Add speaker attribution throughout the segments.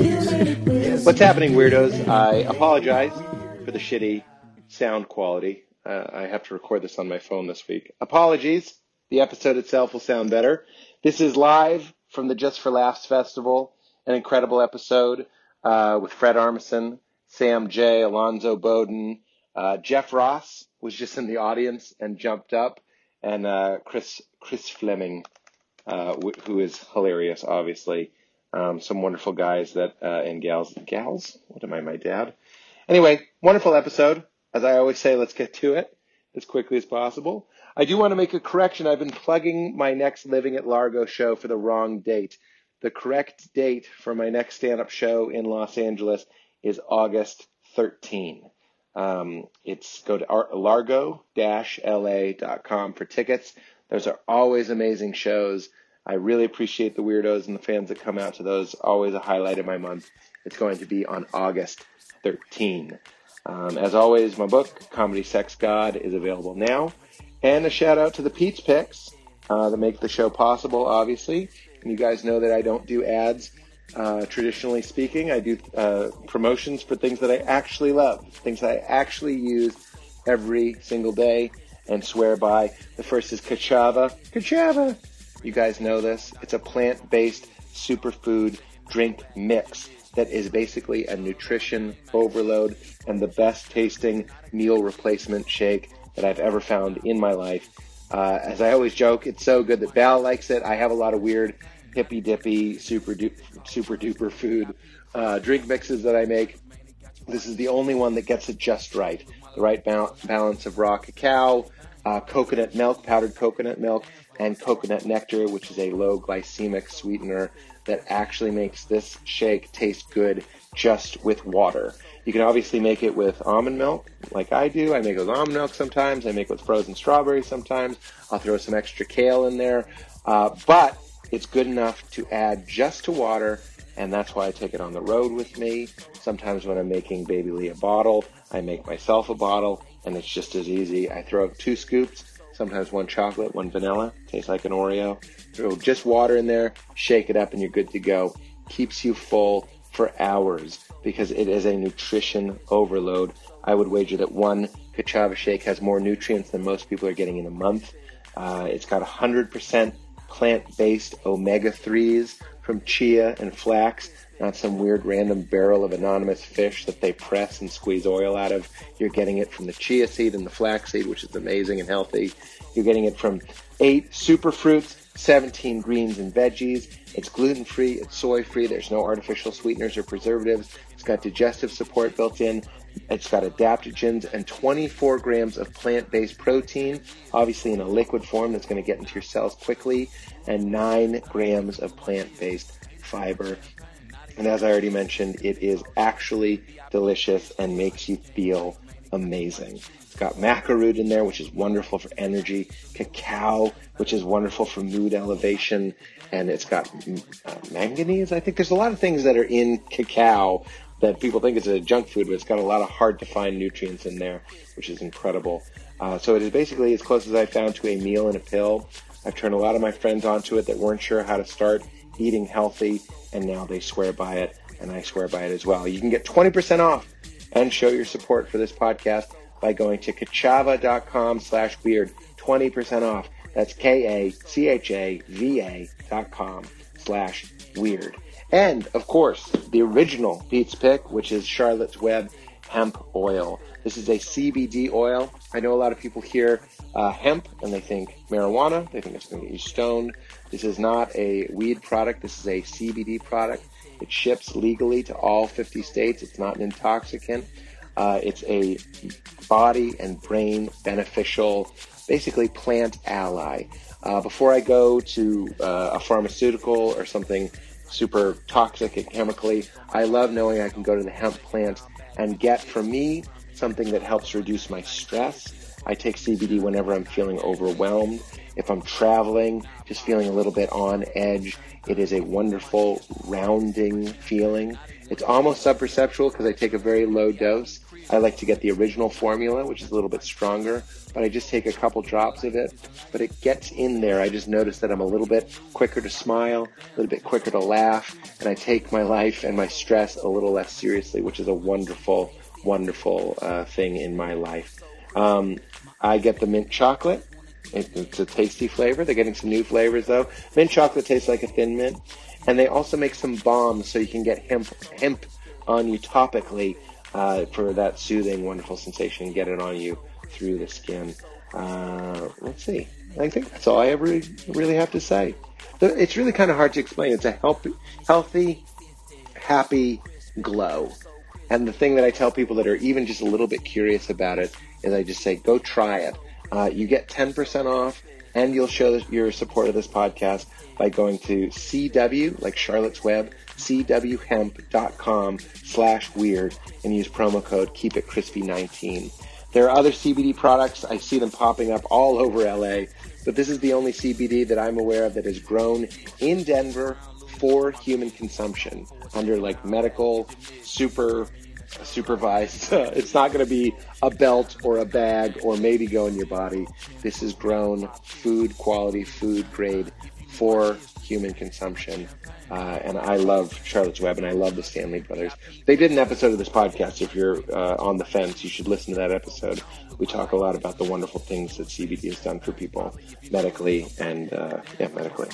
Speaker 1: What's happening, weirdos? I apologize for the shitty sound quality. Uh, I have to record this on my phone this week. Apologies. The episode itself will sound better. This is live from the Just for Laughs Festival, an incredible episode uh, with Fred Armisen, Sam J, Alonzo Bowden, uh, Jeff Ross was just in the audience and jumped up, and uh, Chris Chris Fleming, uh, wh- who is hilarious, obviously. Um, some wonderful guys that uh, and gals gals. What am I, my dad? Anyway, wonderful episode. As I always say, let's get to it as quickly as possible. I do want to make a correction. I've been plugging my next Living at Largo show for the wrong date. The correct date for my next stand up show in Los Angeles is August 13. Um, it's go to ar- largo-la.com for tickets. Those are always amazing shows. I really appreciate the weirdos and the fans that come out to those. Always a highlight of my month. It's going to be on August 13. Um, as always, my book, Comedy Sex God, is available now. And a shout out to the Pete's Picks uh, that make the show possible, obviously. And you guys know that I don't do ads. Uh, traditionally speaking, I do uh, promotions for things that I actually love, things that I actually use every single day and swear by. The first is Kachava. Kachava! You guys know this. It's a plant based superfood drink mix that is basically a nutrition overload and the best tasting meal replacement shake that I've ever found in my life. Uh, as I always joke, it's so good that Val likes it. I have a lot of weird hippy dippy super du- super duper food uh, drink mixes that I make. This is the only one that gets it just right. The right bal- balance of raw cacao, uh, coconut milk, powdered coconut milk, and coconut nectar, which is a low glycemic sweetener that actually makes this shake taste good just with water. You can obviously make it with almond milk, like I do. I make it with almond milk sometimes. I make it with frozen strawberries sometimes. I'll throw some extra kale in there. Uh, but it's good enough to add just to water and that's why I take it on the road with me. Sometimes when I'm making Baby Lee a bottle, I make myself a bottle, and it's just as easy. I throw two scoops, sometimes one chocolate, one vanilla, tastes like an Oreo. Throw just water in there, shake it up, and you're good to go. Keeps you full for hours because it is a nutrition overload. I would wager that one Kachava shake has more nutrients than most people are getting in a month. Uh, it's got 100% plant based omega 3s from chia and flax, not some weird random barrel of anonymous fish that they press and squeeze oil out of. You're getting it from the chia seed and the flax seed, which is amazing and healthy. You're getting it from eight super fruits, 17 greens and veggies. It's gluten free, it's soy free, there's no artificial sweeteners or preservatives. It's got digestive support built in. It's got adaptogens and 24 grams of plant based protein, obviously in a liquid form that's going to get into your cells quickly, and 9 grams of plant based fiber. And as I already mentioned, it is actually delicious and makes you feel amazing. It's got maca root in there, which is wonderful for energy, cacao, which is wonderful for mood elevation, and it's got mm, uh, manganese. I think there's a lot of things that are in cacao that people think is a junk food, but it's got a lot of hard to find nutrients in there, which is incredible. Uh, so it is basically as close as I found to a meal and a pill. I've turned a lot of my friends onto it that weren't sure how to start eating healthy, and now they swear by it, and I swear by it as well. You can get 20% off and show your support for this podcast by going to kachava.com slash weird 20% off that's k-a-c-h-a-v-a dot com slash weird and of course the original pete's pick which is charlotte's web hemp oil this is a cbd oil i know a lot of people hear uh, hemp and they think marijuana they think it's going to get you stoned this is not a weed product this is a cbd product it ships legally to all 50 states. It's not an intoxicant. Uh, it's a body and brain beneficial, basically plant ally. Uh, before I go to uh, a pharmaceutical or something super toxic and chemically, I love knowing I can go to the hemp plant and get for me something that helps reduce my stress. I take CBD whenever I'm feeling overwhelmed. If I'm traveling, just feeling a little bit on edge, it is a wonderful rounding feeling. It's almost subperceptual because I take a very low dose, I like to get the original formula, which is a little bit stronger, but I just take a couple drops of it. But it gets in there. I just notice that I'm a little bit quicker to smile, a little bit quicker to laugh, and I take my life and my stress a little less seriously, which is a wonderful, wonderful uh, thing in my life. Um, I get the mint chocolate. It, it's a tasty flavor. They're getting some new flavors though. Mint chocolate tastes like a thin mint, and they also make some bombs so you can get hemp hemp on you topically uh, for that soothing, wonderful sensation and get it on you through the skin. Uh, let's see. I think that's all I ever really have to say. The- It's really kind of hard to explain. It's a healthy, healthy, happy glow. And the thing that I tell people that are even just a little bit curious about it is I just say, go try it. Uh, you get 10% off and you'll show your support of this podcast by going to CW, like Charlotte's Web, cwhemp.com slash weird and use promo code keep it crispy 19. There are other CBD products. I see them popping up all over LA, but this is the only CBD that I'm aware of that is grown in Denver for human consumption under like medical super supervised. it's not going to be a belt or a bag or maybe go in your body. This is grown food quality, food grade for human consumption. Uh, and I love Charlotte's Web and I love the Stanley Brothers. They did an episode of this podcast. If you're uh, on the fence, you should listen to that episode. We talk a lot about the wonderful things that CBD has done for people medically and, uh, yeah, medically.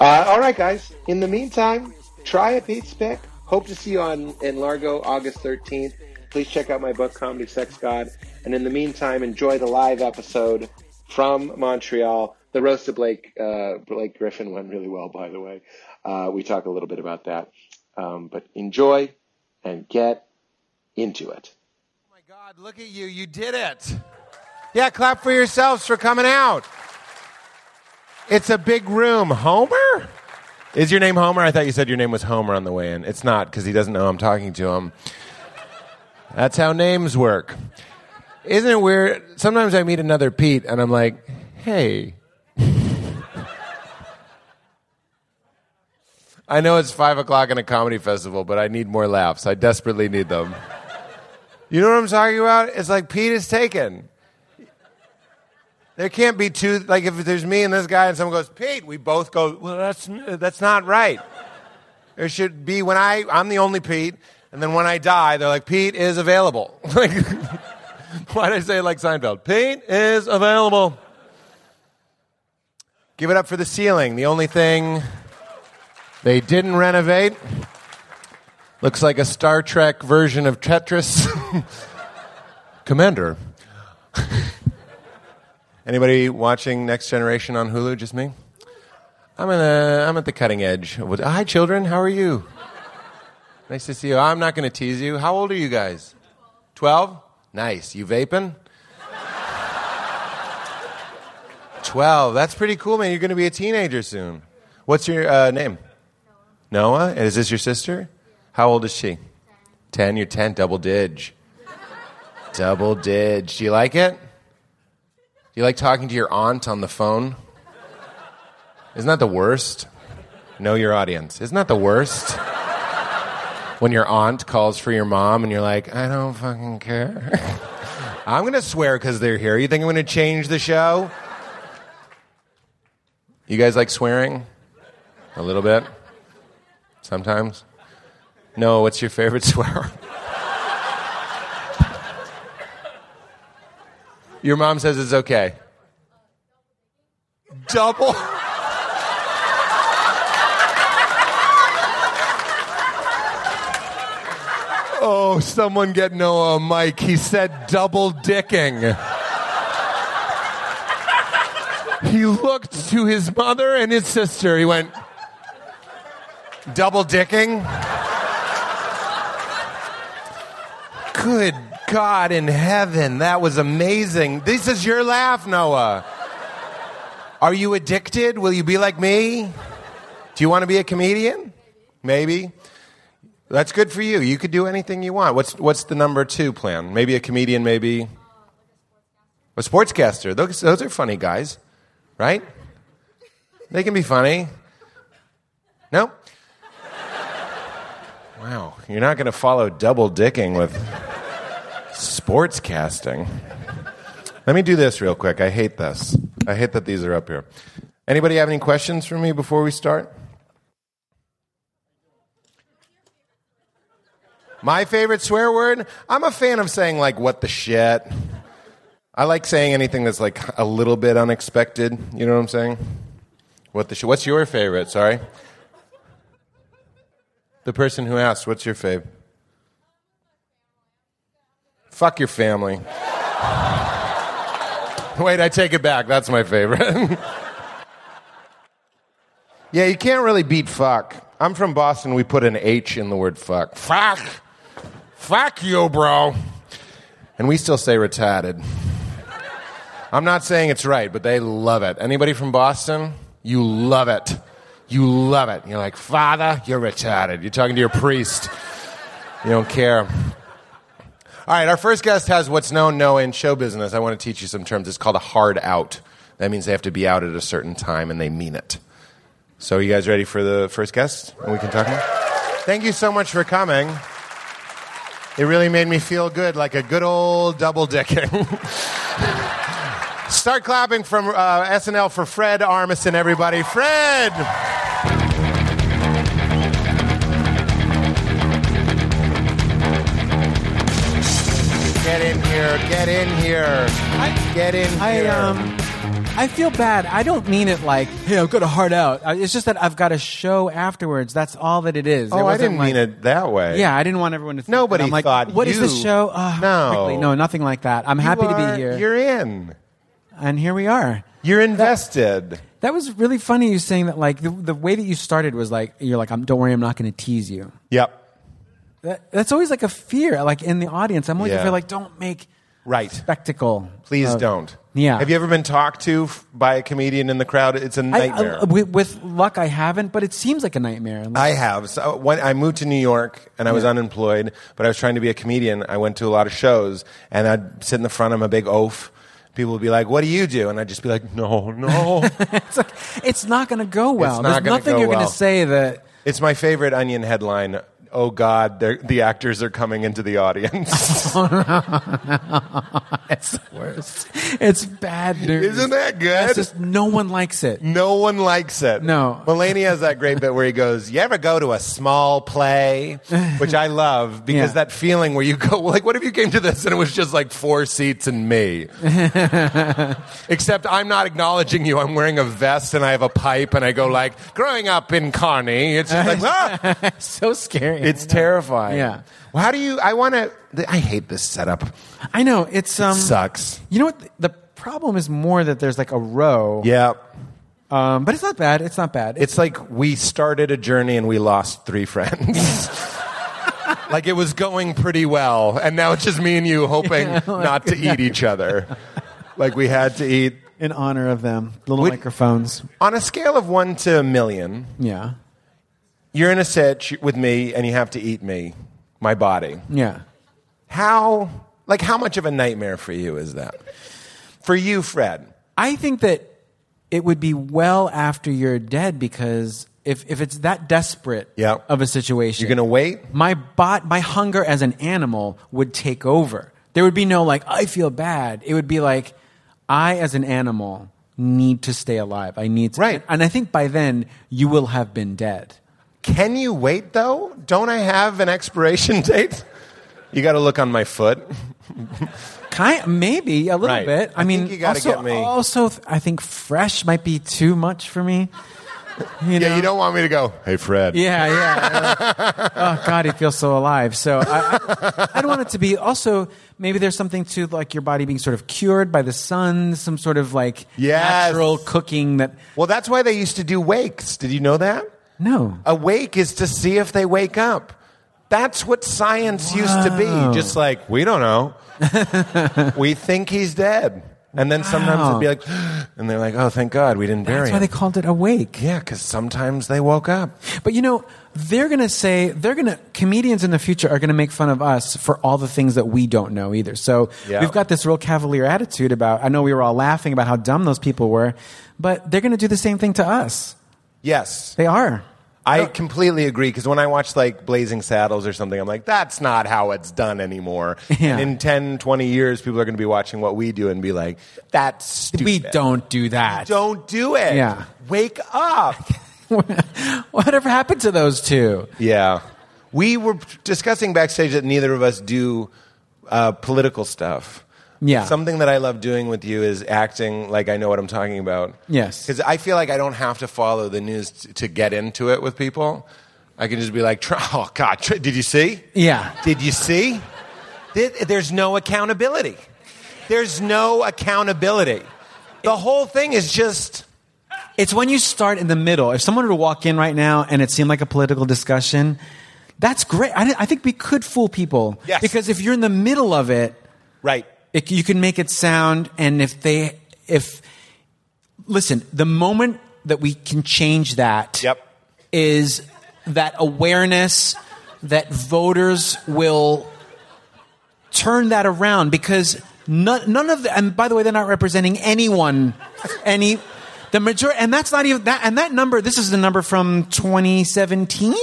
Speaker 1: Uh, all right, guys. In the meantime, try a Pete's Pick. Hope to see you on in Largo August 13th. Please check out my book, Comedy Sex God. And in the meantime, enjoy the live episode from Montreal. The roast of Blake uh, Blake Griffin went really well, by the way. Uh, we talk a little bit about that. Um, but enjoy and get into it.
Speaker 2: Oh my God, look at you. You did it. Yeah, clap for yourselves for coming out. It's a big room. Homer? Is your name Homer? I thought you said your name was Homer on the way in. It's not because he doesn't know I'm talking to him. That's how names work. Isn't it weird? Sometimes I meet another Pete and I'm like, hey. I know it's five o'clock in a comedy festival, but I need more laughs. I desperately need them. You know what I'm talking about? It's like Pete is taken. There can't be two. Like if there's me and this guy, and someone goes Pete, we both go. Well, that's that's not right. There should be when I I'm the only Pete, and then when I die, they're like Pete is available. Like why did I say it like Seinfeld? Pete is available. Give it up for the ceiling. The only thing they didn't renovate looks like a Star Trek version of Tetris. Commander. Anybody watching Next Generation on Hulu? Just me. I'm in the, I'm at the cutting edge. of what- Hi, children. How are you? Nice to see you. I'm not going to tease you. How old are you guys? Twelve. Nice. You vaping? Twelve. That's pretty cool, man. You're going to be a teenager soon. What's your uh, name? Noah. Is this your sister? How old is she? Ten. You're ten. Double dig. Double dig. Do you like it? Do you like talking to your aunt on the phone? Isn't that the worst? Know your audience. Isn't that the worst? When your aunt calls for your mom and you're like, I don't fucking care. I'm going to swear because they're here. You think I'm going to change the show? You guys like swearing? A little bit? Sometimes? No, what's your favorite swear? Your mom says it's okay. Double. oh, someone get Noah a mic. He said double dicking. he looked to his mother and his sister. He went, double dicking? Good God in heaven, that was amazing. This is your laugh, Noah. Are you addicted? Will you be like me? Do you want to be a comedian? Maybe. That's good for you. You could do anything you want. What's what's the number two plan? Maybe a comedian, maybe a sportscaster. Those, those are funny guys, right? They can be funny. No? Wow. You're not going to follow double dicking with Sports casting. Let me do this real quick. I hate this. I hate that these are up here. Anybody have any questions for me before we start? My favorite swear word? I'm a fan of saying, like, what the shit. I like saying anything that's, like, a little bit unexpected. You know what I'm saying? What the shit. What's your favorite? Sorry. The person who asked, what's your fave? Fuck your family. Wait, I take it back. That's my favorite. yeah, you can't really beat fuck. I'm from Boston. We put an H in the word fuck. Fuck. Fuck you, bro. And we still say retarded. I'm not saying it's right, but they love it. Anybody from Boston? You love it. You love it. You're like, Father, you're retarded. You're talking to your priest. You don't care. All right, our first guest has what's known no in show business. I want to teach you some terms. It's called a hard out. That means they have to be out at a certain time and they mean it. So, you guys ready for the first guest? And we can talk now? Thank you so much for coming. It really made me feel good, like a good old double dicking. Start clapping from uh, SNL for Fred Armisen, everybody. Fred! Get in here, get in here, get in here.
Speaker 3: I um, I feel bad. I don't mean it like, hey, I've got a heart out. I- It's just that I've got a show afterwards. That's all that it is.
Speaker 2: oh, I didn't mean it that way.
Speaker 3: Yeah, I didn't want everyone to. Think
Speaker 2: Nobody
Speaker 3: that. I'm like,
Speaker 2: thought
Speaker 3: What is
Speaker 2: you-
Speaker 3: this show? Ah,
Speaker 2: No.
Speaker 3: quickly. no, nothing like that. I'm happy
Speaker 2: You
Speaker 3: to
Speaker 2: are-
Speaker 3: be here,
Speaker 2: You're in.
Speaker 3: and here we are.
Speaker 2: You're invested.
Speaker 3: That was really funny. You saying that, like the, the way that you started was like you're like, I'm, don't worry, I'm not going to tease you.
Speaker 2: Yep.
Speaker 3: That, that's always like a fear, like in the audience. I'm always
Speaker 2: Yeah.
Speaker 3: I feel like, don't make
Speaker 2: Right.
Speaker 3: spectacle.
Speaker 2: Please
Speaker 3: of-
Speaker 2: don't.
Speaker 3: Uh, Yeah.
Speaker 2: Have you ever been talked to f- by a comedian in the crowd? It's a
Speaker 3: I- uh, I-
Speaker 2: nightmare.
Speaker 3: with, with luck, I haven't, but it seems like a nightmare. Like,
Speaker 2: I have. So uh, when I moved to New York and I was unemployed, but I was trying to be a comedian. I went to a lot of shows and I'd sit in the front. I'm a big oaf. People would be like, "What do you do?" And I'd just be like, "No, no."
Speaker 3: it's like it's not going to go well.
Speaker 2: not
Speaker 3: There's
Speaker 2: gonna
Speaker 3: nothing
Speaker 2: go
Speaker 3: you're
Speaker 2: well.
Speaker 3: going to say that.
Speaker 2: it's my favorite Onion headline. Oh God, they're- the actors are coming into the audience.
Speaker 3: It's the worst. It's bad news.
Speaker 2: Isn't that good?
Speaker 3: It's just no one likes it.
Speaker 2: No one likes it.
Speaker 3: No.
Speaker 2: Mulaney has that great bit where he goes, You ever go to a small play? Which I love because
Speaker 3: Yeah.
Speaker 2: that feeling where you go, like, what if you came to this and it was just like four seats and me? Except I'm not acknowledging you. I'm wearing a vest and I have a pipe and I go like, growing up in Carney, it's just like, ah!
Speaker 3: It's so scary.
Speaker 2: It's terrifying.
Speaker 3: Yeah.
Speaker 2: Well, how do you, I want to, I hate this setup.
Speaker 3: I know. It's um.
Speaker 2: Sucks.
Speaker 3: You know what? The problem is more that there's like a row.
Speaker 2: Yeah.
Speaker 3: Um, but it's not bad. It's not bad.
Speaker 2: It's like we started a journey and we lost three friends. like it was going pretty well, and now it's just me and you hoping not to eat each other. Like we had to eat.
Speaker 3: in honor of them. Little
Speaker 2: Would-
Speaker 3: microphones.
Speaker 2: On a scale of one to a million,
Speaker 3: Yeah.
Speaker 2: you're in a sitch with me and you have to eat me, my body.
Speaker 3: Yeah.
Speaker 2: How, like, how much of a nightmare for you is that? For you, Fred.
Speaker 3: I think that it would be well after you're dead because if, if it's that desperate
Speaker 2: Yeah.
Speaker 3: of a situation,
Speaker 2: You're going to wait?
Speaker 3: my bot, my hunger as an animal would take over. There would be no like, I feel bad. It would be like, I as an animal need to stay alive. I need to,
Speaker 2: Right.
Speaker 3: And I think by then you will have been dead.
Speaker 2: Can you wait though? Don't I have an expiration date? You got to look on my foot.
Speaker 3: Kind, maybe a little
Speaker 2: Right.
Speaker 3: bit. I,
Speaker 2: I
Speaker 3: mean,
Speaker 2: think you gotta
Speaker 3: also,
Speaker 2: get me.
Speaker 3: also, th- I think fresh might be too much for me. You know?
Speaker 2: Yeah, you don't want me to go. Hey, Fred.
Speaker 3: Yeah, yeah. oh God, he feels so alive. So I, I, I don't want it to be. Also, maybe there's something to like your body being sort of cured by the sun, some sort of like
Speaker 2: Yes.
Speaker 3: natural cooking that.
Speaker 2: Well, that's why they used to do wakes. Did you know that?
Speaker 3: No,
Speaker 2: A wake is to see if they wake up. That's what science used to be. Just like we don't know. we think he's dead, and then sometimes it'd be like, and they're like, oh, thank God we didn't bury
Speaker 3: that's why
Speaker 2: him.
Speaker 3: they called it awake.
Speaker 2: yeah, because sometimes they woke up.
Speaker 3: But you know, they're gonna say they're gonna comedians in the future are gonna make fun of us for all the things that we don't know either. So
Speaker 2: Yeah.
Speaker 3: we've got this real cavalier attitude about. I know we were all laughing about how dumb those people were, but they're gonna do the same thing to us.
Speaker 2: Yes,
Speaker 3: They are.
Speaker 2: I completely agree because when I watch like Blazing Saddles or something, I'm like, that's not how it's done anymore.
Speaker 3: Yeah.
Speaker 2: And in 10, 20 years, people are going to be watching what we do and be like, that's stupid.
Speaker 3: We don't do that.
Speaker 2: Don't do it.
Speaker 3: Yeah.
Speaker 2: Wake up.
Speaker 3: Whatever happened to those two?
Speaker 2: yeah. We were discussing backstage that neither of us do uh, political stuff.
Speaker 3: Yeah.
Speaker 2: Something that I love doing with you is acting like I know what I'm talking about.
Speaker 3: Yes.
Speaker 2: Because I feel like I don't have to follow the news t- to get into it with people. I can just be like, "Tr- oh, God, tr- did you see?
Speaker 3: Yeah.
Speaker 2: Did you see? Th- There's no accountability. There's no accountability. The whole thing is just.
Speaker 3: It's when you start in the middle. If someone were to walk in right now and it seemed like a political discussion, that's great. I, I think we could fool people.
Speaker 2: Yes.
Speaker 3: Because if you're in the middle of it,
Speaker 2: Right.
Speaker 3: it, you can make it sound, and if they, if, listen, the moment that we can change that,
Speaker 2: Yep.
Speaker 3: is that awareness that voters will turn that around because none, none of the, and by the way they're not representing anyone any the majority and that's not even that and that number this is the number from 2017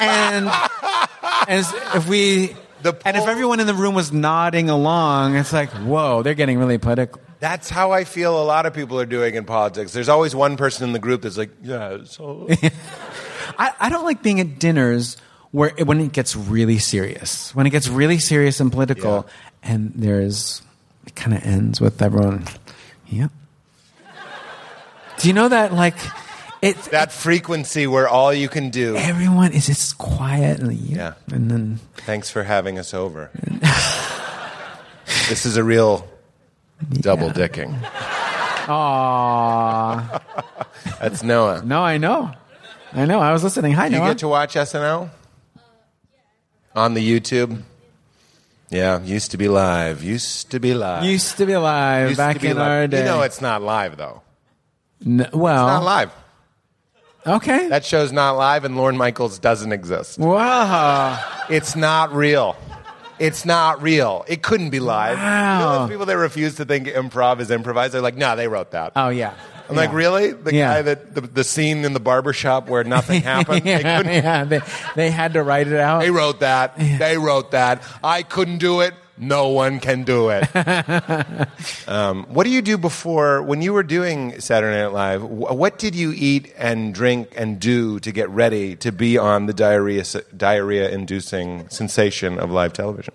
Speaker 3: and as if we
Speaker 2: The
Speaker 3: and if
Speaker 2: poll-
Speaker 3: everyone in the room was nodding along it's like whoa they're getting really political
Speaker 2: That's how I feel a lot of people are doing in politics. There's always one person in the group that's like, yeah, so.
Speaker 3: I, I don't like being at dinners where it, when it gets really serious, when it gets really serious and political, and there's it kind of ends with everyone. Yep. Do you know that like it?
Speaker 2: that frequency where all you can do.
Speaker 3: everyone is just quiet and yeah,
Speaker 2: Yeah.
Speaker 3: and then
Speaker 2: Thanks for having us over. this is a real double dicking.
Speaker 3: ah
Speaker 2: That's Noah.
Speaker 3: no, I know, I know. I was listening. Hi,
Speaker 2: You
Speaker 3: Noah. Uh,
Speaker 2: get to watch SNL on the YouTube. Yeah, used to be live. Used to be live.
Speaker 3: Used to be alive
Speaker 2: Used to
Speaker 3: back
Speaker 2: be
Speaker 3: in
Speaker 2: live.
Speaker 3: our day.
Speaker 2: You know it's not live though.
Speaker 3: N- well,
Speaker 2: Not live.
Speaker 3: okay.
Speaker 2: That show's not live, and Lorne Michaels doesn't exist.
Speaker 3: wow.
Speaker 2: It's not real. It's not real. It couldn't be live. You know
Speaker 3: Wow.
Speaker 2: those people that refuse to think improv is improvised. They're like, no, they wrote that.
Speaker 3: Oh yeah.
Speaker 2: I'm like,
Speaker 3: Yeah.
Speaker 2: really? The
Speaker 3: Yeah.
Speaker 2: guy that the, the scene in the barber shop where nothing happened. they,
Speaker 3: yeah,
Speaker 2: couldn't,
Speaker 3: yeah, they, they had to write it out.
Speaker 2: they wrote that. They wrote that. I couldn't do it. No one can do it. um, what do you do before when you were doing Saturday Night Live? wh- What did you eat and drink and do to get ready to be on the diarrhea diarrhea inducing sensation of live television?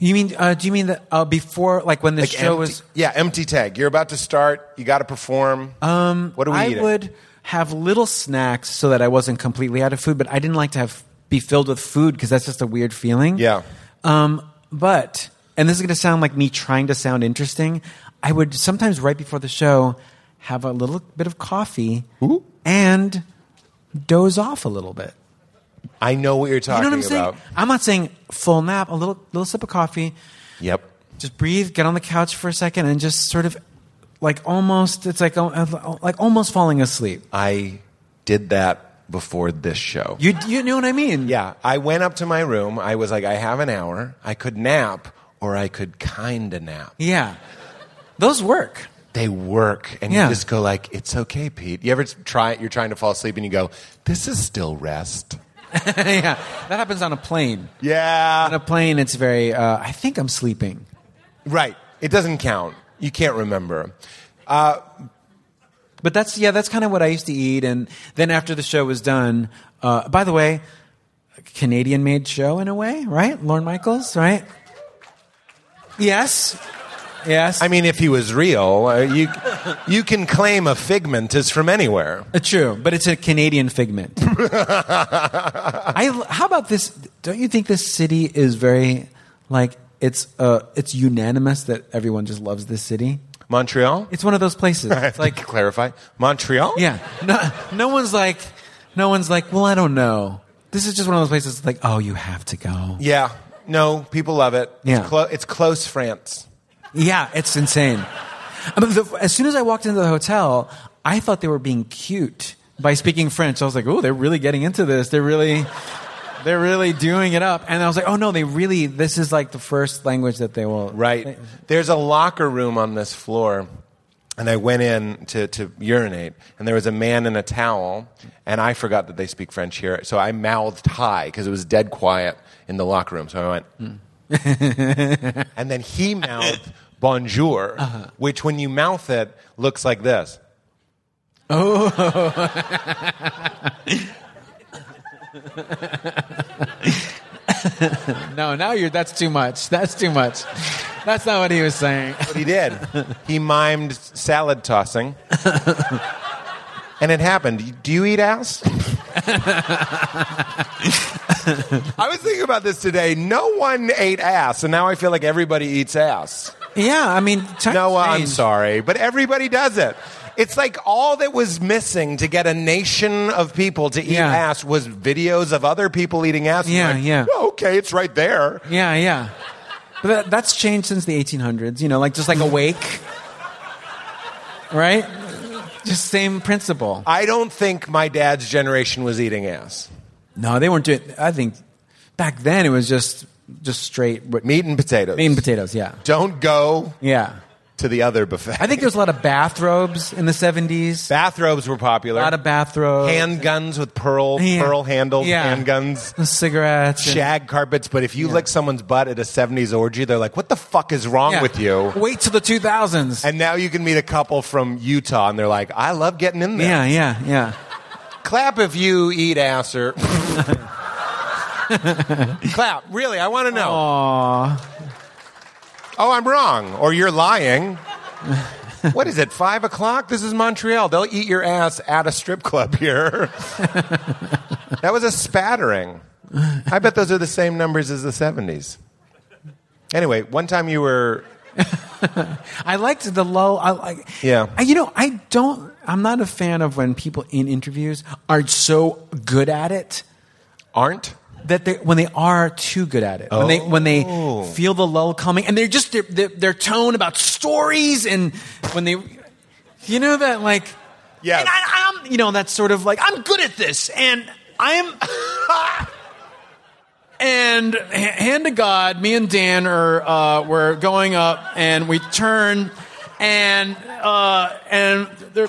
Speaker 3: You mean? Uh, do you mean that uh, before, like when the show
Speaker 2: empty,
Speaker 3: was?
Speaker 2: yeah, empty tag. You're about to start. You got to perform. Um, what do we
Speaker 3: I
Speaker 2: eating?
Speaker 3: would have little snacks so that I wasn't completely out of food, but I didn't like to have be filled with food because that's just a weird feeling.
Speaker 2: Yeah.
Speaker 3: Um, but and this is going to sound like me trying to sound interesting. I would sometimes right before the show have a little bit of coffee and doze off a little bit.
Speaker 2: I know what you're
Speaker 3: You
Speaker 2: talking
Speaker 3: know what I'm
Speaker 2: about.
Speaker 3: saying? I'm not saying full nap, a little little sip of coffee,
Speaker 2: Yep.
Speaker 3: just breathe, get on the couch for a second, and just sort of like almost it's like al- like almost falling asleep.
Speaker 2: I did that before this show.
Speaker 3: You you know what I mean?
Speaker 2: yeah, I went up to my room. I was like, I have an hour. I could nap or I could kinda nap.
Speaker 3: yeah. Those work.
Speaker 2: They work, and
Speaker 3: Yeah.
Speaker 2: you just go like, "It's okay, Pete." You ever try? You're trying to fall asleep, and you go, "This is still rest."
Speaker 3: yeah, that happens on a plane. On
Speaker 2: Yeah,
Speaker 3: a plane, it's very. Uh, I think I'm sleeping.
Speaker 2: right. It doesn't count. You can't remember.
Speaker 3: But that's yeah, that's kind of what I used to eat. And then after the show was done, uh, by the way, Canadian made show in a way, right? Lorne Michaels, right? Yes, yes.
Speaker 2: I mean, if he was real, uh, you you can claim a figment is from anywhere.
Speaker 3: Uh, True, but it's a Canadian figment. I, how about this? Don't you think this city is very like it's uh it's unanimous that everyone just loves this city?
Speaker 2: Montreal.
Speaker 3: It's one of those places.
Speaker 2: I have
Speaker 3: It's
Speaker 2: to
Speaker 3: like
Speaker 2: clarify Montreal.
Speaker 3: yeah, no, no one's like no one's like well I don't know. This is just one of those places like oh you have to go.
Speaker 2: Yeah. No, people love it.
Speaker 3: Yeah.
Speaker 2: It's, clo- it's close France.
Speaker 3: Yeah, it's insane. I mean, the, as soon as I walked into the hotel, I thought they were being cute by speaking French. I was like, "Oh, they're really getting into this. They're really, they're really doing it up." And I was like, "Oh no, they really. This is like the first language that they will."
Speaker 2: Right. There's a locker room on this floor and I went in to, to urinate, and there was a man in a towel, and I forgot that they speak French here, so I mouthed hi because it was dead quiet in the locker room. So I went, and then he mouthed bonjour, which when you mouth it looks like this.
Speaker 3: No, now you're. That's too much. That's too much. That's not what he was saying.
Speaker 2: But he did. he mimed salad tossing. and it happened. Do you eat ass? I was thinking about this today. No one ate ass, and now I feel like everybody eats ass.
Speaker 3: Yeah, I mean, times
Speaker 2: No, I'm
Speaker 3: change.
Speaker 2: sorry, but everybody does it. It's like all that was missing to get a nation of people to eat
Speaker 3: Yeah.
Speaker 2: ass was videos of other people eating ass.
Speaker 3: Yeah,
Speaker 2: Like,
Speaker 3: yeah.
Speaker 2: "Oh, okay, it's right there.
Speaker 3: Yeah, yeah. But that, that's changed since the 1800s. You know, like just like awake, right? Just same principle.
Speaker 2: I don't think my dad's generation was eating ass.
Speaker 3: No, they weren't doing. I think back then it was just just straight meat
Speaker 2: Meat and potatoes.
Speaker 3: and potatoes. Yeah,
Speaker 2: Don't go
Speaker 3: yeah.
Speaker 2: to the other buffet.
Speaker 3: I think there's a lot of bathrobes in the 70s.
Speaker 2: bathrobes were
Speaker 3: a
Speaker 2: popular.
Speaker 3: lot of bathrobes,
Speaker 2: handguns with pearl
Speaker 3: Yeah.
Speaker 2: pearl handled
Speaker 3: Yeah.
Speaker 2: handguns.
Speaker 3: cigarettes, and-
Speaker 2: Shag carpets, but if you lick someone's butt at a 70s orgy, they're like, what the fuck is wrong
Speaker 3: Yeah.
Speaker 2: with you?
Speaker 3: Wait till the 2000s.
Speaker 2: And now you can meet a couple from Utah, and they're like, I love getting in there.
Speaker 3: yeah, yeah, yeah.
Speaker 2: Clap if you eat ass or. Clap. Really, I want to
Speaker 3: Oh,
Speaker 2: know. Oh, I'm wrong. Or you're lying. what is it, 5 o'clock? This is Montreal. They'll eat your ass at a strip club here. that was a spattering. I bet those are the same numbers as the 70s. Anyway, one time you were.
Speaker 3: I liked the low. I like.
Speaker 2: Yeah.
Speaker 3: I- you know, I don't. I'm not a fan of when people in interviews are so good at it
Speaker 2: aren't?
Speaker 3: that they when they are too good at it. When they when they feel the lull coming and they're just their, their, their tone about stories and when they, you know that like.
Speaker 2: Yes.
Speaker 3: And I, I'm you know that sort of like I'm good at this and I'm. And h- hand to God, me and Dan are uh, were going up, and we turn, and uh, and there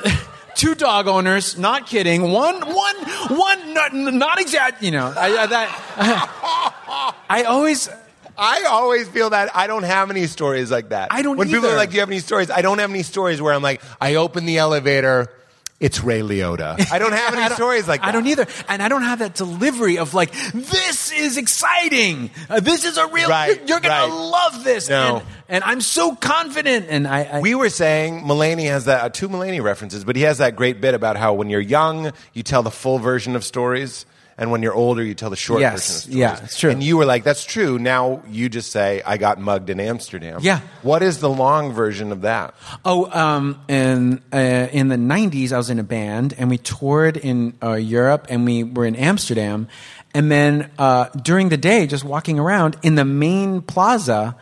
Speaker 3: two dog owners. Not kidding. One one one. Not, not exact. You know, I, I, that I always
Speaker 2: I always feel that I don't have any stories like that.
Speaker 3: I don't
Speaker 2: When people
Speaker 3: either.
Speaker 2: are like, "Do you have any stories?" I don't have any stories where I'm like, I open the elevator, it's Ray Liotta. I don't have any
Speaker 3: I don't-
Speaker 2: stories like that.
Speaker 3: I don't either, and I don't have that delivery of like this is exciting. Uh, this is a real.
Speaker 2: Right,
Speaker 3: you're, you're gonna
Speaker 2: right.
Speaker 3: love this.
Speaker 2: No.
Speaker 3: And, and I'm so confident. And I, I
Speaker 2: We were saying Mulaney has that uh, two Mulaney references, but he has that great bit about how when you're young, you tell the full version of stories, and when you're older, you tell the short
Speaker 3: Yes,
Speaker 2: version of stories.
Speaker 3: yeah, it's true.
Speaker 2: And you were like, "That's true." Now you just say, "I got mugged in Amsterdam."
Speaker 3: Yeah.
Speaker 2: What is the long version of that?
Speaker 3: Oh, um, and uh, in the '90s, I was in a band, and we toured in uh, Europe, and we were in Amsterdam, and then uh, during the day, just walking around in the main plaza,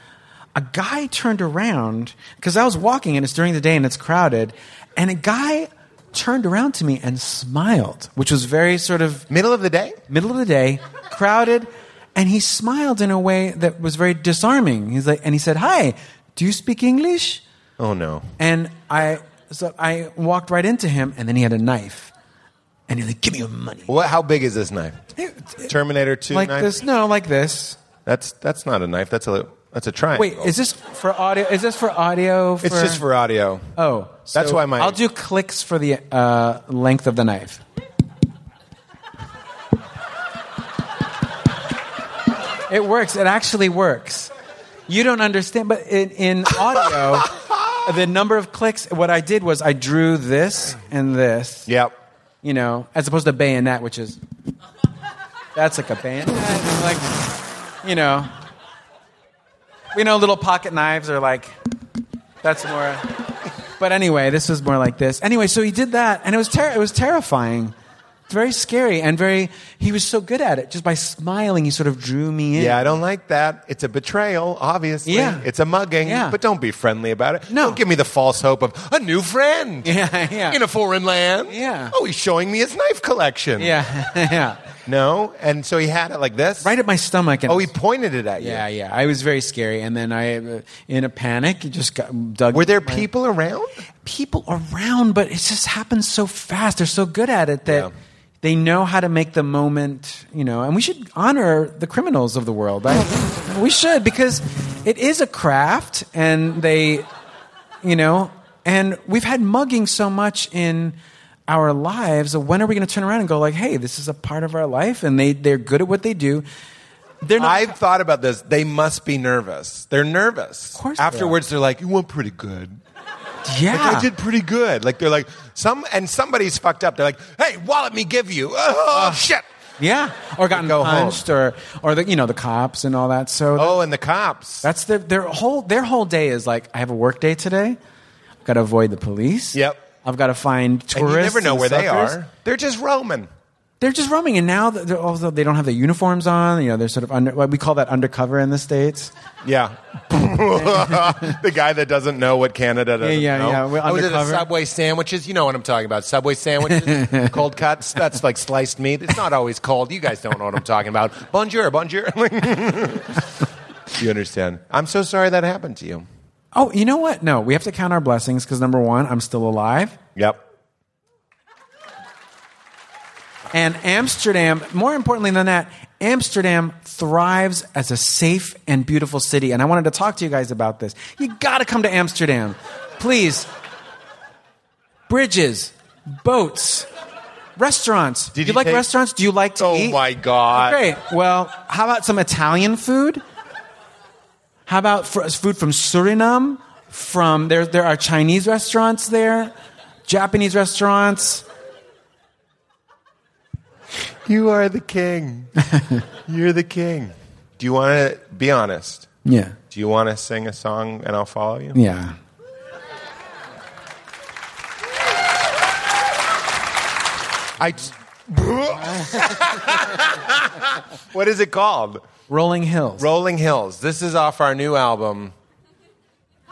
Speaker 3: a guy turned around because I was walking, and it's during the day, and it's crowded, and a guy turned around to me and smiled, which was very sort of
Speaker 2: Middle of the day.
Speaker 3: middle of the day, crowded, and he smiled in a way that was very disarming. He's like, and he said, "Hi, do you speak English?"
Speaker 2: Oh no.
Speaker 3: And I so I walked right into him, and then he had a knife, and he's like, "Give me your money."
Speaker 2: What? How big is this knife? Terminator Two
Speaker 3: like
Speaker 2: knife.
Speaker 3: this? No, like this.
Speaker 2: That's that's not a knife. That's a that's a triangle.
Speaker 3: Wait, is this for audio? Is this for audio? For,
Speaker 2: It's just for audio.
Speaker 3: Oh,
Speaker 2: That's
Speaker 3: so
Speaker 2: why my-
Speaker 3: I'll do clicks for the uh, length of the knife. It works. It actually works. You don't understand, but in, in audio, the number of clicks. What I did was I drew this and this.
Speaker 2: Yep.
Speaker 3: you know, as opposed to bayonet, which is that's like a bayonet, and like you know, we know little pocket knives are like that's more. But anyway, this was more like this. Anyway, so he did that, and it was ter- it was terrifying very scary and very. He was so good at it. Just by smiling, he sort of drew me in.
Speaker 2: Yeah, I don't like that. It's a betrayal, obviously.
Speaker 3: Yeah.
Speaker 2: It's a mugging,
Speaker 3: Yeah.
Speaker 2: but don't be friendly about it.
Speaker 3: No.
Speaker 2: Don't give me the false hope of a new friend
Speaker 3: Yeah, yeah.
Speaker 2: in a foreign land.
Speaker 3: Yeah.
Speaker 2: Oh, he's showing me his knife collection.
Speaker 3: yeah, yeah.
Speaker 2: No? And so he had it like this?
Speaker 3: Right at my stomach. And
Speaker 2: Oh, he pointed it at you.
Speaker 3: Yeah, yeah. I was very scary, and then I, uh, in a panic, just got dug.
Speaker 2: Were there
Speaker 3: my-
Speaker 2: people around?
Speaker 3: people around? But it just happens so fast. They're so good at it that
Speaker 2: Yeah.
Speaker 3: they know how to make the moment. You know, and we should honor the criminals of the world. I, we should because it is a craft, and they, you know, and we've had mugging so much in our lives. When are we going to turn around and go like, "Hey, this is a part of our life," and they they're good at what they do. They're not.
Speaker 2: I've thought about this. They must be nervous. They're nervous. Of
Speaker 3: course they are.
Speaker 2: Afterwards, they are like, you went pretty good.
Speaker 3: yeah,
Speaker 2: Like, I did pretty good. Like they're like some, and somebody's fucked up. They're like, "Hey, wallet me, give you." Oh shit!
Speaker 3: Yeah, or gotten
Speaker 2: go home.
Speaker 3: punched, or or the you know the cops and all that. So
Speaker 2: Oh, and the cops.
Speaker 3: that's their their whole their whole day is like I have a work day today. I've got to avoid the police.
Speaker 2: Yep.
Speaker 3: I've got to find tourists.
Speaker 2: And you never know
Speaker 3: and
Speaker 2: where they
Speaker 3: suckers.
Speaker 2: are. They're just roaming.
Speaker 3: They're just roaming, and now that they're, although they don't have their uniforms on, you know they're sort of under. What we call that undercover in the states.
Speaker 2: Yeah. the guy that doesn't know what Canada doesn't
Speaker 3: Yeah, yeah,
Speaker 2: know.
Speaker 3: yeah. We're
Speaker 2: I was at a
Speaker 3: undercover.
Speaker 2: Subway sandwiches. You know what I'm talking about. Subway sandwiches, cold cuts. That's like sliced meat. It's not always cold. You guys don't know what I'm talking about. Bonjour, bonjour. you understand. I'm so sorry that happened to you.
Speaker 3: Oh, you know what? No, we have to count our blessings because number one, I'm still alive,
Speaker 2: Yep.
Speaker 3: and Amsterdam. More importantly than that, Amsterdam thrives as a safe and beautiful city. And I wanted to talk to you guys about this. You got to come to Amsterdam, please. Bridges, boats, restaurants. Do
Speaker 2: Did
Speaker 3: you,
Speaker 2: you
Speaker 3: like
Speaker 2: take-
Speaker 3: restaurants? Do you like to
Speaker 2: Oh
Speaker 3: eat?
Speaker 2: my God.
Speaker 3: Great. Well, how about some Italian food? How about fr- food from Suriname? From there, there are Chinese restaurants there, Japanese restaurants.
Speaker 2: You are the king. You're the king. Do you want to be honest?
Speaker 3: Yeah.
Speaker 2: Do you want to sing a song and I'll follow you?
Speaker 3: Yeah.
Speaker 2: I. Just, what is it called?
Speaker 3: Rolling Hills.
Speaker 2: Rolling Hills. This is off our new album.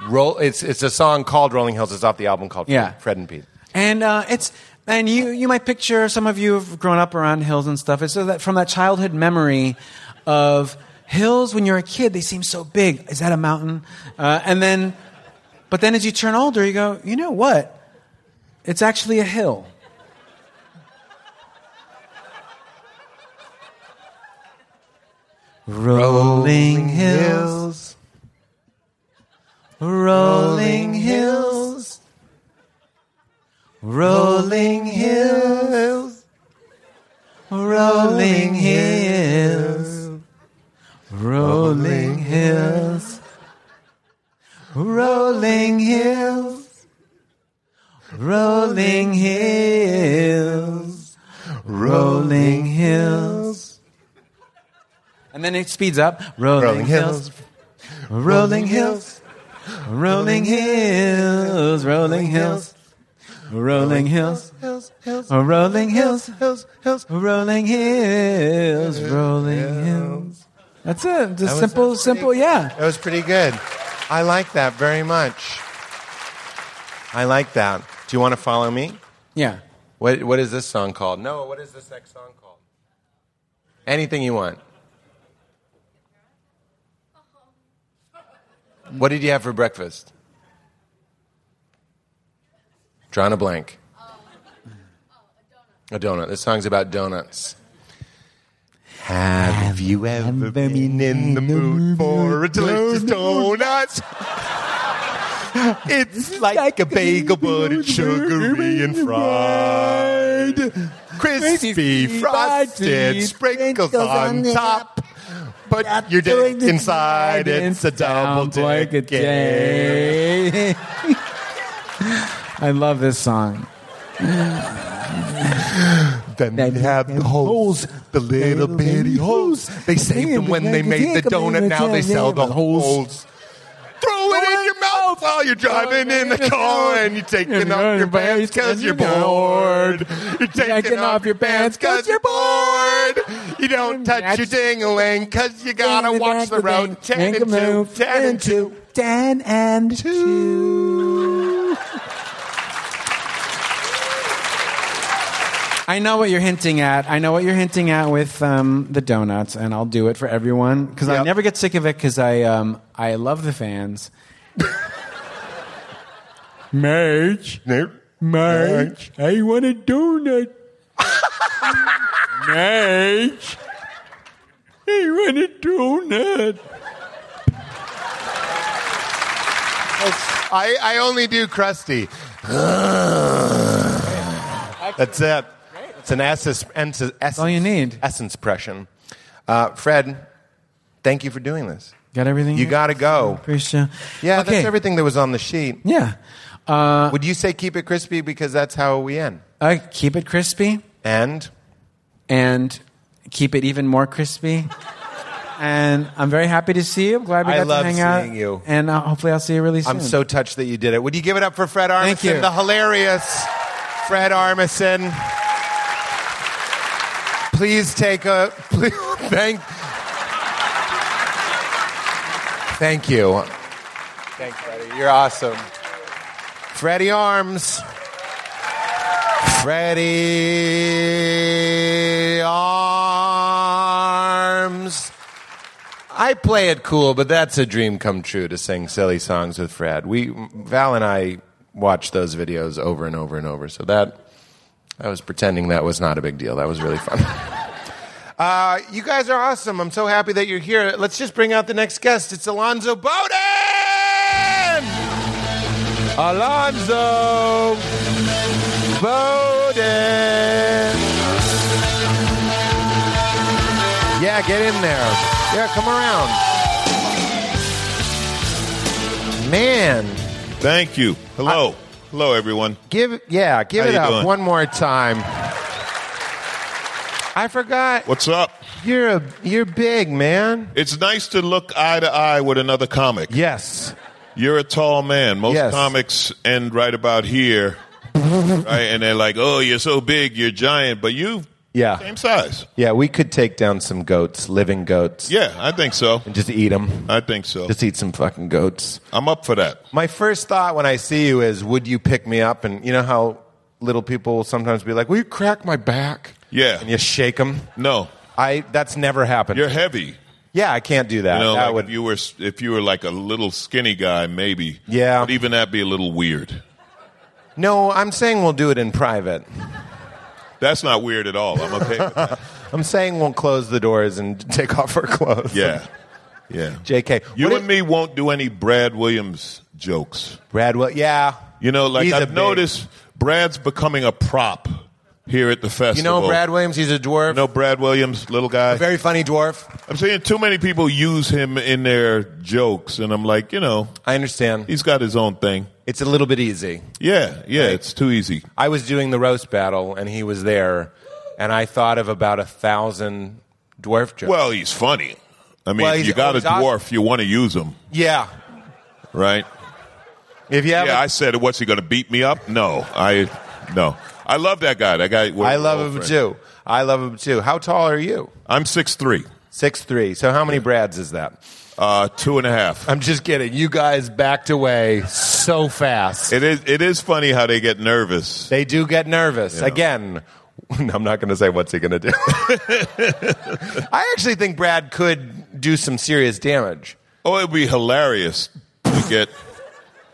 Speaker 2: Roll. It's it's a song called Rolling Hills. It's off the album called
Speaker 3: Yeah.
Speaker 2: Fred and Pete.
Speaker 3: and uh, it's and you you might picture some of you have grown up around hills and stuff. It's so that from that childhood memory of hills when you're a kid, they seem so big. Is that a mountain? Uh, and then, but then as you turn older, you go, you know what? It's actually a hill. Rolling hills, rolling hills, rolling hills. Rolling hills, rolling hills, rolling hills, rolling hills, rolling hills. And then it speeds up. Rolling hills, rolling hills, rolling hills, rolling hills, rolling hills,
Speaker 2: hills, hills,
Speaker 3: Oh. rolling hills. oh,
Speaker 2: hills, hills.
Speaker 3: Rolling hills, rolling hills. That's it. Just simple, simple. Yeah.
Speaker 2: That was pretty good. I like that very much. I like that. Do you want to follow me?
Speaker 3: Yeah.
Speaker 2: What what is this song called? No, what is this next song called? Anything you want. What did you have for breakfast? Drawing a blank. A donut. This song's about donuts. Have you ever been in the mood for a delicious donut? It's like a bagel, but it's sugary and fried. Crispy, frosted, sprinkles on top. But your dick inside, it's a double
Speaker 3: Sounds
Speaker 2: dick game.
Speaker 3: day. I love this song.
Speaker 2: Then they have the holes, the little bitty holes. They saved them when they made the donut, now they sell the holes. Throw blow it in your mouth while you're driving in the car, and you're taking off your pants because you're bored. You're taking off your pants because you're bored. You don't touch your ding-a-ling because you gotta watch the road. Ten and two, ten and two.
Speaker 3: Dan and two. I know what you're hinting at. I know what you're hinting at with um, the donuts, and I'll do it for everyone because I
Speaker 2: Yep.
Speaker 3: never get sick of it because I um, I love the fans. Marge,
Speaker 2: Nope.
Speaker 3: Marge, I want a donut. Marge, I want a donut.
Speaker 2: Oh, I, I only do crusty. That's it. It's an essence, essence, essence,
Speaker 3: all you need.
Speaker 2: Essence impression. Uh, Fred, thank you for doing this.
Speaker 3: Got everything?
Speaker 2: You got to go.
Speaker 3: Appreciate.
Speaker 2: Yeah,
Speaker 3: okay.
Speaker 2: that's everything that was on the sheet.
Speaker 3: Yeah. Uh,
Speaker 2: Would you say keep it crispy because that's how we end?
Speaker 3: I Uh, keep it crispy
Speaker 2: And
Speaker 3: and keep it even more crispy. And I'm very happy to see you. I'm glad we
Speaker 2: I
Speaker 3: got
Speaker 2: love
Speaker 3: to hang out.
Speaker 2: seeing you.
Speaker 3: And uh, hopefully I'll see you really soon.
Speaker 2: I'm so touched that you did it. Would you give it up for Fred Armisen,
Speaker 3: Thank you.
Speaker 2: the hilarious Fred Armisen? Please take a please, thank. Thank you. Thanks, Freddie. You're awesome. Freddie Arms. Freddie Arms. I play it cool, but that's a dream come true to sing silly songs with Fred. We Val and I watched those videos over and over and over. So that I was pretending that was not a big deal. That was really fun. uh, you guys are awesome. I'm so happy that you're here. Let's just bring out the next guest. It's Alonzo Bowden. Alonzo Bowden. Yeah, get in there. Yeah, come around. Man,
Speaker 4: Thank you. Hello. Hello, everyone.
Speaker 2: give yeah, give
Speaker 4: How
Speaker 2: it
Speaker 4: you
Speaker 2: up
Speaker 4: doing?
Speaker 2: one more time. I forgot
Speaker 4: What's up?
Speaker 2: you're a you're big man.
Speaker 4: It's nice to look eye to eye with another comic.
Speaker 2: Yes,
Speaker 4: You're a tall man. Most
Speaker 2: Yes.
Speaker 4: comics end right about here, right? And they're like, oh, you're so big, you're giant, but you,
Speaker 2: Yeah.
Speaker 4: same size.
Speaker 2: yeah, we could take down some goats, living goats,
Speaker 4: Yeah, I think so.
Speaker 2: and just eat them.
Speaker 4: I think so.
Speaker 2: Just eat some fucking goats.
Speaker 4: I'm up for that.
Speaker 2: My first thought when I see you is, would you pick me up? And you know how little people will sometimes be like, "Will you crack my back?"
Speaker 4: Yeah.
Speaker 2: and you shake them.
Speaker 4: No,
Speaker 2: I that's never happened.
Speaker 4: you're heavy.
Speaker 2: yeah, I can't do that.
Speaker 4: You know,
Speaker 2: that
Speaker 4: like
Speaker 2: would
Speaker 4: if you were if you were like a little skinny guy, maybe.
Speaker 2: Yeah.
Speaker 4: But even that'd be a little weird.
Speaker 2: No, I'm saying we'll do it in private.
Speaker 4: That's not weird at all. I'm okay. With that.
Speaker 2: I'm saying we'll close the doors and take off our clothes.
Speaker 4: Yeah. Yeah.
Speaker 2: JK.
Speaker 4: You
Speaker 2: What
Speaker 4: and
Speaker 2: if-
Speaker 4: me won't do any Brad Williams jokes.
Speaker 2: Brad, well, yeah.
Speaker 4: You know, like
Speaker 2: He's a
Speaker 4: I've
Speaker 2: big-
Speaker 4: noticed Brad's becoming a prop here at the festival.
Speaker 2: You know Brad Williams, he's a dwarf.
Speaker 4: You know Brad Williams, little guy.
Speaker 2: Very funny dwarf.
Speaker 4: I'm seeing too many people use him in their jokes, and I'm like, you know,
Speaker 2: I understand.
Speaker 4: he's got his own thing.
Speaker 2: It's a little bit easy.
Speaker 4: Yeah, yeah, it's too easy.
Speaker 2: I was doing the roast battle and he was there and I thought of about a thousand dwarf jokes.
Speaker 4: Well, he's funny. I mean,
Speaker 2: Well,
Speaker 4: if
Speaker 2: he's-
Speaker 4: you got
Speaker 2: oh,
Speaker 4: a
Speaker 2: he's awesome.
Speaker 4: dwarf, you want to use him,
Speaker 2: yeah.
Speaker 4: right?
Speaker 2: If you have
Speaker 4: Yeah,
Speaker 2: a-
Speaker 4: I said, what's he going to beat me up? No, I, no, I love that guy. That guy.
Speaker 2: I love him too. I love him too. How tall are you?
Speaker 4: I'm six three,
Speaker 2: Six three. So how many Brads is that?
Speaker 4: uh, two and a half.
Speaker 2: I'm just kidding. You guys backed away so fast.
Speaker 4: It is. It is funny how they get nervous.
Speaker 2: They do get nervous. Again, I'm not going to say what's he going to do. I actually think Brad could do some serious damage.
Speaker 4: Oh, it'd be hilarious to get.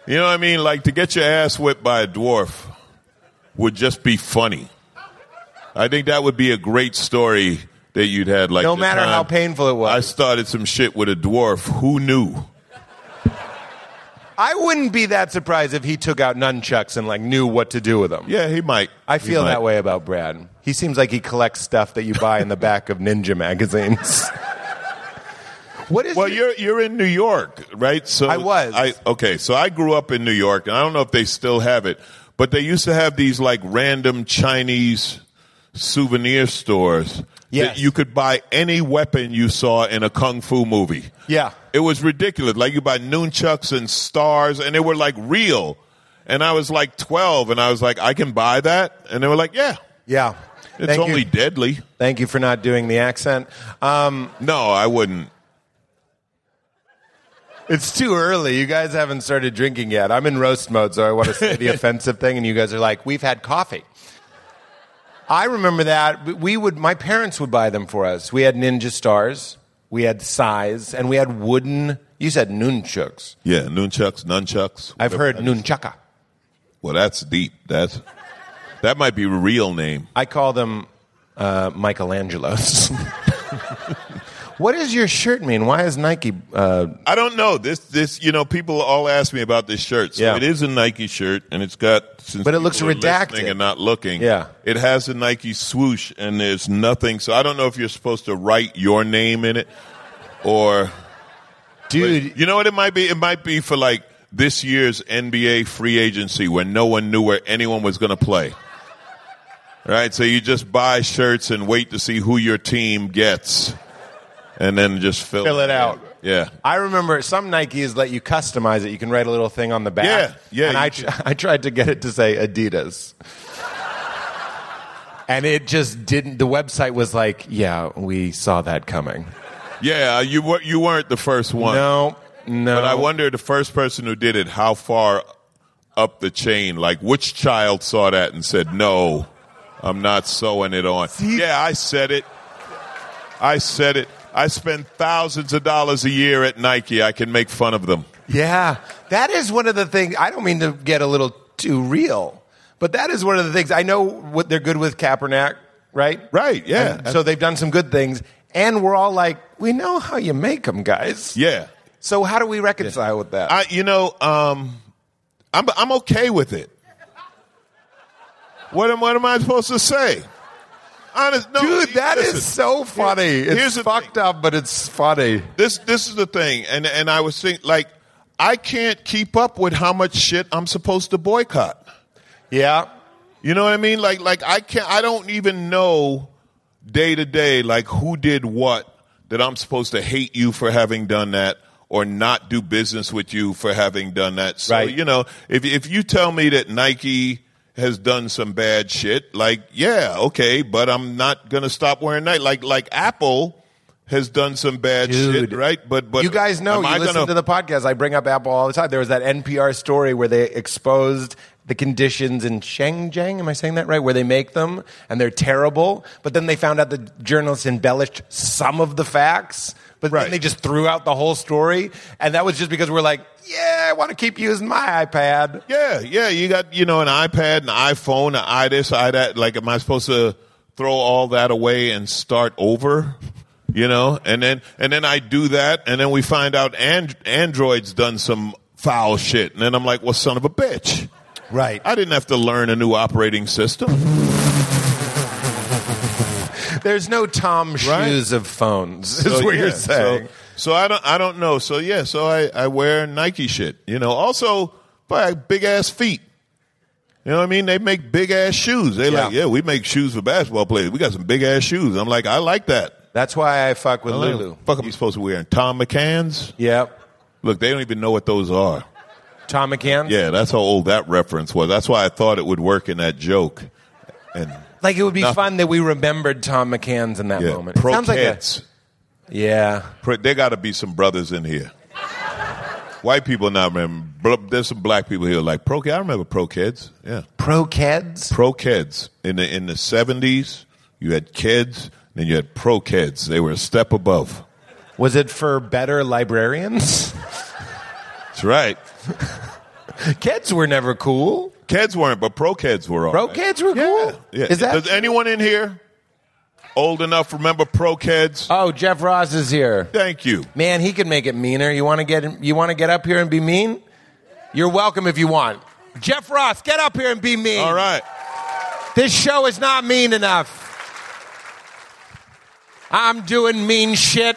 Speaker 4: You know what I mean? Like to get your ass whipped by a dwarf would just be funny. I think that would be a great story that you'd had. Like
Speaker 2: No
Speaker 4: the
Speaker 2: matter
Speaker 4: time
Speaker 2: how painful it
Speaker 4: I
Speaker 2: was.
Speaker 4: started some shit with a dwarf. Who knew?
Speaker 2: I wouldn't be that surprised if he took out nunchucks and like knew what to do with them.
Speaker 4: Yeah, he might.
Speaker 2: I
Speaker 4: He
Speaker 2: feel
Speaker 4: might.
Speaker 2: that way about Brad. He seems like he collects stuff that you buy in the back of ninja magazines. what is
Speaker 4: Well,
Speaker 2: your-
Speaker 4: you're you're in New York, right? So
Speaker 2: I was.
Speaker 4: I okay. So I grew up in New York, and I don't know if they still have it, but they used to have these like random Chinese souvenir stores
Speaker 2: Yes.
Speaker 4: that you could buy any weapon you saw in a kung fu movie.
Speaker 2: Yeah.
Speaker 4: It was ridiculous. Like you buy nunchucks and stars, and they were like real. And I was like 12, and I was like, I can buy that. And they were like, Yeah,
Speaker 2: Yeah.
Speaker 4: it's
Speaker 2: Thank
Speaker 4: only
Speaker 2: You.
Speaker 4: deadly.
Speaker 2: Thank you for not doing the accent. Um,
Speaker 4: No, I wouldn't.
Speaker 2: it's too early. You guys haven't started drinking yet. I'm in roast mode, so I want to say the offensive thing, and you guys are like, "We've had coffee." I remember that we would. My parents would buy them for us. We had Ninja Stars, we had Size, and we had wooden. You said nunchucks.
Speaker 4: Yeah, nunchucks, nunchucks.
Speaker 2: I've heard
Speaker 4: whatever that is.
Speaker 2: nunchaka.
Speaker 4: Well, that's deep. That's that might be a real name.
Speaker 2: I call them uh, Michelangelos. what does your shirt mean? Why is Nike? Uh,
Speaker 4: I don't know this. This you know, people all ask me about this shirt. So
Speaker 2: Yeah.
Speaker 4: it is a Nike shirt, and it's got. Since
Speaker 2: But it looks
Speaker 4: people are
Speaker 2: redacted.
Speaker 4: listening and not looking.
Speaker 2: Yeah.
Speaker 4: it has a Nike swoosh, and there's nothing. So I don't know if you're supposed to write your name in it, or
Speaker 2: dude,
Speaker 4: you know what it might be. It might be for like this year's NBA free agency, where no one knew where anyone was going to play. Right, so you just buy shirts and wait to see who your team gets, and then just fill,
Speaker 2: Fill it
Speaker 4: in.
Speaker 2: out.
Speaker 4: Yeah,
Speaker 2: I remember some Nikes let you customize it. You can write a little thing on the back.
Speaker 4: Yeah, yeah,
Speaker 2: And
Speaker 4: you
Speaker 2: I,
Speaker 4: can.
Speaker 2: tr- I tried to get it to say Adidas. and it just didn't. The website was like, yeah, we saw that coming.
Speaker 4: yeah. You were you weren't the first one.
Speaker 2: No, no.
Speaker 4: But I wonder the first person who did it, how far up the chain, like which child saw that and said, no, I'm not sewing it on. Yeah, I said it. I said it. I spend thousands of dollars a year at Nike. I can make fun of them.
Speaker 2: Yeah, that is one of the things. I don't mean to get a little too real, but that is one of the things. I know what they're good with Kaepernick, right?
Speaker 4: Right, yeah.
Speaker 2: And so they've done some good things, and we're all like, we know how you make them, guys.
Speaker 4: Yeah.
Speaker 2: So how do we reconcile with that?
Speaker 4: I, you know, um, I'm, I'm okay with it. What am, what am I supposed to say? Honest, no,
Speaker 2: Dude, that is
Speaker 4: listen.
Speaker 2: so funny.
Speaker 4: here's
Speaker 2: It's
Speaker 4: the
Speaker 2: fucked
Speaker 4: thing.
Speaker 2: up, but it's funny.
Speaker 4: this this is the thing, and and I was thinking like I can't keep up with how much shit I'm supposed to boycott.
Speaker 2: Yeah.
Speaker 4: You know what I mean? Like like I can't I don't even know day to day like who did what that I'm supposed to hate you for having done that or not do business with you for having done that. So
Speaker 2: Right.
Speaker 4: you know, if if you tell me that Nike has done some bad shit, like yeah, okay, but I'm not gonna stop wearing Nike. Like like Apple has done some bad shit,
Speaker 2: Dude.
Speaker 4: right? But but
Speaker 2: you guys know,
Speaker 4: am
Speaker 2: you
Speaker 4: I
Speaker 2: listen
Speaker 4: gonna-
Speaker 2: to the podcast. I bring up Apple all the time. There was that NPR story where they exposed the conditions in Shenzhen. Am I saying that right? Where they make them and they're terrible. But then they found out the journalists embellished some of the facts. But
Speaker 4: Right.
Speaker 2: then they just threw out the whole story. And that was just because we're like, yeah, I want to keep using my iPad.
Speaker 4: Yeah, yeah. You got you know an iPad, an iPhone, an i this, i that. Like, am I supposed to throw all that away and start over? You know, and then and then I do that, and then we find out and- Android's done some foul shit, and then I'm like, well, son of a bitch,
Speaker 2: Right.
Speaker 4: I didn't have to learn a new operating system.
Speaker 2: There's no Tom
Speaker 4: Right.
Speaker 2: shoes of phones, is
Speaker 4: So,
Speaker 2: what you're
Speaker 4: yeah,
Speaker 2: saying.
Speaker 4: So, so I don't I don't know. So yeah, so I I wear Nike shit. You know, also by big ass feet. You know what I mean? They make big ass shoes. They
Speaker 2: Yeah.
Speaker 4: like, yeah, we make shoes for basketball players. We got some big ass shoes. I'm like, I like that.
Speaker 2: That's why I fuck with
Speaker 4: I like
Speaker 2: Lulu.
Speaker 4: them. Fuck, am you supposed to be wearing Tom McCann's?
Speaker 2: Yep.
Speaker 4: Look, they don't even know what those are.
Speaker 2: Tom McCann?
Speaker 4: Yeah, that's how old that reference was. That's why I thought it would work in that joke. And
Speaker 2: Like it would be
Speaker 4: Nothing.
Speaker 2: fun that we remembered Tom McCann's in that
Speaker 4: yeah,
Speaker 2: moment. It
Speaker 4: pro
Speaker 2: sounds like a-
Speaker 4: kids.
Speaker 2: yeah.
Speaker 4: Pr- There got to be some brothers in here. White people not remember. Bl- There's some black people here like pro. I remember pro kids. Yeah,
Speaker 2: Pro kids?
Speaker 4: pro kids in the in the seventies. You had kids, then you had pro kids. They were a step above.
Speaker 2: Was it for better librarians?
Speaker 4: That's right.
Speaker 2: kids were never cool.
Speaker 4: Kids weren't, but pro kids were all
Speaker 2: Pro
Speaker 4: right.
Speaker 2: kids were cool.
Speaker 4: Yeah.
Speaker 2: Is that
Speaker 4: Does anyone in here old enough remember pro kids?
Speaker 2: Oh, Jeff Ross is here.
Speaker 4: Thank you.
Speaker 2: Man, he could make it meaner. You want to get you want to get up here and be mean? You're welcome if you want. Jeff Ross, get up here and be mean.
Speaker 4: All right.
Speaker 2: This show is not mean enough. I'm doing mean shit.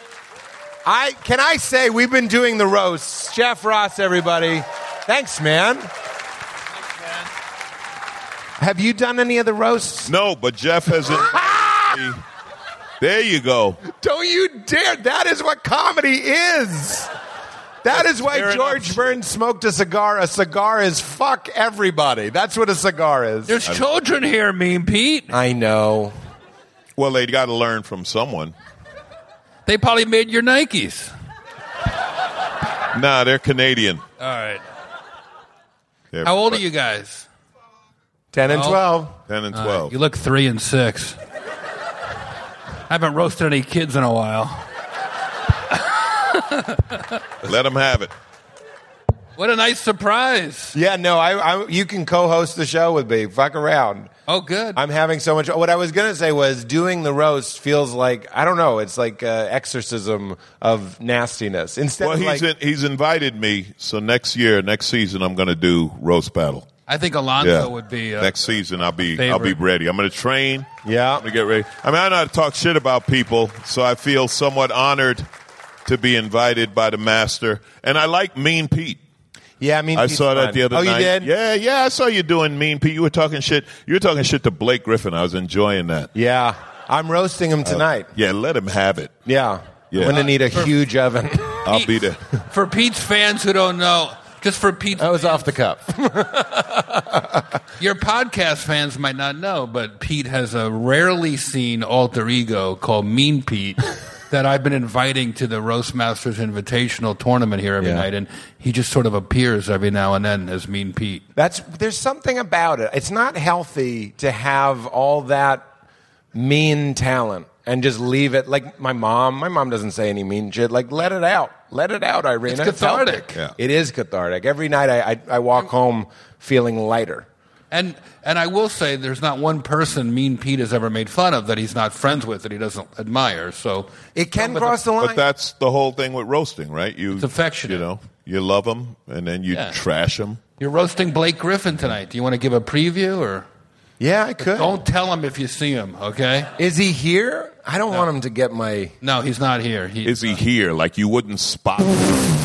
Speaker 2: I can I say we've been doing the roasts. Jeff Ross, everybody. Thanks, man. Have you done any of the roasts?
Speaker 4: No, but Jeff has invited me There you go.
Speaker 2: Don't you dare! That is what comedy is. That is why
Speaker 4: Fair enough.
Speaker 2: George Burns smoked a cigar. A cigar is fuck everybody. That's what a cigar is.
Speaker 5: There's children here, Mean Pete.
Speaker 2: I know.
Speaker 4: Well, they got to learn from someone.
Speaker 5: They probably made your Nikes.
Speaker 4: Nah, they're Canadian.
Speaker 5: All right.
Speaker 4: They're
Speaker 5: How old are you guys?
Speaker 2: 10 and
Speaker 5: Well-
Speaker 2: 12.
Speaker 4: 10 and 12.
Speaker 5: You look three and six. I haven't roasted any kids in a while.
Speaker 4: Let them have it.
Speaker 5: What a nice surprise.
Speaker 2: Yeah, no, I, I, you can co host the show with me. Fuck around.
Speaker 5: Oh, good.
Speaker 2: I'm having so much. What I was going to say was doing the roast feels like, I don't know, it's like uh, exorcism of nastiness. Instead
Speaker 4: Well,
Speaker 2: of
Speaker 4: he's
Speaker 2: like,
Speaker 4: in, he's invited me, so next year, next season, I'm going to do roast battle.
Speaker 5: I think Alonzo
Speaker 4: Yeah,
Speaker 5: would be. Uh,
Speaker 4: next season. I'll be I'll be
Speaker 5: favorite.
Speaker 4: ready. I'm going to train.
Speaker 2: Yeah.
Speaker 4: I'm going to get ready. I mean, I know how to talk shit about people, so I feel somewhat honored to be invited by the master. And I like Mean Pete.
Speaker 2: yeah, I mean,
Speaker 4: I
Speaker 2: he's
Speaker 4: saw that
Speaker 2: fun.
Speaker 4: the other
Speaker 2: oh,
Speaker 4: night.
Speaker 2: you did?
Speaker 4: Yeah, yeah. I saw you doing Mean Pete. You were talking shit. You were talking shit to Blake Griffin. I was enjoying that.
Speaker 2: Yeah. I'm roasting him tonight.
Speaker 4: Uh, Yeah, let him have it.
Speaker 2: yeah.
Speaker 4: Yeah.
Speaker 2: I'm going to need a huge oven.
Speaker 4: I'll be there.
Speaker 5: For Pete's fans who don't know, just for Pete's,
Speaker 2: that was off the cuff.
Speaker 5: your podcast fans might not know, but Pete has a rarely seen alter ego called Mean Pete that I've been inviting to the Roast Masters Invitational tournament here every
Speaker 2: Yeah.
Speaker 5: night, and he just sort of appears every now and then as Mean Pete.
Speaker 2: That's there's something about it. It's not healthy to have all that mean talent and just leave it. Like my mom, my mom doesn't say any mean shit. Like let it out, let it out, Irene.
Speaker 5: It's cathartic.
Speaker 2: healthy. It is cathartic. Every night I, I, I walk home feeling lighter.
Speaker 5: And and I will say, there's not one person Mean Pete has ever made fun of that he's not friends with that he doesn't admire. So
Speaker 2: It can cross the line.
Speaker 4: But that's the whole thing with roasting, right? You,
Speaker 5: It's affectionate.
Speaker 4: You know, you love them and then you
Speaker 5: Yeah.
Speaker 4: trash them.
Speaker 5: you're roasting Blake Griffin tonight. Do you want to give a preview or?
Speaker 2: yeah, I could.
Speaker 5: Don't tell him if you see him, okay?
Speaker 2: Is he here? I don't want him to get my.
Speaker 5: No, he's not here. He,
Speaker 4: Is he here? Like you wouldn't spot. This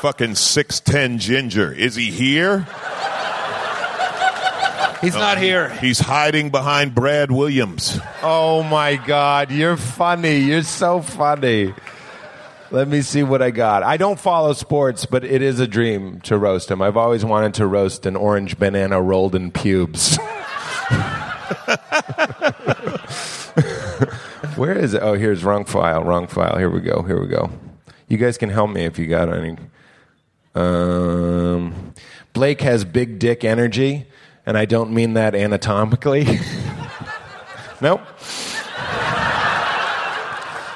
Speaker 4: fucking six ten ginger. Is he here?
Speaker 5: he's not here.
Speaker 4: He's hiding behind Brad Williams.
Speaker 2: Oh my God, you're funny. You're so funny. Let me see what I got. I don't follow sports, but it is a dream to roast him. I've always wanted to roast an orange banana rolled in pubes. Where is it? Oh, here's wrong file. Wrong file. Here we go. Here we go. You guys can help me if you got any. Um, Blake has big dick energy, and I don't mean that anatomically. nope.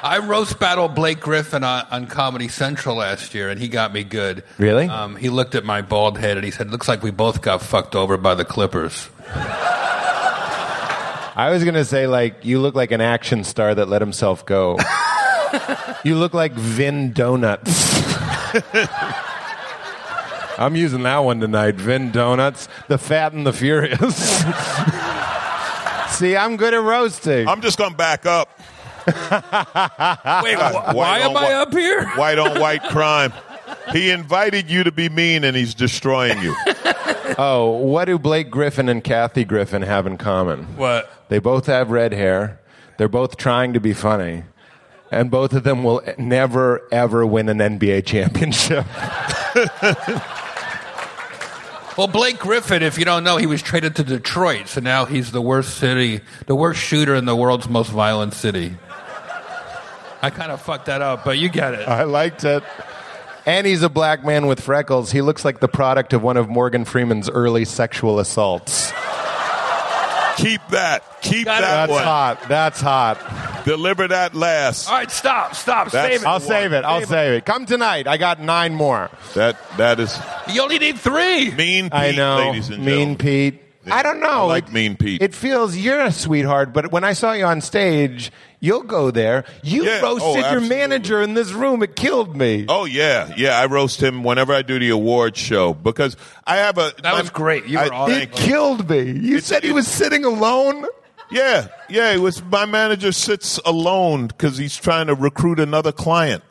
Speaker 5: I roast battled Blake Griffin on, on Comedy Central last year, and he got me good.
Speaker 2: Really?
Speaker 5: Um, he looked at my bald head and he said, "Looks like we both got fucked over by the Clippers."
Speaker 2: I was gonna say like you look like an action star that let himself go. you look like Vin Donuts. I'm using that one tonight. Vin Donuts, the Fat and the Furious. See, I'm good at roasting.
Speaker 4: I'm just gonna back up.
Speaker 5: Wait,
Speaker 4: wh-
Speaker 5: Uh, why am I up here?
Speaker 4: White on white crime. He invited you to be mean, and he's destroying you.
Speaker 2: oh, what do Blake Griffin and Kathy Griffin have in common?
Speaker 5: What?
Speaker 2: They both have red hair. They're both trying to be funny. And both of them will never, ever win an NBA championship.
Speaker 5: Well, Blake Griffin, if you don't know, he was traded to Detroit, so now he's the worst city, the worst shooter in the world's most violent city. I kind of fucked that up, but you get it.
Speaker 2: I liked it. And he's a black man with freckles. He looks like the product of one of Morgan Freeman's early sexual assaults.
Speaker 4: Keep that. Keep
Speaker 5: Got it.
Speaker 4: that
Speaker 2: That's
Speaker 4: one.
Speaker 2: hot. That's hot.
Speaker 4: Deliver that last.
Speaker 5: All right, stop, stop,
Speaker 4: That's-
Speaker 5: save it.
Speaker 2: I'll save it. I'll save it. Come tonight. I got nine more.
Speaker 4: That that is
Speaker 5: You only need three.
Speaker 4: mean. Pete,
Speaker 2: I know.
Speaker 4: ladies and gentlemen.
Speaker 2: mean Pete. I don't know.
Speaker 4: I like
Speaker 2: It-
Speaker 4: Mean Pete.
Speaker 2: It feels you're a sweetheart, but when I saw you on stage, you'll go there. You
Speaker 4: Yeah. Oh,
Speaker 2: roasted your
Speaker 4: absolutely.
Speaker 2: manager in this room. It killed me.
Speaker 4: Oh yeah, yeah. I roast him whenever I do the award show because I have a.
Speaker 5: That was great. You were awesome.
Speaker 2: it
Speaker 4: thank you.
Speaker 2: killed me. You said he was sitting alone.
Speaker 4: Yeah, yeah. It was my manager sits alone because he's trying to recruit another client.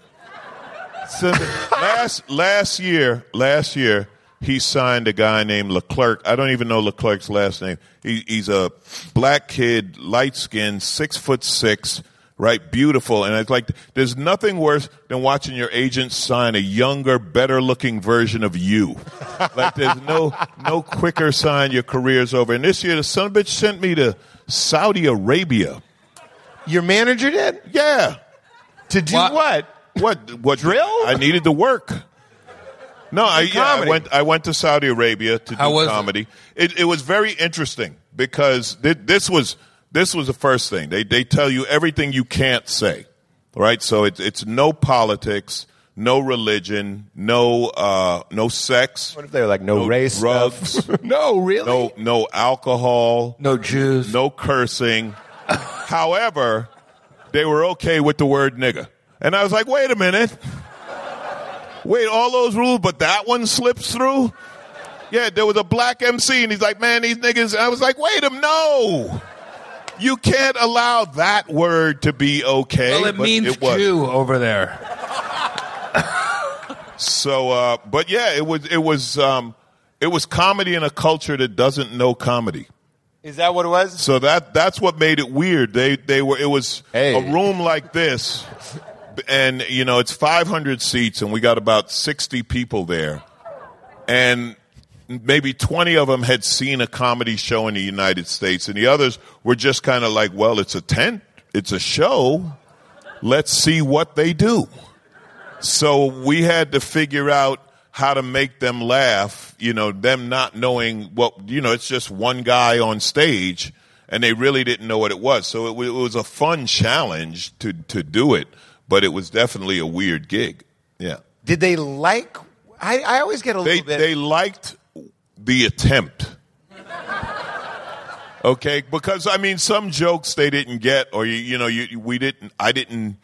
Speaker 4: So last last year, last year he signed a guy named Leclerc. I don't even know Leclerc's last name. He, he's a black kid, light skinned, six foot six, right? Beautiful. And it's like, there's nothing worse than watching your agent sign a younger, better looking version of you. like, there's no, no quicker sign your career's over. And this year, the son of a bitch sent me to Saudi Arabia.
Speaker 2: Your manager did?
Speaker 4: Yeah.
Speaker 2: To do
Speaker 5: Wha-
Speaker 2: what?
Speaker 4: What? What
Speaker 2: Drill?
Speaker 4: I needed to work. No, I, yeah, I
Speaker 2: comedy.
Speaker 4: went. I went to Saudi Arabia to do
Speaker 5: How was it?
Speaker 4: comedy. It, it was very interesting because thi- this was this was the first thing they they tell you everything you can't say, right? So it's it's no politics, no religion, no uh, no sex,
Speaker 2: What if they were like, no,
Speaker 4: No
Speaker 2: race?
Speaker 4: drugs.
Speaker 2: stuff? no, really?
Speaker 4: no no alcohol,
Speaker 3: No Jews.
Speaker 4: no cursing. However, they were okay with the word nigga. And I was like, wait a minute. Wait, all those rules, but that one slips through? Yeah, there was a black MC, and he's like, man, these niggas. I was like, wait a minute, no. You can't allow that word to be okay.
Speaker 5: Well, it
Speaker 4: but
Speaker 5: means
Speaker 4: was.
Speaker 5: Jew over there.
Speaker 4: So, uh, but yeah, it was, it was, um, it was comedy in a culture that doesn't know comedy.
Speaker 2: Is that what it was?
Speaker 4: So that that's what made it weird. They they were it was
Speaker 2: Hey.
Speaker 4: a room like this, and you know it's 500 seats, and we got about 60 people there, and maybe 20 of them had seen a comedy show in the United States, and the others were just kind of like, well, it's a tent, it's a show, let's see what they do. So we had to figure out how to make them laugh, you know, them not knowing what, you know, it's just one guy on stage and they really didn't know what it was. So it, wa- it was a fun challenge to, to do it, but it was definitely a weird gig. Yeah.
Speaker 2: Did they like? I, I always get a
Speaker 4: They,
Speaker 2: little bit.
Speaker 4: they liked the attempt. Okay, because I mean, some jokes they didn't get, or you, you know, you, you- we didn't. I didn't.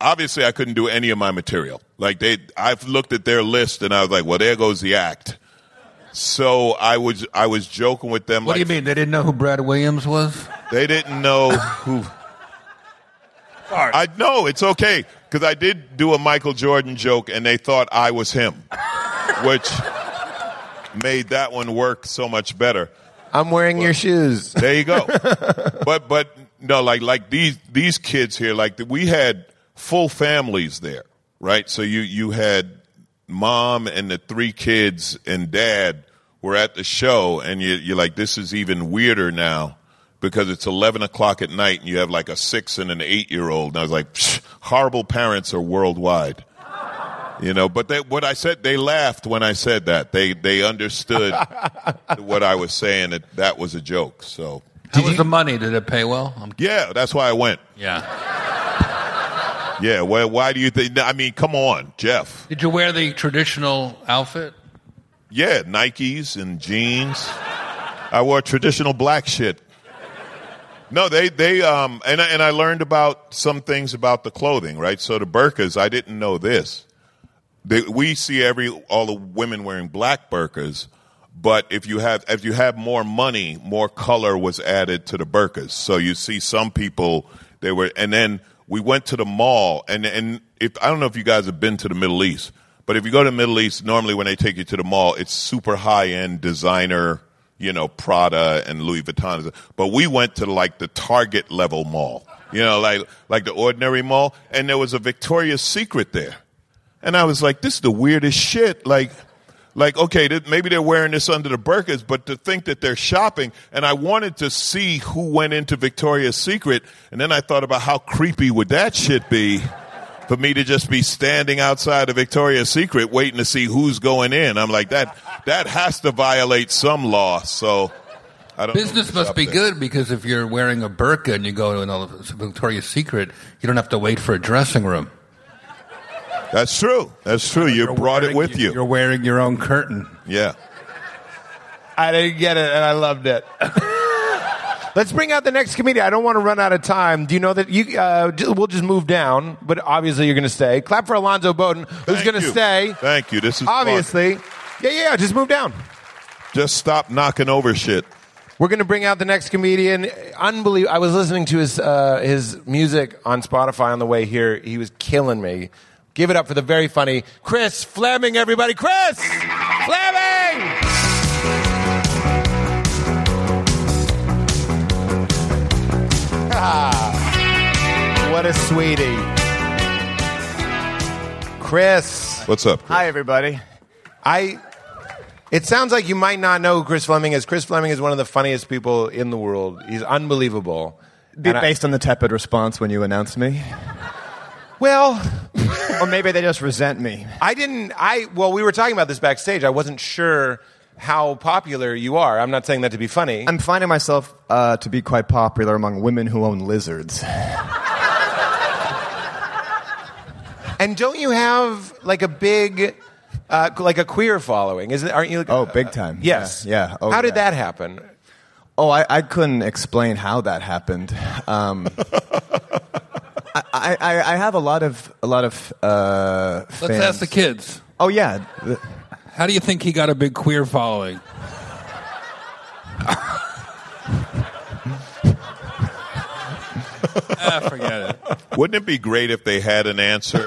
Speaker 4: Obviously, I couldn't do any of my material. Like they, I've looked at their list and I was like, well, there goes the act. So I was, I was joking with them.
Speaker 5: What do
Speaker 4: like,
Speaker 5: you mean? They didn't know who Brad Williams was?
Speaker 4: They didn't know who.
Speaker 5: Sorry.
Speaker 4: I know it's okay because I did do a Michael Jordan joke and they thought I was him, which made that one work so much better.
Speaker 2: I'm wearing your shoes.
Speaker 4: There you go. but but no, like like these these kids here, like the, we had full families there, right? So you you had mom and the three kids and dad were at the show, and you, you're like, this is even weirder now because it's 11 o'clock at night and you have like a six and an eight year old. And I was like, Psh, horrible parents are worldwide. You know, but they, what I said, they laughed when I said that. They they understood what I was saying that that was a joke. So
Speaker 5: How was the money? Did it pay well? I'm,
Speaker 4: yeah, that's why I went.
Speaker 5: yeah.
Speaker 4: Yeah, well, why do you think? I mean, come on, Jeff.
Speaker 5: Did you wear the traditional outfit?
Speaker 4: Yeah, Nikes and jeans. I wore traditional black shit. No, they they um and I, and I learned about some things about the clothing, right? So the burkas, I didn't know this. They, we see every all the women wearing black burkas, but if you have if you have more money, more color was added to the burkas. So you see some people they were and then we went to the mall and and if I don't know if you guys have been to the Middle East, but if you go to the Middle East, normally when they take you to the mall, it's super high end designer you know, Prada and Louis Vuitton. But we went to like the Target level mall, you know, like like the ordinary mall, and there was a Victoria's Secret there, and I was like, this is the weirdest shit. Like, like okay, th- maybe they're wearing this under the burkas, but to think that they're shopping, and I wanted to see who went into Victoria's Secret, and then I thought about how creepy would that shit be. For me to just be standing outside of Victoria's Secret waiting to see who's going in, I'm like that. That has to violate some law. So I don't. know
Speaker 5: Business
Speaker 4: who's
Speaker 5: must
Speaker 4: up
Speaker 5: be
Speaker 4: there.
Speaker 5: good because if you're wearing a burqa and you go to an Victoria's Secret, you don't have to wait for a dressing room.
Speaker 4: That's true. That's true. You brought it with you.
Speaker 5: You're wearing your own curtain.
Speaker 4: Yeah.
Speaker 2: I didn't get it, and I loved it. Let's bring out the next comedian. I don't want to run out of time. Do you know that you? Uh, j- we'll just move down, but obviously you're going to stay. Clap for Alonzo Bowden, who's
Speaker 4: Thank
Speaker 2: going to
Speaker 4: you.
Speaker 2: stay.
Speaker 4: Thank you. This is fun.
Speaker 2: Obviously, yeah, yeah. Just move down.
Speaker 4: Just stop knocking over shit.
Speaker 2: We're going to bring out the next comedian. Unbelievable. I was listening to his uh, his music on Spotify on the way here. He was killing me. Give it up for the very funny Chris Fleming, everybody. Chris Fleming. Ah, What a sweetie. Chris.
Speaker 4: What's up? Chris?
Speaker 6: Hi, everybody.
Speaker 2: I. It sounds like you might not know who Chris Fleming is. Chris Fleming is one of the funniest people in the world. He's unbelievable.
Speaker 6: Be
Speaker 2: And I-
Speaker 6: based on the tepid response when you announced me,
Speaker 2: well,
Speaker 6: or maybe they just resent me.
Speaker 2: I didn't. I well, we were talking about this backstage. I wasn't sure how popular you are. I'm not saying that to be funny.
Speaker 6: I'm finding myself uh, to be quite popular among women who own lizards.
Speaker 2: and don't you have like a big, uh, like a queer following? Isn't aren't you? Like,
Speaker 6: Oh, big time.
Speaker 2: yes.
Speaker 6: Yeah. yeah. Oh,
Speaker 2: how did
Speaker 6: yeah.
Speaker 2: that happen?
Speaker 6: Oh, I, I couldn't explain how that happened. Um, I, I, I have a lot of a lot of uh, fans.
Speaker 5: Let's ask the kids.
Speaker 6: Oh yeah, The-
Speaker 5: How do you think he got a big queer following? ah, forget it.
Speaker 4: Wouldn't it be great if they had an answer?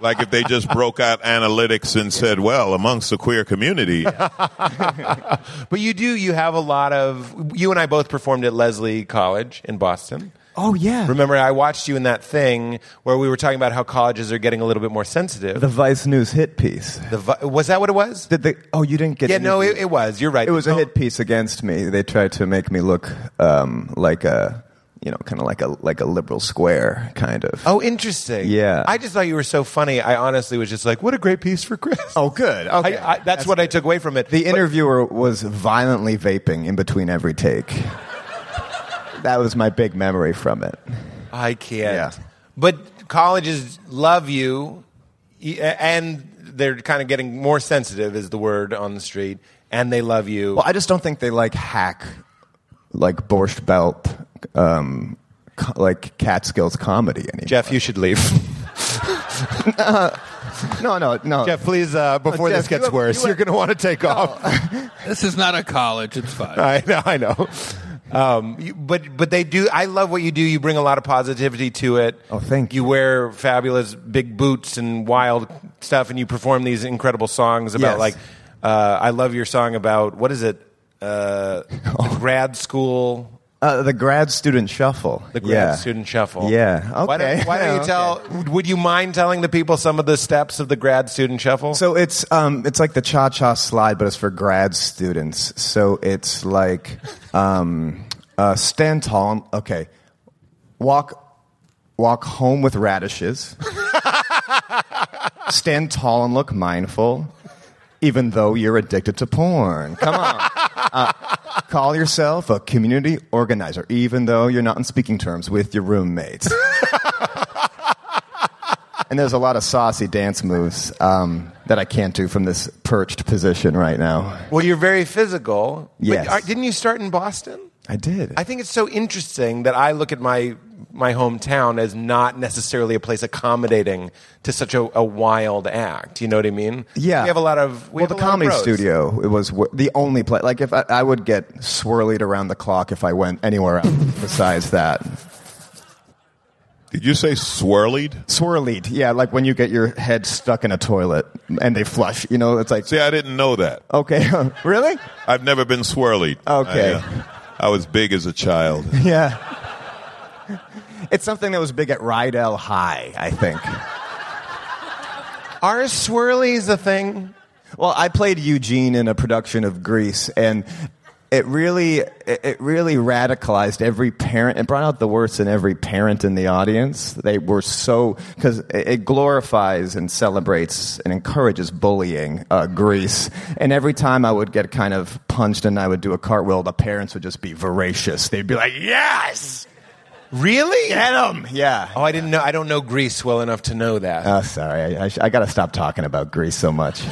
Speaker 4: like if they just broke out analytics and said, well, amongst the queer community,
Speaker 2: But you do. You have a lot of. You and I both performed at Leslie College in Boston.
Speaker 6: oh yeah.
Speaker 2: Remember, I watched you in that thing where we were talking about how colleges are getting a little bit more sensitive.
Speaker 6: the Vice News hit piece.
Speaker 2: The vi- was that what it was?
Speaker 6: Did the oh you didn't get
Speaker 2: yeah,
Speaker 6: the
Speaker 2: no, it,
Speaker 6: interview.
Speaker 2: it was. You're right.
Speaker 6: It was a
Speaker 2: Oh.
Speaker 6: hit piece against me. They tried to make me look um, like a you know kind of like a like a liberal square kind of.
Speaker 2: Oh, interesting.
Speaker 6: Yeah.
Speaker 2: I just thought you were so funny. I honestly was just like, what a great piece for Chris.
Speaker 6: Oh, good.
Speaker 2: I-
Speaker 6: Okay.
Speaker 2: I, that's, what I took away from it.
Speaker 6: The interviewer was violently vaping in between every take. that was my big memory from it.
Speaker 2: I can't.
Speaker 6: Yeah.
Speaker 2: But colleges love you, y- and they're kind of getting more sensitive, is the word on the street, and they love you.
Speaker 6: Well, I just don't think they like hack, like Borscht Belt, um, co- like Catskills comedy anymore.
Speaker 2: Jeff, you should leave.
Speaker 6: no, no, no.
Speaker 2: Jeff, please, uh, before
Speaker 6: Jeff,
Speaker 2: this gets
Speaker 6: you have-
Speaker 2: worse,
Speaker 6: you
Speaker 2: you are
Speaker 6: have-
Speaker 2: going to want to take off.
Speaker 5: This is not a college. It's fine.
Speaker 2: I know, I know. Um, you- but but they do. I love what you do. You bring a lot of positivity to it.
Speaker 6: Oh, thank
Speaker 2: you. wear fabulous big boots and wild stuff, and you perform these incredible songs about
Speaker 6: Yes.
Speaker 2: like. Uh, I love your song about what is it? Uh,
Speaker 6: Oh.
Speaker 2: the grad school,
Speaker 6: Uh, the grad student shuffle.
Speaker 2: the grad
Speaker 6: Yeah.
Speaker 2: student shuffle.
Speaker 6: Yeah. Okay.
Speaker 2: Why don't, why don't you
Speaker 6: Okay.
Speaker 2: tell? Would you mind telling the people some of the steps of the grad student shuffle?
Speaker 6: So it's um, it's like the cha cha slide, but it's for grad students. So it's like um, uh, stand tall. Okay, walk walk home with radishes. stand tall and look mindful, even though you're addicted to porn. Come on. Uh, call yourself a community organizer, even though you're not on speaking terms with your roommates. And there's a lot of saucy dance moves um, that I can't do from this perched position right now.
Speaker 2: well, you're very physical. But
Speaker 6: Yes.
Speaker 2: are- didn't you start in Boston?
Speaker 6: I did.
Speaker 2: I think it's so interesting that I look at my my hometown as not necessarily a place accommodating to such a, a wild act. You know what I mean?
Speaker 6: yeah.
Speaker 2: We have a lot of we
Speaker 6: well,
Speaker 2: have
Speaker 6: the
Speaker 2: a lot of
Speaker 6: comedy
Speaker 2: bros.
Speaker 6: studio. It was wh- the only place. Like if I, I would get swirlied around the clock if I went anywhere else besides that.
Speaker 4: did you say swirlied?
Speaker 6: Swirlied, yeah, like when you get your head stuck in a toilet and they flush. You know, it's like
Speaker 4: See, I didn't know that.
Speaker 6: okay, really?
Speaker 4: I've never been swirlied.
Speaker 6: Okay.
Speaker 4: I, uh, I was big as a child.
Speaker 6: Yeah. It's something that was big at Rydell High, I think.
Speaker 2: Are swirlies a thing?
Speaker 6: Well, I played Eugene in a production of Grease, and it really, it- it really radicalized every parent. It brought out the worst in every parent in the audience. They were so because it glorifies and celebrates and encourages bullying. Uh, Grease, and every time I would get kind of punched and I would do a cartwheel, the parents would just be voracious. They'd be like, "Yes,
Speaker 2: Really?
Speaker 6: get him!" Yeah.
Speaker 2: Oh, I didn't know. I don't know Greece well enough to know that.
Speaker 6: Oh, sorry. I, I, sh- I got to stop talking about Greece so much.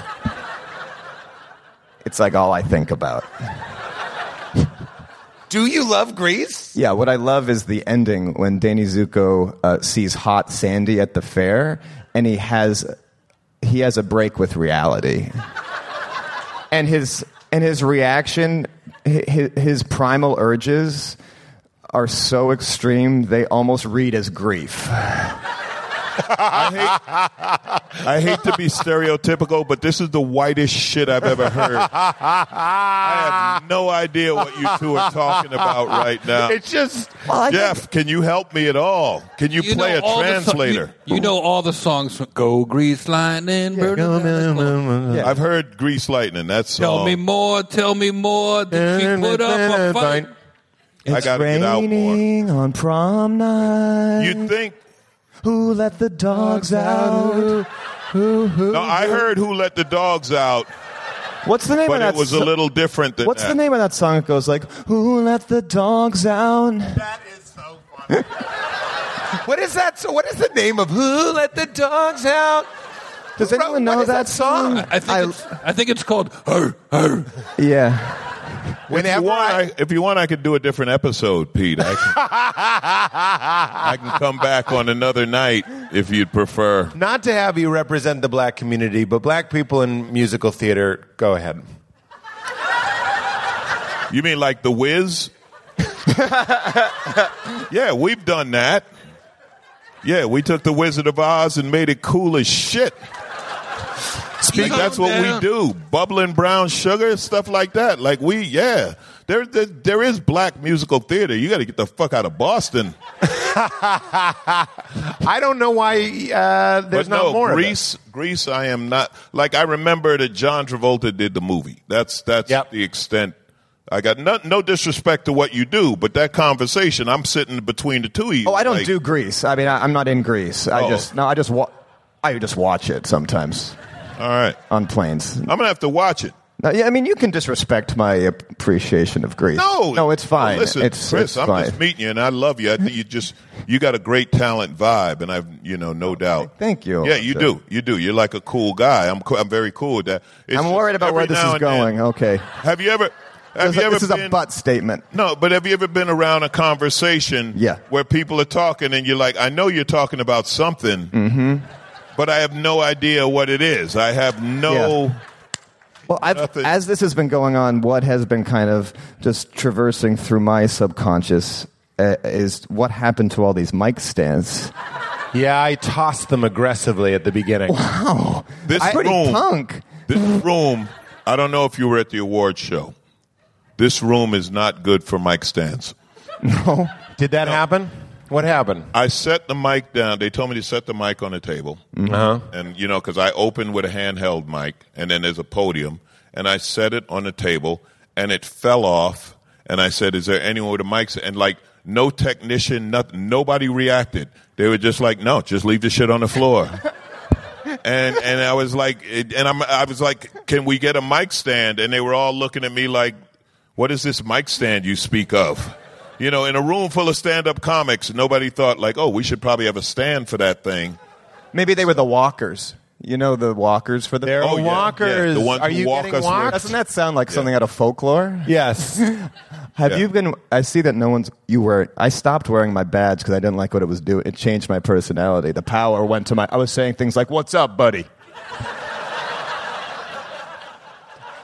Speaker 6: it's like all I think about.
Speaker 2: Do you love Greece?
Speaker 6: Yeah, what I love is the ending when Danny Zuko uh, sees hot Sandy at the fair, and he has he has a break with reality, and his and his reaction, his, his primal urges are so extreme they almost read as grief.
Speaker 4: I hate, I hate to be stereotypical, but this is the whitest shit I've ever heard. I have no idea what you two are talking about right now.
Speaker 2: It's just
Speaker 4: Jeff, can you help me at all? Can you,
Speaker 5: You
Speaker 4: play
Speaker 5: know
Speaker 4: a
Speaker 5: all the so-
Speaker 4: translator?
Speaker 5: you, you know all the songs from Go Grease Lightning, Bird of Feather Flock.
Speaker 4: I've heard Grease Lightning. That's
Speaker 5: Tell
Speaker 4: all.
Speaker 5: me more, tell me more. Did she put up a fight?
Speaker 4: I
Speaker 6: It's
Speaker 4: gotta get out more.
Speaker 6: raining on prom night.
Speaker 4: You'd think.
Speaker 6: Who let the dogs out?
Speaker 4: No, I heard Who Let the Dogs Out,
Speaker 6: What's the name
Speaker 4: but
Speaker 6: of that?
Speaker 4: it was a
Speaker 6: so-
Speaker 4: little different than
Speaker 6: What's
Speaker 4: that.
Speaker 6: the name of that song? It goes like, "Who let the dogs out?"
Speaker 4: That is so funny.
Speaker 2: What is that? So what is the name of Who Let the Dogs Out?
Speaker 6: Does
Speaker 2: Bro,
Speaker 6: anyone
Speaker 2: what
Speaker 6: know
Speaker 2: is that song?
Speaker 5: I think, it's, I think it's called Her, Her.
Speaker 6: Yeah.
Speaker 4: If you,
Speaker 2: Whenever
Speaker 4: want,
Speaker 2: I,
Speaker 4: I, if you want, I could do a different episode, Pete. I can, I can come back on another night if you'd prefer.
Speaker 2: not to have you represent the black community, but black people in musical theater, go ahead.
Speaker 4: You mean like The Whiz? yeah, we've done that. Yeah, we took The Wizard of Oz and made it cool as shit. Like, that's what we do. Bubbling brown sugar, stuff like that. Like we, yeah. There, there, there is black musical theater. You got to get the fuck out of Boston.
Speaker 2: I don't know why uh, there's
Speaker 4: but
Speaker 2: not
Speaker 4: no,
Speaker 2: more. of it.
Speaker 4: Greece, Greece. I am not like I remember that John Travolta did the movie. That's that's
Speaker 2: Yep.
Speaker 4: the extent. I got no, no disrespect to what you do, but that conversation, I'm sitting between the two of you.
Speaker 6: Oh, I don't
Speaker 4: like,
Speaker 6: do Greece. I mean, I, I'm not in Greece. I
Speaker 4: Oh.
Speaker 6: just no. I just wa- I just watch it sometimes
Speaker 4: All right,
Speaker 6: on planes.
Speaker 4: I'm gonna have to watch it.
Speaker 6: No, yeah, I mean, you can disrespect my appreciation of Greece.
Speaker 4: No,
Speaker 6: no, it's fine.
Speaker 4: No, listen,
Speaker 6: it's,
Speaker 4: Chris,
Speaker 6: it's
Speaker 4: I'm
Speaker 6: fine.
Speaker 4: just meeting you, and I love you. I think you just you got a great talent vibe, and I've you know no doubt.
Speaker 6: Thank you.
Speaker 4: Yeah, you do. You do. You're like a cool guy. I'm co- I'm very cool with that. It's
Speaker 6: I'm
Speaker 4: just
Speaker 6: worried about
Speaker 4: every
Speaker 6: where this
Speaker 4: now
Speaker 6: is
Speaker 4: and then-
Speaker 6: going. Okay.
Speaker 4: Have you ever? Have
Speaker 6: This,
Speaker 4: you ever
Speaker 6: this is a
Speaker 4: been-
Speaker 6: butt statement.
Speaker 4: No, but have you ever been around a conversation
Speaker 6: Yeah.
Speaker 4: where people are talking and you're like, I know you're talking about something,
Speaker 6: Mm-hmm.
Speaker 4: but I have no idea what it is. I have no.
Speaker 6: Well, I've,
Speaker 4: Nothing.
Speaker 6: as this has been going on, what has been kind of just traversing through my subconscious uh, is what happened to all these mic stands.
Speaker 2: Yeah, I tossed them aggressively at the beginning.
Speaker 6: Oh,
Speaker 4: This
Speaker 6: I, pretty
Speaker 4: room.
Speaker 6: punk.
Speaker 4: This room, I don't know if you were at the awards show. This room is not good for mic stands.
Speaker 2: Did that happen? What happened?
Speaker 4: I set the mic down. They told me to set the mic on the table.
Speaker 2: Uh-huh.
Speaker 4: and you know because i opened with a handheld mic and then there's a podium and i set it on the table and it fell off and i said is there anyone with a mic and like no technician nothing nobody reacted they were just like no just leave the shit on the floor and and i was like it- and I'm, i was like can we get a mic stand and they were all looking at me like what is this mic stand you speak of you know in a room full of stand-up comics nobody thought like oh we should probably have a stand for that thing
Speaker 6: Maybe they were the walkers. You know the walkers for the.
Speaker 2: They're
Speaker 4: Oh, yeah, yeah,
Speaker 2: walkers.
Speaker 4: the ones
Speaker 2: Are
Speaker 4: who
Speaker 2: you
Speaker 4: walk
Speaker 2: getting
Speaker 4: us
Speaker 2: walked?
Speaker 4: with-
Speaker 6: Doesn't that sound like something out of folklore?
Speaker 2: Yes.
Speaker 6: Have
Speaker 4: Yeah.
Speaker 6: you been? I see that no one's. You were. I stopped wearing my badge because I didn't like what it was doing. It changed my personality. The power went to my. I was saying things like, "What's up, buddy?"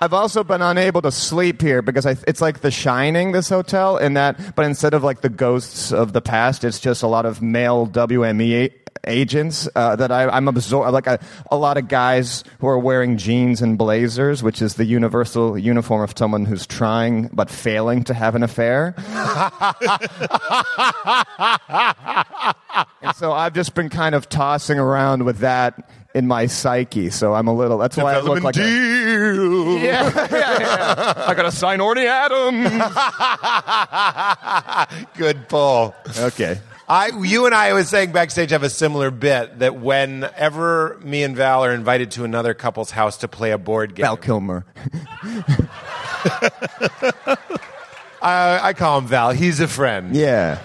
Speaker 6: I've also been unable to sleep here because I, it's like The Shining, this hotel, in that, but instead of like the ghosts of the past, it's just a lot of male WME agents uh, that I, I'm absorbed, like a, a lot of guys who are wearing jeans and blazers, which is the universal uniform of someone who's trying but failing to have an affair. and so I've just been kind of tossing around with that in my psyche. So I'm a little, that's why I look
Speaker 4: Development
Speaker 6: like a-
Speaker 4: deal.
Speaker 6: yeah, I got to sign Orny Adams.
Speaker 2: Good pull.
Speaker 6: okay.
Speaker 2: I, you and I was saying backstage have a similar bit that whenever me and Val are invited to another couple's house to play a board game,
Speaker 6: Val Kilmer.
Speaker 2: I, I call him Val. He's a friend.
Speaker 6: Yeah.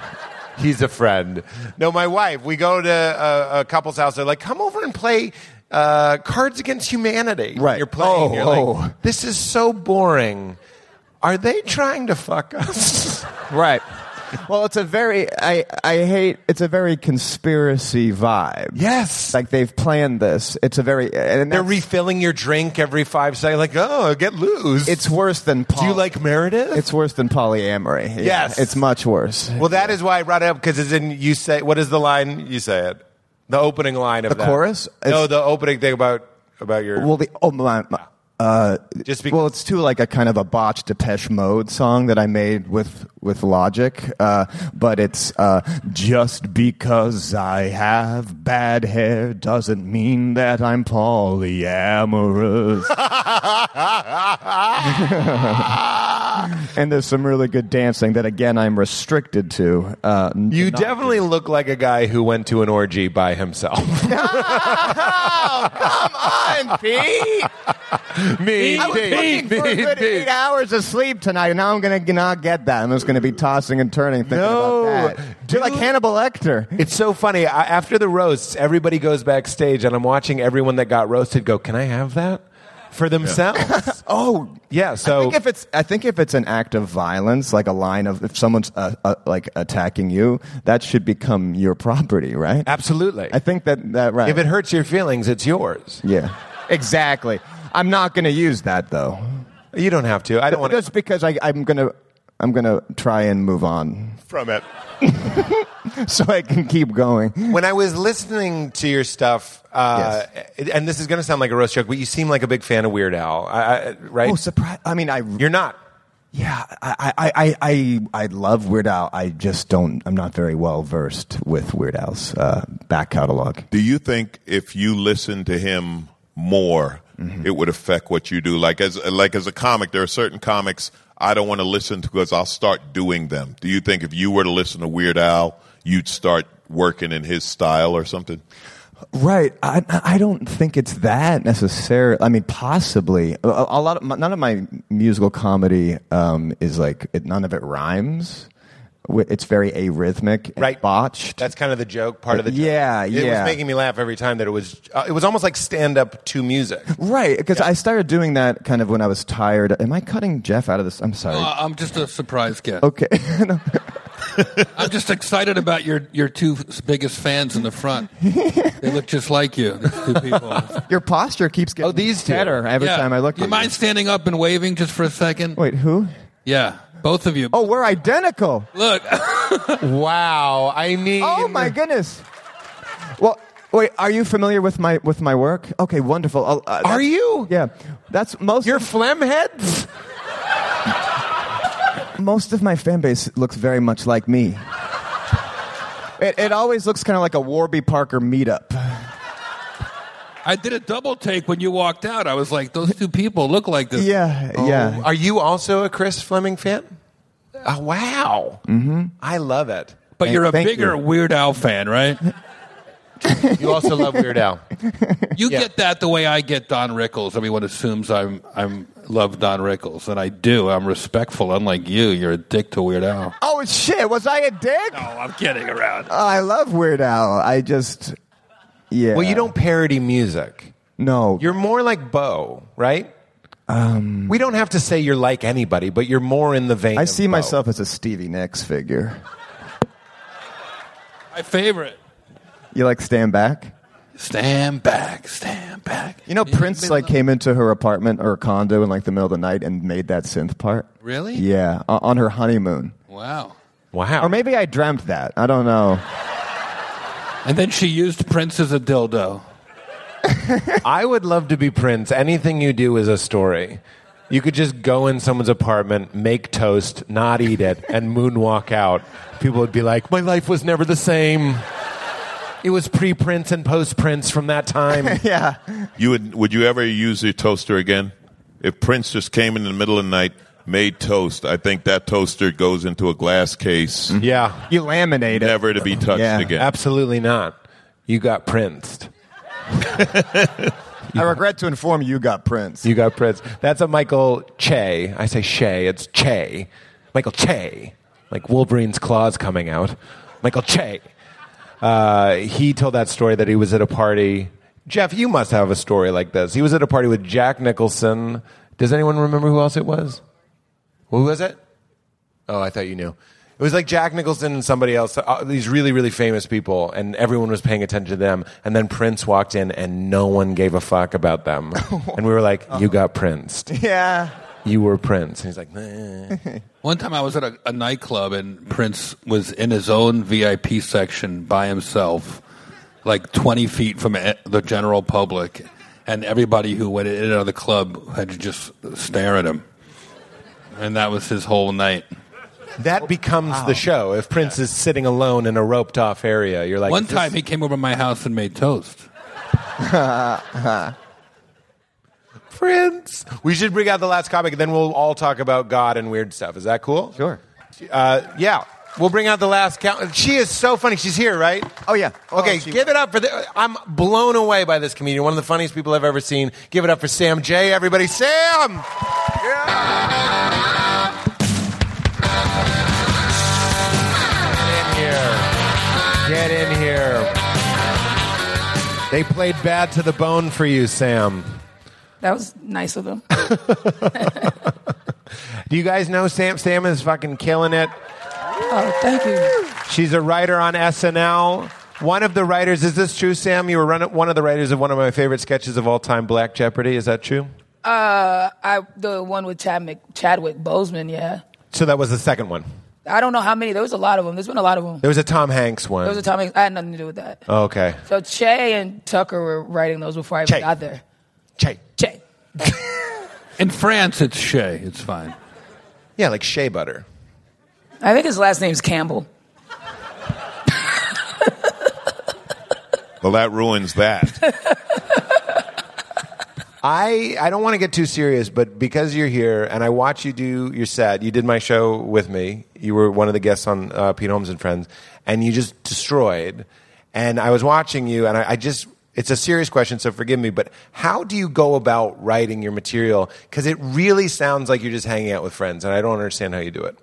Speaker 2: He's a friend. No, my wife. We go to a, a couple's house. They're like, "Come over and play uh, Cards Against Humanity."
Speaker 6: Right.
Speaker 2: You're playing.
Speaker 6: Oh,
Speaker 2: you're like,
Speaker 6: oh.
Speaker 2: this is so boring. Are they trying to fuck us?
Speaker 6: Right. Well, it's a very I I hate it's a very conspiracy vibe.
Speaker 2: yes.
Speaker 6: Like they've planned this. It's a very and
Speaker 2: they're
Speaker 6: that's-
Speaker 2: refilling your drink every five seconds. Like, oh, get loose.
Speaker 6: it's worse than poly-
Speaker 2: Do you like Meredith?
Speaker 6: It's worse than polyamory. Yeah.
Speaker 2: Yes.
Speaker 6: It's much worse.
Speaker 2: well, that is why I brought it up because it's in you say. What is the line? You say it. The opening line of
Speaker 6: The
Speaker 2: that.
Speaker 6: chorus?
Speaker 2: No,
Speaker 6: It's-
Speaker 2: the opening thing about about your.
Speaker 6: Well, the oh my, my- uh,
Speaker 2: Just because-
Speaker 6: well, it's too like a kind of a botched Depeche Mode song that I made with with Logic, uh, but it's uh, just because I have bad hair doesn't mean that I'm polyamorous. and there's some really good dancing that again I'm restricted to. Uh,
Speaker 2: you definitely look like a guy who went to an orgy by himself.
Speaker 6: Oh, come on, Pete.
Speaker 2: me,
Speaker 6: I was
Speaker 2: me,
Speaker 6: looking for
Speaker 2: me,
Speaker 6: a good
Speaker 2: me.
Speaker 6: eight hours of sleep tonight, and now I'm gonna not get that. I'm just gonna be tossing and turning thinking
Speaker 2: No,
Speaker 6: about that. You're like
Speaker 2: dude.
Speaker 6: Hannibal Lecter.
Speaker 2: It's so funny. I, after the roasts, everybody goes backstage, and I'm watching everyone that got roasted go, "Can I have that for themselves?"
Speaker 6: Oh,
Speaker 2: yeah. So
Speaker 6: I think if it's I think if it's an act of violence, like a line of if someone's uh, uh, like attacking you, that should become your property, right?
Speaker 2: absolutely,
Speaker 6: I think that that right.
Speaker 2: if it hurts your feelings, it's yours.
Speaker 6: yeah, exactly. I'm not gonna use that though,
Speaker 2: You don't have to. I don't want to.
Speaker 6: just because I, I'm gonna I'm gonna try and move on
Speaker 4: From it.
Speaker 6: so I can keep going.
Speaker 2: when I was listening to your stuff, uh, and this is going to sound like a roast joke, but you seem like a big fan of Weird Al, I, I, right?
Speaker 6: Oh, surprise! I mean, I
Speaker 2: You're not.
Speaker 6: Yeah, I, I, I, I, I love Weird Al. I just don't. I'm not very well versed with Weird Al's uh, back catalog.
Speaker 4: Do you think if you listened to him more, it would affect what you do? Like as like as a comic, there are certain comics I don't want to listen to because I'll start doing them. Do you think if you were to listen to Weird Al, you'd start working in his style or something?
Speaker 6: Right. I, I don't think it's that necessarily. I mean, possibly. A, a lot. Of, my- none of my musical comedy um, is like. It, none of it rhymes. Wi- It's very arrhythmic, and
Speaker 2: Right.
Speaker 6: Botched.
Speaker 2: That's kind of the joke, part of the joke.
Speaker 6: Yeah,
Speaker 2: It was
Speaker 6: yeah.
Speaker 2: making me laugh every time that it was. Uh, it was almost like stand up to music.
Speaker 6: right. Because I started doing that kind of when I was tired. Am I cutting Jeff out of this? I'm sorry.
Speaker 5: Uh, I'm just a surprise guest.
Speaker 6: okay. No.
Speaker 5: I'm just excited about your, your two biggest fans in the front. they look just like you. These two people.
Speaker 6: Your posture keeps getting
Speaker 2: Oh, these two.
Speaker 6: better every
Speaker 5: Yeah.
Speaker 6: time I look.
Speaker 5: You
Speaker 6: at
Speaker 5: mind standing up and waving just for a second?
Speaker 6: Wait, who?
Speaker 5: Yeah, both of you.
Speaker 6: Oh, we're identical.
Speaker 5: Look,
Speaker 2: Wow. I mean.
Speaker 6: Oh my goodness. Well, wait. Are you familiar with my with my work? Okay, wonderful. I'll- Uh,
Speaker 2: Are
Speaker 6: that's-
Speaker 2: you?
Speaker 6: Yeah, that's most.
Speaker 2: You're
Speaker 6: of,
Speaker 2: phlegm heads?
Speaker 6: most of my fan base looks very much like me. It, it always looks kind of like a Warby Parker meetup.
Speaker 5: I did a double take when you walked out. I was like, those two people look like this.
Speaker 6: Yeah, Oh, yeah.
Speaker 2: Are you also a Chris Fleming fan? Oh, wow. Mm-hmm. I love it.
Speaker 5: But you're a
Speaker 6: Thank
Speaker 5: bigger
Speaker 6: you.
Speaker 5: Weird Al fan, right?
Speaker 2: You also love Weird Al.
Speaker 5: You get that the way I get Don Rickles. Everyone assumes I'm I'm love Don Rickles, and I do. I'm respectful. Unlike you, you're a dick to Weird Al.
Speaker 6: oh shit! Was I a dick?
Speaker 5: Oh, I'm kidding around.
Speaker 6: Oh, I love Weird Al. I just. Yeah.
Speaker 2: Well, you don't parody music.
Speaker 6: No.
Speaker 2: You're more like Bo, right? Um, we don't have to say you're like anybody, but you're more in the vein.
Speaker 6: I
Speaker 2: of
Speaker 6: see
Speaker 2: Bo.
Speaker 6: myself as a Stevie Nicks figure.
Speaker 5: My favorite.
Speaker 6: You like stand back?
Speaker 5: Stand back, stand back.
Speaker 6: You know, Prince like came into her apartment or condo in like the middle of the night and made that synth part.
Speaker 5: Really?
Speaker 6: Yeah, o- on her honeymoon.
Speaker 5: Wow.
Speaker 2: Wow.
Speaker 6: Or maybe I dreamt that. I don't know.
Speaker 5: And then she used Prince as a dildo.
Speaker 2: I would love to be Prince. Anything you do is a story. You could just go in someone's apartment, make toast, not eat it, and moonwalk out. People would be like, "My life was never the same. It was pre-Prince and post-Prince from that time."
Speaker 6: Yeah.
Speaker 4: You would would you ever use your toaster again? If Prince just came in the middle of the night, made toast, I think that toaster goes into a glass case,
Speaker 2: yeah,
Speaker 6: You laminate it.
Speaker 4: never to be touched
Speaker 6: Yeah.
Speaker 4: again.
Speaker 2: absolutely not. You got Princed.
Speaker 6: I regret to inform you got Prince.
Speaker 2: You got Prince. That's a Michael Che. I say Shay. It's Che. Michael Che. Like Wolverine's claws coming out. Michael Che. Uh, he told that story that he was at a party. Jeff, you must have a story like this. He was at a party with Jack Nicholson. Does anyone remember who else it was? Who was it? Oh, I thought you knew. It was like Jack Nicholson and somebody else, uh, these really, really famous people, and everyone was paying attention to them. And then Prince walked in, and no one gave a fuck about them. and we were like, You got Princed.
Speaker 6: Yeah.
Speaker 2: You were Prince. And he's like, "Nah."
Speaker 5: One time I was at a, a nightclub and Prince was in his own VIP section by himself. like 20 feet from e- the general public, and everybody who went in and out of the club had to just stare at him. And that was his whole night.
Speaker 2: That becomes the show. If Prince is sitting alone in a roped off area, you're like,
Speaker 5: One
Speaker 2: is this-
Speaker 5: time he came over to my house and made toast.
Speaker 2: Prince. We should bring out the last comic, and then we'll all talk about God and weird stuff. Is that cool?
Speaker 6: Sure.
Speaker 2: Uh, yeah. We'll bring out the last count. She is so funny. She's here, right?
Speaker 6: Oh, yeah. Oh,
Speaker 2: Okay,
Speaker 6: she-
Speaker 2: give it up for the. I'm blown away by this comedian. One of the funniest people I've ever seen. Give it up for Sam J. Everybody, Sam. Yeah. Get in here. Get in here. They played bad to the bone for you, Sam.
Speaker 7: That was nice of them.
Speaker 2: Do you guys know Sam? Sam is fucking killing it.
Speaker 7: Oh, thank you.
Speaker 2: She's a writer on SNL. One of the writers, is this true, Sam? You were run- one of the writers of one of my favorite sketches of all time, Black Jeopardy. Is that true?
Speaker 7: I the one with Chad Mc, Chadwick Boseman. Yeah,
Speaker 2: So that was the second one.
Speaker 7: I don't know how many. There was a lot of them. There's been a lot of them.
Speaker 2: There was a Tom Hanks one. Oh,
Speaker 7: There was a time I had nothing to do with that.
Speaker 2: okay.
Speaker 7: So Che and Tucker were writing those before I even
Speaker 2: Che.
Speaker 7: got there.
Speaker 2: Che.
Speaker 7: Che.
Speaker 5: In France, it's Shea. It's fine.
Speaker 2: Yeah, like shea butter.
Speaker 7: I think his last name's Campbell.
Speaker 4: Well, that ruins that.
Speaker 2: I, I don't want to get too serious, but because you're here and I watch you do your set, you did my show with me. You were one of the guests on uh, Pete Holmes and Friends, and you just destroyed. And I was watching you, and I, I just, it's a serious question, so forgive me, but how do you go about writing your material? Because it really sounds like you're just hanging out with friends, and I don't understand how you do it.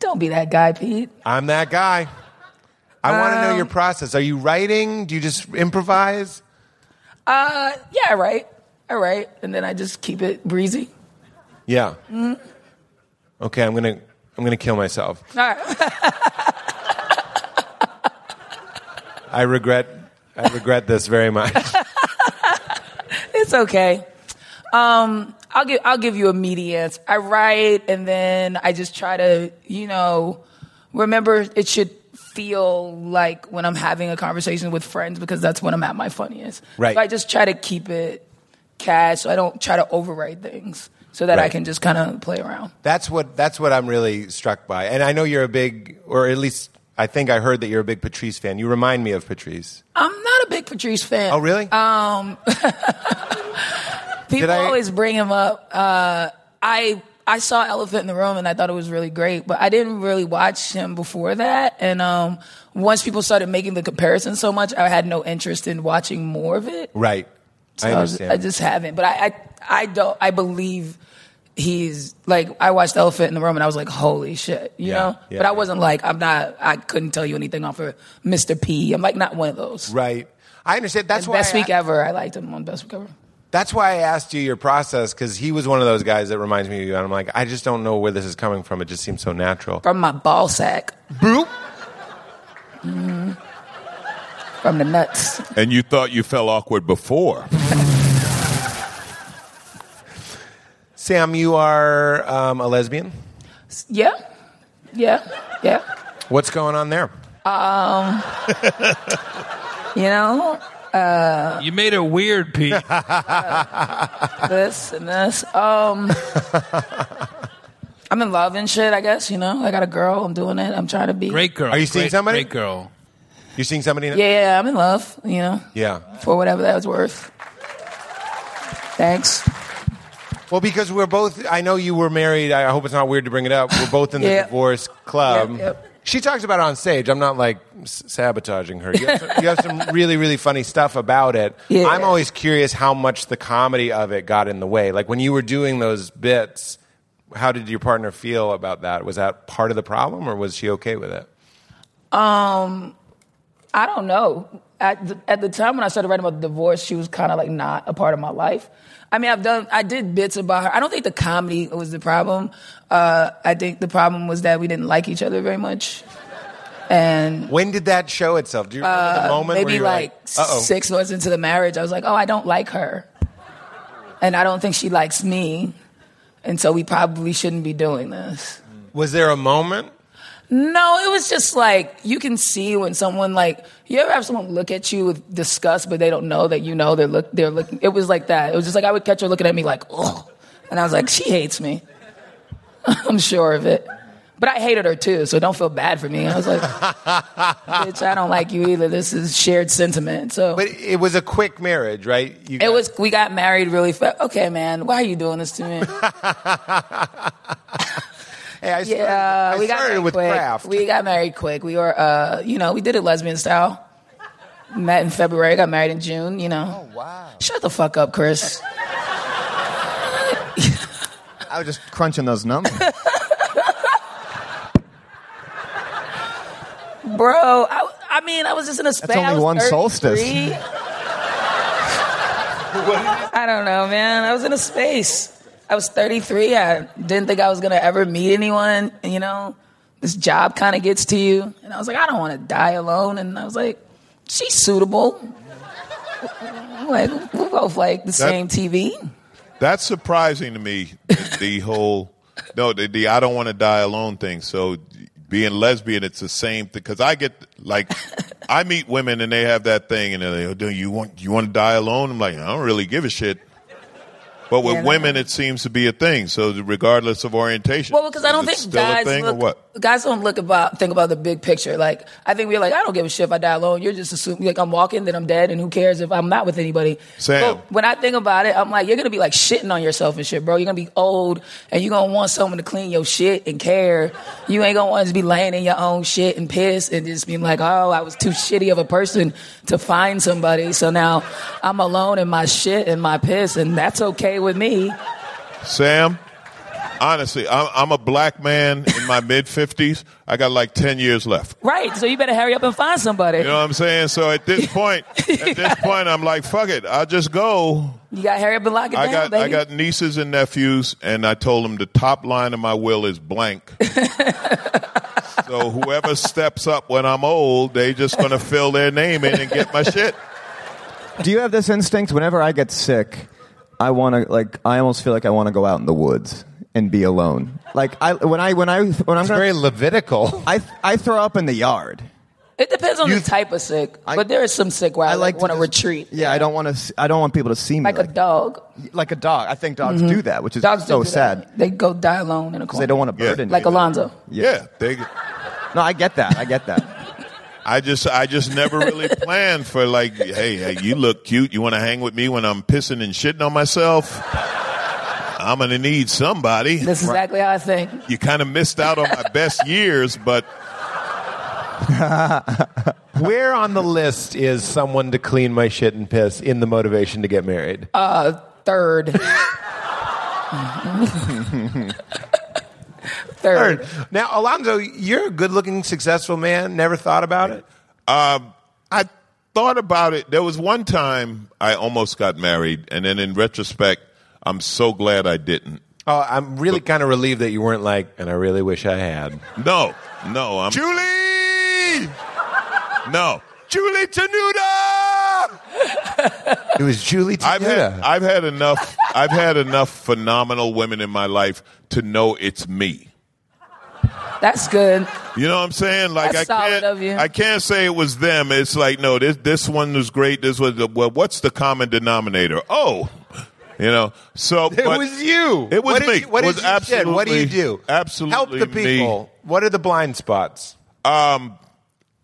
Speaker 7: Don't be that guy, Pete.
Speaker 2: I'm that guy. I want to
Speaker 7: Um,
Speaker 2: know your process. Are you writing? Do you just improvise?
Speaker 7: Uh, yeah, right. All right. And then I just keep it breezy.
Speaker 2: Yeah.
Speaker 7: Mm-hmm.
Speaker 2: Okay, I'm gonna I'm gonna kill myself.
Speaker 7: All right.
Speaker 2: I regret I regret this very much.
Speaker 7: it's okay. Um, I'll give I'll give you a medias. I write and then I just try to, you know, remember it should feel like when I'm having a conversation with friends because that's when I'm at my funniest.
Speaker 2: Right.
Speaker 7: So I just try to keep it cash. So I don't try to overwrite things so that I
Speaker 2: Right.
Speaker 7: can just kind of play around.
Speaker 2: That's what that's what I'm really struck by. And I know you're a big or at least I think I heard that you're a big Patrice fan. You remind me of Patrice.
Speaker 7: I'm not a big Patrice fan.
Speaker 2: Oh really?
Speaker 7: Uh, People
Speaker 2: I-
Speaker 7: always bring him up. Uh, I I saw Elephant in the Room and I thought it was really great, but I didn't really watch him before that. And um, once people started making the comparison so much, I had no interest in watching more of it.
Speaker 2: right. I
Speaker 7: I, was-
Speaker 2: understand.
Speaker 7: I just haven't. But I, I I don't. I believe he's like I watched Elephant in the Room and I was like, holy shit, you
Speaker 2: Yeah,
Speaker 7: know.
Speaker 2: yeah,
Speaker 7: but I
Speaker 2: yeah.
Speaker 7: wasn't like I'm not. I couldn't tell you anything off of Mr. P. I'm like not one of those.
Speaker 2: right. I understand. That's
Speaker 7: And
Speaker 2: why
Speaker 7: Best
Speaker 2: I-
Speaker 7: week ever. I liked him on Best Week Ever.
Speaker 2: That's why I asked you your process because he was one of those guys that reminds me of you, and I'm like, I just don't know where this is coming from. It just seems so natural.
Speaker 7: From my ball sack. Mm-hmm.
Speaker 2: Boop.
Speaker 7: From the nuts.
Speaker 4: and you thought you felt awkward before.
Speaker 2: Sam, you are um, a lesbian.
Speaker 7: Yeah, yeah, yeah.
Speaker 2: What's going on there?
Speaker 7: You know,
Speaker 5: You made it weird, Pete.
Speaker 7: this and this. Um, I'm in love and shit. I guess you know. I got a girl. I'm doing it. I'm trying to be.
Speaker 5: Great girl.
Speaker 2: Are you seeing
Speaker 5: Great-
Speaker 2: somebody?
Speaker 5: Great girl.
Speaker 2: You're seeing somebody? in-
Speaker 7: Yeah, yeah, yeah, I'm in love. You know,
Speaker 2: Yeah.
Speaker 7: for whatever that was worth. Thanks.
Speaker 2: Well, because we're both. I know you were married. I hope it's not weird to bring it up. We're both in the
Speaker 7: Yeah.
Speaker 2: divorce club.
Speaker 7: Yep, yep.
Speaker 2: She talks about it on stage. I'm not like s- sabotaging her. You have, some, you have some really, really funny stuff about it.
Speaker 7: Yeah.
Speaker 2: I'm always curious how much the comedy of it got in the way. Like when you were doing those bits, how did your partner feel about that? Was that part of the problem, or was she okay with it?
Speaker 7: I don't know. At the, at the time when I started writing about the divorce, she was kind of like not a part of my life. I mean, I've done, I did bits about her. I don't think the comedy was the problem. Uh, I think the problem was that we didn't like each other very much. And
Speaker 2: When did that show itself? Do you remember the moment? where
Speaker 7: Uh, maybe
Speaker 2: you were
Speaker 7: like,
Speaker 2: uh-oh.
Speaker 7: six months into the marriage, I was like, oh, I don't like her. And I don't think she likes me. And so we probably shouldn't be doing this.
Speaker 2: Was there a moment?
Speaker 7: No, it was just like you can see when someone like you ever have someone look at you with disgust, but they don't know that you know they're look they're looking. It was like that. It was just like I would catch her looking at me like, oh, and I was like, she hates me. I'm sure of it. But I hated her too, so don't feel bad for me. I was like, bitch, I don't like you either. This is shared sentiment. So
Speaker 2: But it was a quick marriage, right? You
Speaker 7: it was. We got married really fast. Okay, man, why are you doing this to me?
Speaker 2: Hey, I started,
Speaker 7: Yeah,
Speaker 2: I
Speaker 7: Uh, we got
Speaker 2: started
Speaker 7: married
Speaker 2: with
Speaker 7: quick.
Speaker 2: craft.
Speaker 7: We got married quick. We were, uh, you know, we did it lesbian style. Met in February, got married in June. You know. Oh wow. Shut the fuck up, Chris.
Speaker 6: I was just crunching those numbers.
Speaker 7: Bro, I, I mean, I was just in a space.
Speaker 6: only one solstice.
Speaker 7: I don't know, man. I was in a space. I was 33. I didn't think I was going to ever meet anyone. And, you know, this job kind of gets to you. And I was like, I don't want to die alone. And I was like, she's suitable. I'm like, we're both like the same TV.
Speaker 4: That's surprising to me. The, the whole no, the, the I don't want to die alone thing. So being lesbian, it's the same thing. Because I get like I meet women and they have that thing, and they're like, oh, "Do you want you want to die alone?" I'm like, I don't really give a shit. But with
Speaker 7: Yeah, no.
Speaker 4: women, it seems to be a thing. So regardless of orientation,
Speaker 7: Well, because I
Speaker 4: is
Speaker 7: don't
Speaker 4: it
Speaker 7: think
Speaker 4: still
Speaker 7: guys
Speaker 4: a thing
Speaker 7: look,
Speaker 4: or what?
Speaker 7: guys don't look about think about the big picture. Like I think we're like I don't give a shit if I die alone. You're just assuming like I'm walking, then I'm dead, and who cares if I'm not with anybody.
Speaker 4: Sam.
Speaker 7: But when I think about it, I'm like you're gonna be like shitting on yourself and shit, bro. You're gonna be old and you're gonna want someone to clean your shit and care. You ain't gonna want to be laying in your own shit and piss and just being like, oh, I was too shitty of a person to find somebody, so now I'm alone in my shit and my piss, and that's okay with me.
Speaker 4: Sam, honestly, I'm, I'm a black man in my mid 50s. I got like 10 years left.
Speaker 7: Right, so you better hurry up and find somebody.
Speaker 4: You know what I'm saying? So at this point, at this point, I'm like, fuck it. I'll just go.
Speaker 7: You got to hurry up and lock it
Speaker 4: I
Speaker 7: down,
Speaker 4: got
Speaker 7: baby.
Speaker 4: I got nieces and nephews, and I told them the top line of my will is blank. so whoever steps up when I'm old, they just gonna fill their name in and get my shit.
Speaker 6: Do you have this instinct? Whenever I get sick, I want to like. I almost feel like I want to go out in the woods and be alone. Like I when I when I when I'm
Speaker 2: It's
Speaker 6: gonna,
Speaker 2: very Levitical.
Speaker 6: I I throw up in the yard.
Speaker 7: It depends on
Speaker 6: You-
Speaker 7: the type of sick,
Speaker 6: I-
Speaker 7: but there is some sick where I, like,
Speaker 6: to
Speaker 7: want to
Speaker 6: just-
Speaker 7: retreat.
Speaker 6: Yeah, I don't want to. I don't want people to see me
Speaker 7: like, a dog.
Speaker 6: like a dog. I think dogs do that, which is
Speaker 7: Mm-hmm. Dogs
Speaker 6: so
Speaker 7: do do
Speaker 6: sad
Speaker 7: that. They go die alone in a
Speaker 6: 'cause
Speaker 7: corner.
Speaker 6: they don't want to
Speaker 4: Yeah.
Speaker 6: burden.
Speaker 7: like
Speaker 6: you.
Speaker 7: Alonzo.
Speaker 4: Yeah, they.
Speaker 6: No, I get that. I get that.
Speaker 4: I just I just never really planned for like, hey, hey, you look cute. You want to hang with me when I'm pissing and shitting on myself? I'm gonna need somebody.
Speaker 7: That's exactly how I think.
Speaker 4: You kind of missed out on my best years, but
Speaker 2: Where on the list is someone to clean my shit and piss in the motivation to get married?
Speaker 7: Uh, Third. Third.
Speaker 2: Third. Now, Alonzo, you're a good-looking, successful man. Never thought about it.
Speaker 4: Um, I thought about it. There was one time I almost got married, and then in retrospect, I'm so glad I didn't.
Speaker 2: Oh, I'm really kind of relieved that you weren't like, and I really wish I had.
Speaker 4: No, no, I'm Julie. No, Julie Tenuta.
Speaker 2: It was Julie
Speaker 4: I've had
Speaker 2: Tenuta.
Speaker 4: I've had enough. I've had enough phenomenal women in my life to know it's me.
Speaker 7: That's good.
Speaker 4: You know what I'm saying? Like
Speaker 7: That's
Speaker 4: I
Speaker 7: solid
Speaker 4: can't,
Speaker 7: of you.
Speaker 4: I can't say it was them. It's like no, this this one was great. This was the, well, what's the common denominator? Oh, you know. So
Speaker 2: It
Speaker 4: but-
Speaker 2: was you.
Speaker 4: It was
Speaker 2: what did
Speaker 4: me.
Speaker 2: You, what
Speaker 4: It was
Speaker 2: did you shed? What do you do?
Speaker 4: absolutely-
Speaker 2: Help the
Speaker 4: absolutely
Speaker 2: people.
Speaker 4: me.
Speaker 2: What are the blind spots?
Speaker 4: Um,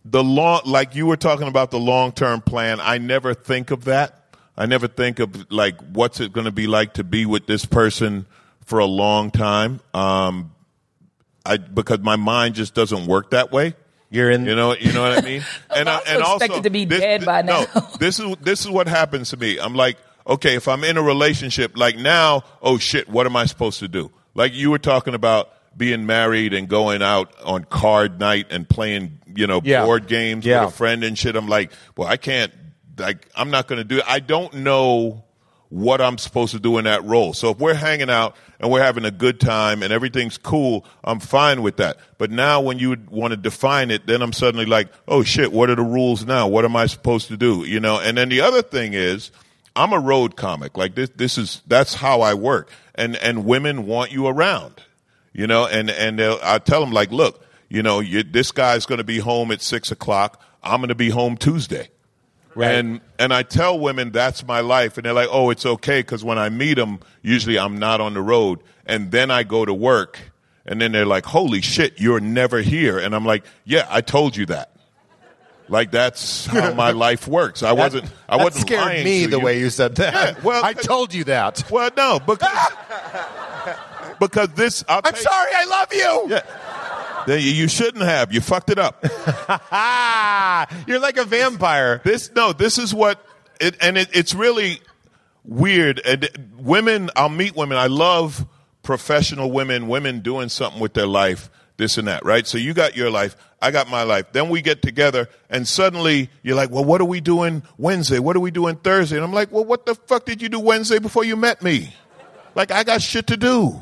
Speaker 4: the long, like you were talking about the long term plan. I never think of that. I never think of like what's it going to be like to be with this person for a long time. Um, I because my mind just doesn't work that way.
Speaker 2: You're in.
Speaker 4: You know, you know what I mean. And I,
Speaker 7: also
Speaker 4: and also
Speaker 7: expected to be dead by
Speaker 4: no,
Speaker 7: now.
Speaker 4: this is this is what happens to me. I'm like, okay, if I'm in a relationship, like now, oh shit, what am I supposed to do? Like you were talking about being married and going out on card night and playing, you know,
Speaker 2: Yeah.
Speaker 4: board games
Speaker 2: Yeah.
Speaker 4: with a friend and shit. I'm like, well, I can't. Like, I'm not going to do. I don't know what I'm supposed to do in that role. So if we're hanging out and we're having a good time and everything's cool, I'm fine with that. But now when you want to define it, then I'm suddenly like, oh shit, what are the rules now? What am I supposed to do? You know, and then the other thing is, I'm a road comic. Like this, this is, that's how I work. And, and women want you around, you know, and, and they'll- I tell them like, look, You know, you, this guy's going to be home at six o'clock. I'm going to be home Tuesday.
Speaker 2: Right.
Speaker 4: And and I tell women that's my life, and they're like, "Oh, it's okay," because when I meet them, usually I'm not on the road, and then I go to work, and then they're like, "Holy shit, you're never here," and I'm like, "Yeah, I told you that." Like that's how my life works. I wasn't. I
Speaker 2: that
Speaker 4: wasn't
Speaker 2: scared
Speaker 4: lying
Speaker 2: me
Speaker 4: to
Speaker 2: the
Speaker 4: you.
Speaker 2: way you said that.
Speaker 4: Yeah, well,
Speaker 2: I told you that.
Speaker 4: Well, no, because because this. I'll
Speaker 2: I'm
Speaker 4: tell you-
Speaker 2: sorry. I love you.
Speaker 4: Then you- You shouldn't have. You fucked it up.
Speaker 2: Ah, you're like a vampire.
Speaker 4: This no, this is what, it, and it, it's really weird. And it- women, I'll meet women. I love professional women, women doing something with their life, this and that, right? So you got your life, I got my life. Then we get together, and suddenly you're like, "Well, what are we doing Wednesday? What are we doing Thursday?" And I'm like, "Well, what the fuck did you do Wednesday before you met me? Like, I got shit to do."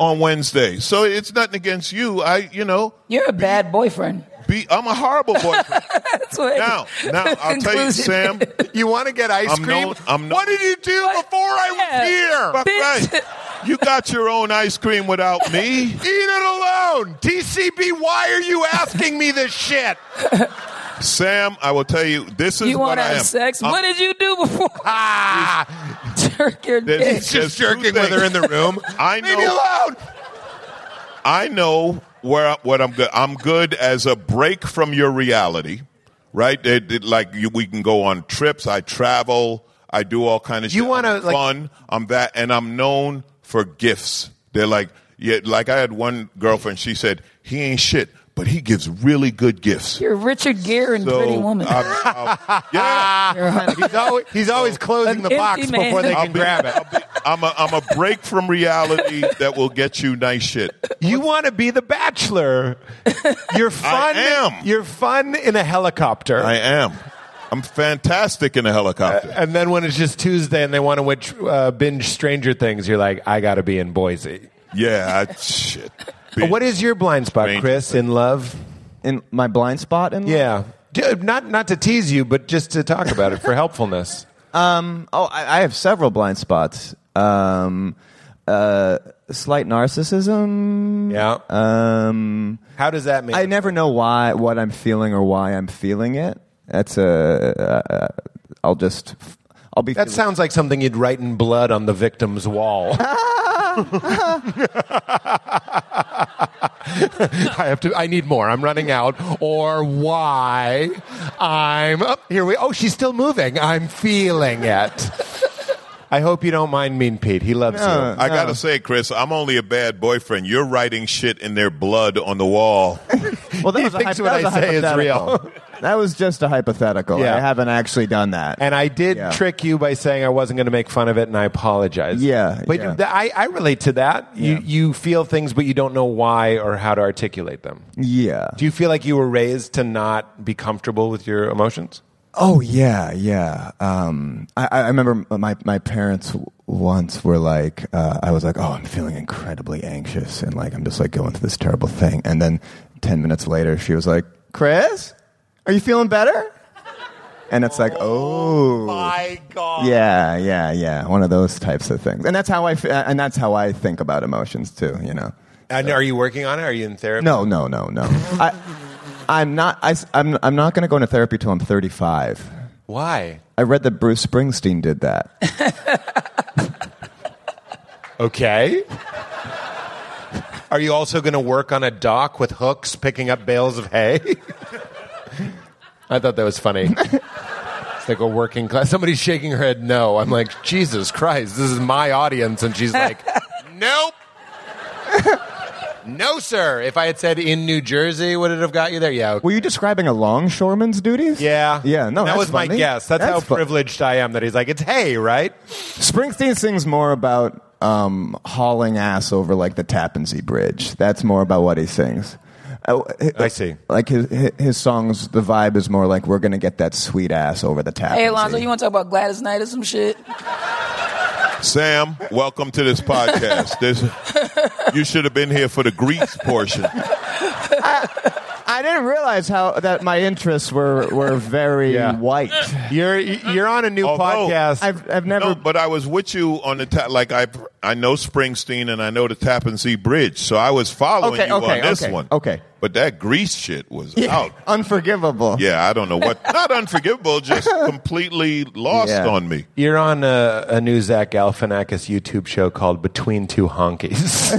Speaker 4: On Wednesday, so it's nothing against you. I, you know,
Speaker 7: You're a bad boyfriend.
Speaker 4: be I'm a horrible boyfriend.
Speaker 7: That's what.
Speaker 4: now, now I'll tell you,
Speaker 7: Conclusion.
Speaker 4: Sam.
Speaker 2: You want to get ice
Speaker 4: I'm
Speaker 2: cream?
Speaker 4: known- I'm known-
Speaker 2: what did you do before
Speaker 7: Yeah.
Speaker 2: I was
Speaker 4: Fuck
Speaker 2: here?
Speaker 7: Bitch.
Speaker 4: right. You got your own ice cream without me.
Speaker 2: Eat it alone. TCB, why are you asking me this shit?
Speaker 4: Sam, I will tell you, this is
Speaker 7: You
Speaker 4: what
Speaker 7: want to
Speaker 4: I am. Uh,
Speaker 7: have sex?
Speaker 4: I'm-
Speaker 7: what did you do before?
Speaker 2: Ah,
Speaker 7: Jerk your
Speaker 4: There's-
Speaker 7: dick.
Speaker 4: there's
Speaker 2: just
Speaker 4: two
Speaker 2: jerking with her in
Speaker 4: things.
Speaker 2: the room.
Speaker 4: I
Speaker 2: Leave me
Speaker 4: know.
Speaker 2: alone.
Speaker 4: I know where I, what I'm good. I'm good as a break from your reality, right? It- it- like you, we can go on trips. I travel. I do all kind of.
Speaker 2: You
Speaker 4: shit.
Speaker 2: wanna,
Speaker 4: I'm
Speaker 2: like-
Speaker 4: fun? I'm that, and I'm known for gifts. They're like, yeah, like I had one girlfriend. She said he ain't shit, but he gives really good gifts.
Speaker 7: You're Richard Gere and
Speaker 4: So,
Speaker 7: Pretty Woman.
Speaker 4: I'm- I'm- yeah.
Speaker 2: He's always, he's always closing
Speaker 7: An
Speaker 2: the box
Speaker 7: empty man.
Speaker 2: before they
Speaker 4: I'll
Speaker 2: can
Speaker 4: be-
Speaker 2: grab it.
Speaker 4: Oh. I'll be- I'm a, I'm a break from reality that will get you nice shit.
Speaker 2: You want to be the bachelor. You're fun.
Speaker 4: am.
Speaker 2: You're fun in a helicopter.
Speaker 4: I am. I'm fantastic in a helicopter.
Speaker 2: and then when it's just Tuesday and they want to watch, uh, binge Stranger Things, you're like, I got to be in Boise.
Speaker 4: Yeah, I, shit.
Speaker 2: What is your blind spot,
Speaker 4: Stranger
Speaker 2: Chris, in love?
Speaker 6: In my blind spot in life?
Speaker 2: Yeah. D- uh, Not, not to tease you, but just to talk about it for helpfulness.
Speaker 6: Oh, I, I have several blind spots. Um, uh, slight narcissism.
Speaker 2: Yeah.
Speaker 6: Um,
Speaker 2: How does that make
Speaker 6: I never know why what I'm feeling or why I'm feeling it. That's a. Uh, I'll just. I'll be.
Speaker 2: That
Speaker 6: feeling-
Speaker 2: sounds like something you'd write in blood on the victim's wall. I have to. I need more. I'm running out. Or why? I'm up here. We. Oh, she's still moving. I'm feeling it. I hope you don't mind, Mean Pete. He loves
Speaker 6: No.
Speaker 2: you.
Speaker 4: I gotta say, Chris, I'm only a bad boyfriend. You're writing shit in their blood on the wall.
Speaker 6: Well, that
Speaker 2: He
Speaker 6: was a, hy-
Speaker 2: thinks what
Speaker 6: that was
Speaker 2: I
Speaker 6: a
Speaker 2: say is
Speaker 6: hypothetical. that was just a hypothetical.
Speaker 2: Yeah.
Speaker 6: I haven't actually done that.
Speaker 2: And I did
Speaker 6: Yeah.
Speaker 2: trick you by saying I wasn't going to make fun of it, and I apologize.
Speaker 6: Yeah,
Speaker 2: but
Speaker 6: yeah.
Speaker 2: th- I, I relate to that.
Speaker 6: Yeah.
Speaker 2: You you feel things, but you don't know why or how to articulate them.
Speaker 6: yeah.
Speaker 2: Do you feel like you were raised to not be comfortable with your emotions?
Speaker 6: Oh yeah, yeah. Um, I, I remember my my parents w- once were like, uh, I was like, oh, I'm feeling incredibly anxious, and like I'm just like going through this terrible thing, and then ten minutes later, she was like, Chris, are you feeling better? And it's like, oh my god, yeah, yeah, yeah, one of those types of things, and that's how I f- uh, and that's how I think about emotions too, you know.
Speaker 2: And are you working on it? Are you in therapy?
Speaker 6: No, no, no, no. I, I'm not. I, am I'm not going to go into therapy till I'm 35.
Speaker 2: Why?
Speaker 6: I read that Bruce Springsteen did that.
Speaker 2: Okay. Are you also going to work on a dock with hooks picking up bales of hay? I thought that was funny. It's like a working class. Somebody's shaking her head no. I'm like, Jesus Christ, this is my audience. And she's like, nope. no, sir. If I had said in New Jersey, would it have got you there? Yeah. okay.
Speaker 6: Were you describing a longshoreman's duties?
Speaker 2: Yeah.
Speaker 6: Yeah, no,
Speaker 2: That
Speaker 6: that's
Speaker 2: was my
Speaker 6: funny.
Speaker 2: guess. That's, how
Speaker 6: That's fu-
Speaker 2: privileged I am that he's like, it's hay, right?
Speaker 6: Springsteen sings more about um, hauling ass over like the Tappan Zee Bridge. That's more about what he sings. Oh, hi-
Speaker 2: I see.
Speaker 6: Like his hi- his songs, the vibe is more like we're gonna get that sweet ass over the Tappan.
Speaker 7: hey, Alonzo,
Speaker 6: Zee.
Speaker 7: you want to talk about Gladys Knight or some shit?
Speaker 4: Sam, welcome to this podcast. This, you should have been here for the grease portion.
Speaker 6: I I didn't realize how that my interests were were very
Speaker 2: Yeah.
Speaker 6: white.
Speaker 2: You're you're on a new
Speaker 4: Although-
Speaker 2: podcast.
Speaker 6: Oh, I've I've never.
Speaker 4: No, but I was with you on the ta- like I I know Springsteen and I know the Tappan Zee Bridge, so I was following
Speaker 6: Okay,
Speaker 4: you
Speaker 6: okay,
Speaker 4: on this
Speaker 6: okay,
Speaker 4: one.
Speaker 6: okay.
Speaker 4: but that Grease shit was
Speaker 2: Oh.
Speaker 4: out.
Speaker 6: Unforgivable.
Speaker 4: Yeah, I don't know what. Not unforgivable, just completely lost
Speaker 6: Yeah.
Speaker 4: on me.
Speaker 2: You're on a, a new Zach Galifianakis YouTube show called Between Two Honkies.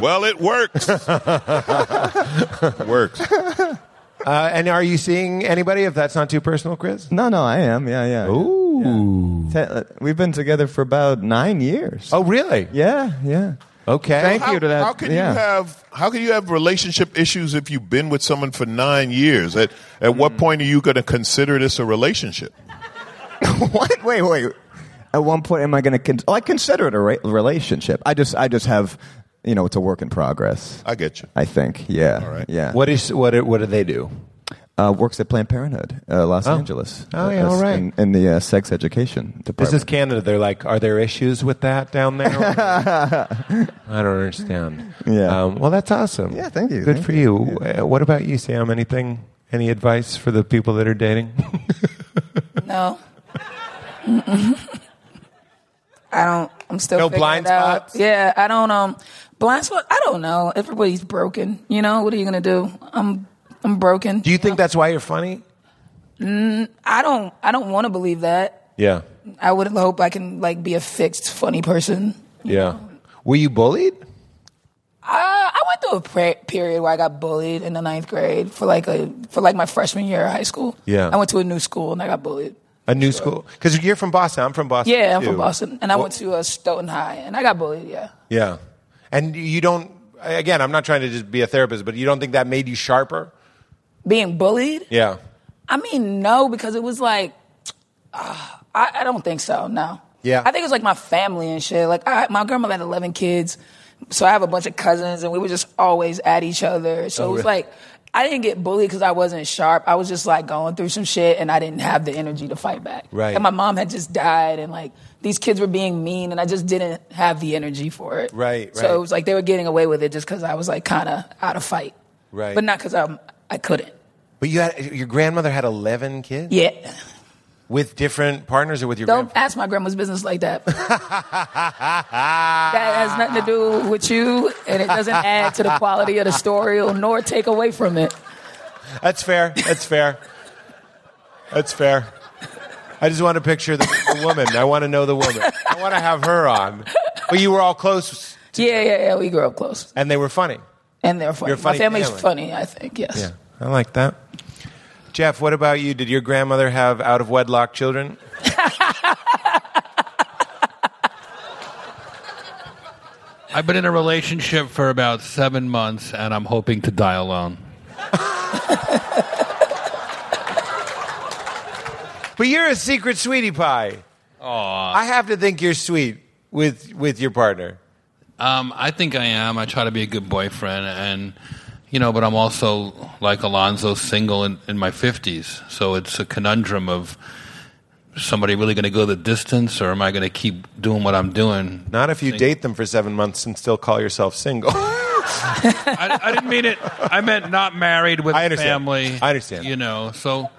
Speaker 4: Well, it works. works.
Speaker 2: uh, and are you seeing anybody? If that's not too personal, Chris.
Speaker 6: No, no, I am. Yeah, yeah.
Speaker 2: Ooh.
Speaker 6: Te- uh, we've been together for about nine years.
Speaker 2: Oh, really?
Speaker 6: Yeah, yeah.
Speaker 2: Okay.
Speaker 6: Thank
Speaker 4: How,
Speaker 6: you to that.
Speaker 4: how can
Speaker 6: yeah.
Speaker 4: you have how can you have relationship issues if you've been with someone for nine years? At at what point are you going to consider this a relationship?
Speaker 6: what? Wait, wait. At one point, am I going to? Con- oh, I consider it a re- relationship. I just, I just have, you know, it's a work in progress.
Speaker 4: I get you.
Speaker 6: I think. Yeah.
Speaker 4: All right.
Speaker 6: Yeah.
Speaker 2: What is what? do- What do they do?
Speaker 6: uh, works at Planned Parenthood, uh, Los Angeles?
Speaker 2: Oh, yeah,
Speaker 6: Uh,
Speaker 2: all right.
Speaker 6: In, in the uh, sex education
Speaker 2: This
Speaker 6: department.
Speaker 2: is Canada. They're like, are there issues with that down there? I don't understand.
Speaker 6: Yeah.
Speaker 2: Um, well, that's awesome.
Speaker 6: Yeah, thank you,
Speaker 2: Good
Speaker 6: thank
Speaker 2: for you. Uh, What about you, Sam? Anything? Any advice for the people that are dating?
Speaker 7: No. Mm-mm. I don't. I'm still
Speaker 2: No
Speaker 7: figuring
Speaker 2: blind
Speaker 7: it out.
Speaker 2: spots?
Speaker 7: Yeah, I don't. Um, blind spot. I don't know. Everybody's broken. You know what are you gonna do? I'm I'm broken.
Speaker 2: do you think that's why you're funny?
Speaker 7: I don't. I don't want to believe that.
Speaker 2: Yeah.
Speaker 7: I would hope I can like be a fixed funny person.
Speaker 2: Yeah. Were you bullied?
Speaker 7: I, I went through a pre- period where I got bullied in the ninth grade for like a for like my freshman year of high school.
Speaker 2: Yeah.
Speaker 7: I went to a new school and I got bullied.
Speaker 2: A new school? Because you're from Boston. I'm from Boston.
Speaker 7: Yeah, I'm from
Speaker 2: too.
Speaker 7: Boston, and I went to uh, Stoughton High, and I got bullied. Yeah.
Speaker 2: Yeah. And you don't, again, I'm not trying to just be a therapist, but you don't think that made you sharper?
Speaker 7: Being bullied.
Speaker 2: Yeah.
Speaker 7: I mean, no, because it was like, ah, I, I don't think so. No.
Speaker 2: Yeah.
Speaker 7: I think it was like my family and shit. Like, I, my grandmother had eleven kids, so I have a bunch of cousins, and we were just always at each other. So it was
Speaker 2: Oh, really?
Speaker 7: like. I didn't get bullied because I wasn't sharp. I was just like going through some shit, and I didn't have the energy to fight back.
Speaker 2: Right.
Speaker 7: And my mom had just died, and like these kids were being mean, and I just didn't have the energy for it.
Speaker 2: Right,
Speaker 7: So
Speaker 2: right.
Speaker 7: it was like they were getting away with it just because I was like kind of out of fight.
Speaker 2: Right.
Speaker 7: But not because I I couldn't.
Speaker 2: But you had, your grandmother had 11 kids?
Speaker 7: Yeah.
Speaker 2: With different partners or with your
Speaker 7: Don't
Speaker 2: grandfather?
Speaker 7: ask my grandma's business like that. that has nothing to do with you, and it doesn't add to the quality of the story or nor take away from it.
Speaker 2: That's fair. That's fair. That's fair. I just want to picture the, the woman. I want to know the woman. I want to have her on. But you were all close
Speaker 7: Yeah, yeah, yeah. We grew up close,
Speaker 2: and they were funny.
Speaker 7: and they're funny.
Speaker 2: You're a funny
Speaker 7: my family's
Speaker 2: family.
Speaker 7: funny, I think. Yes.
Speaker 2: Yeah, I like that. Jeff, what about you? Did your grandmother have out of wedlock children?
Speaker 5: I've been in a relationship for about seven months, and I'm hoping to die alone.
Speaker 2: But you're a secret sweetie pie. I have to think you're sweet with with your partner.
Speaker 5: Um, I think I am. I try to be a good boyfriend, and you know, but I'm also like Alonzo, single in, in my fifties. So it's a conundrum of is somebody really going to go the distance, or am I going to keep doing what I'm doing?
Speaker 2: Not if you date them for seven months and still call yourself single.
Speaker 5: I, I didn't mean it. I meant not married with
Speaker 2: I understand.
Speaker 5: family.
Speaker 2: I understand.
Speaker 5: You know, so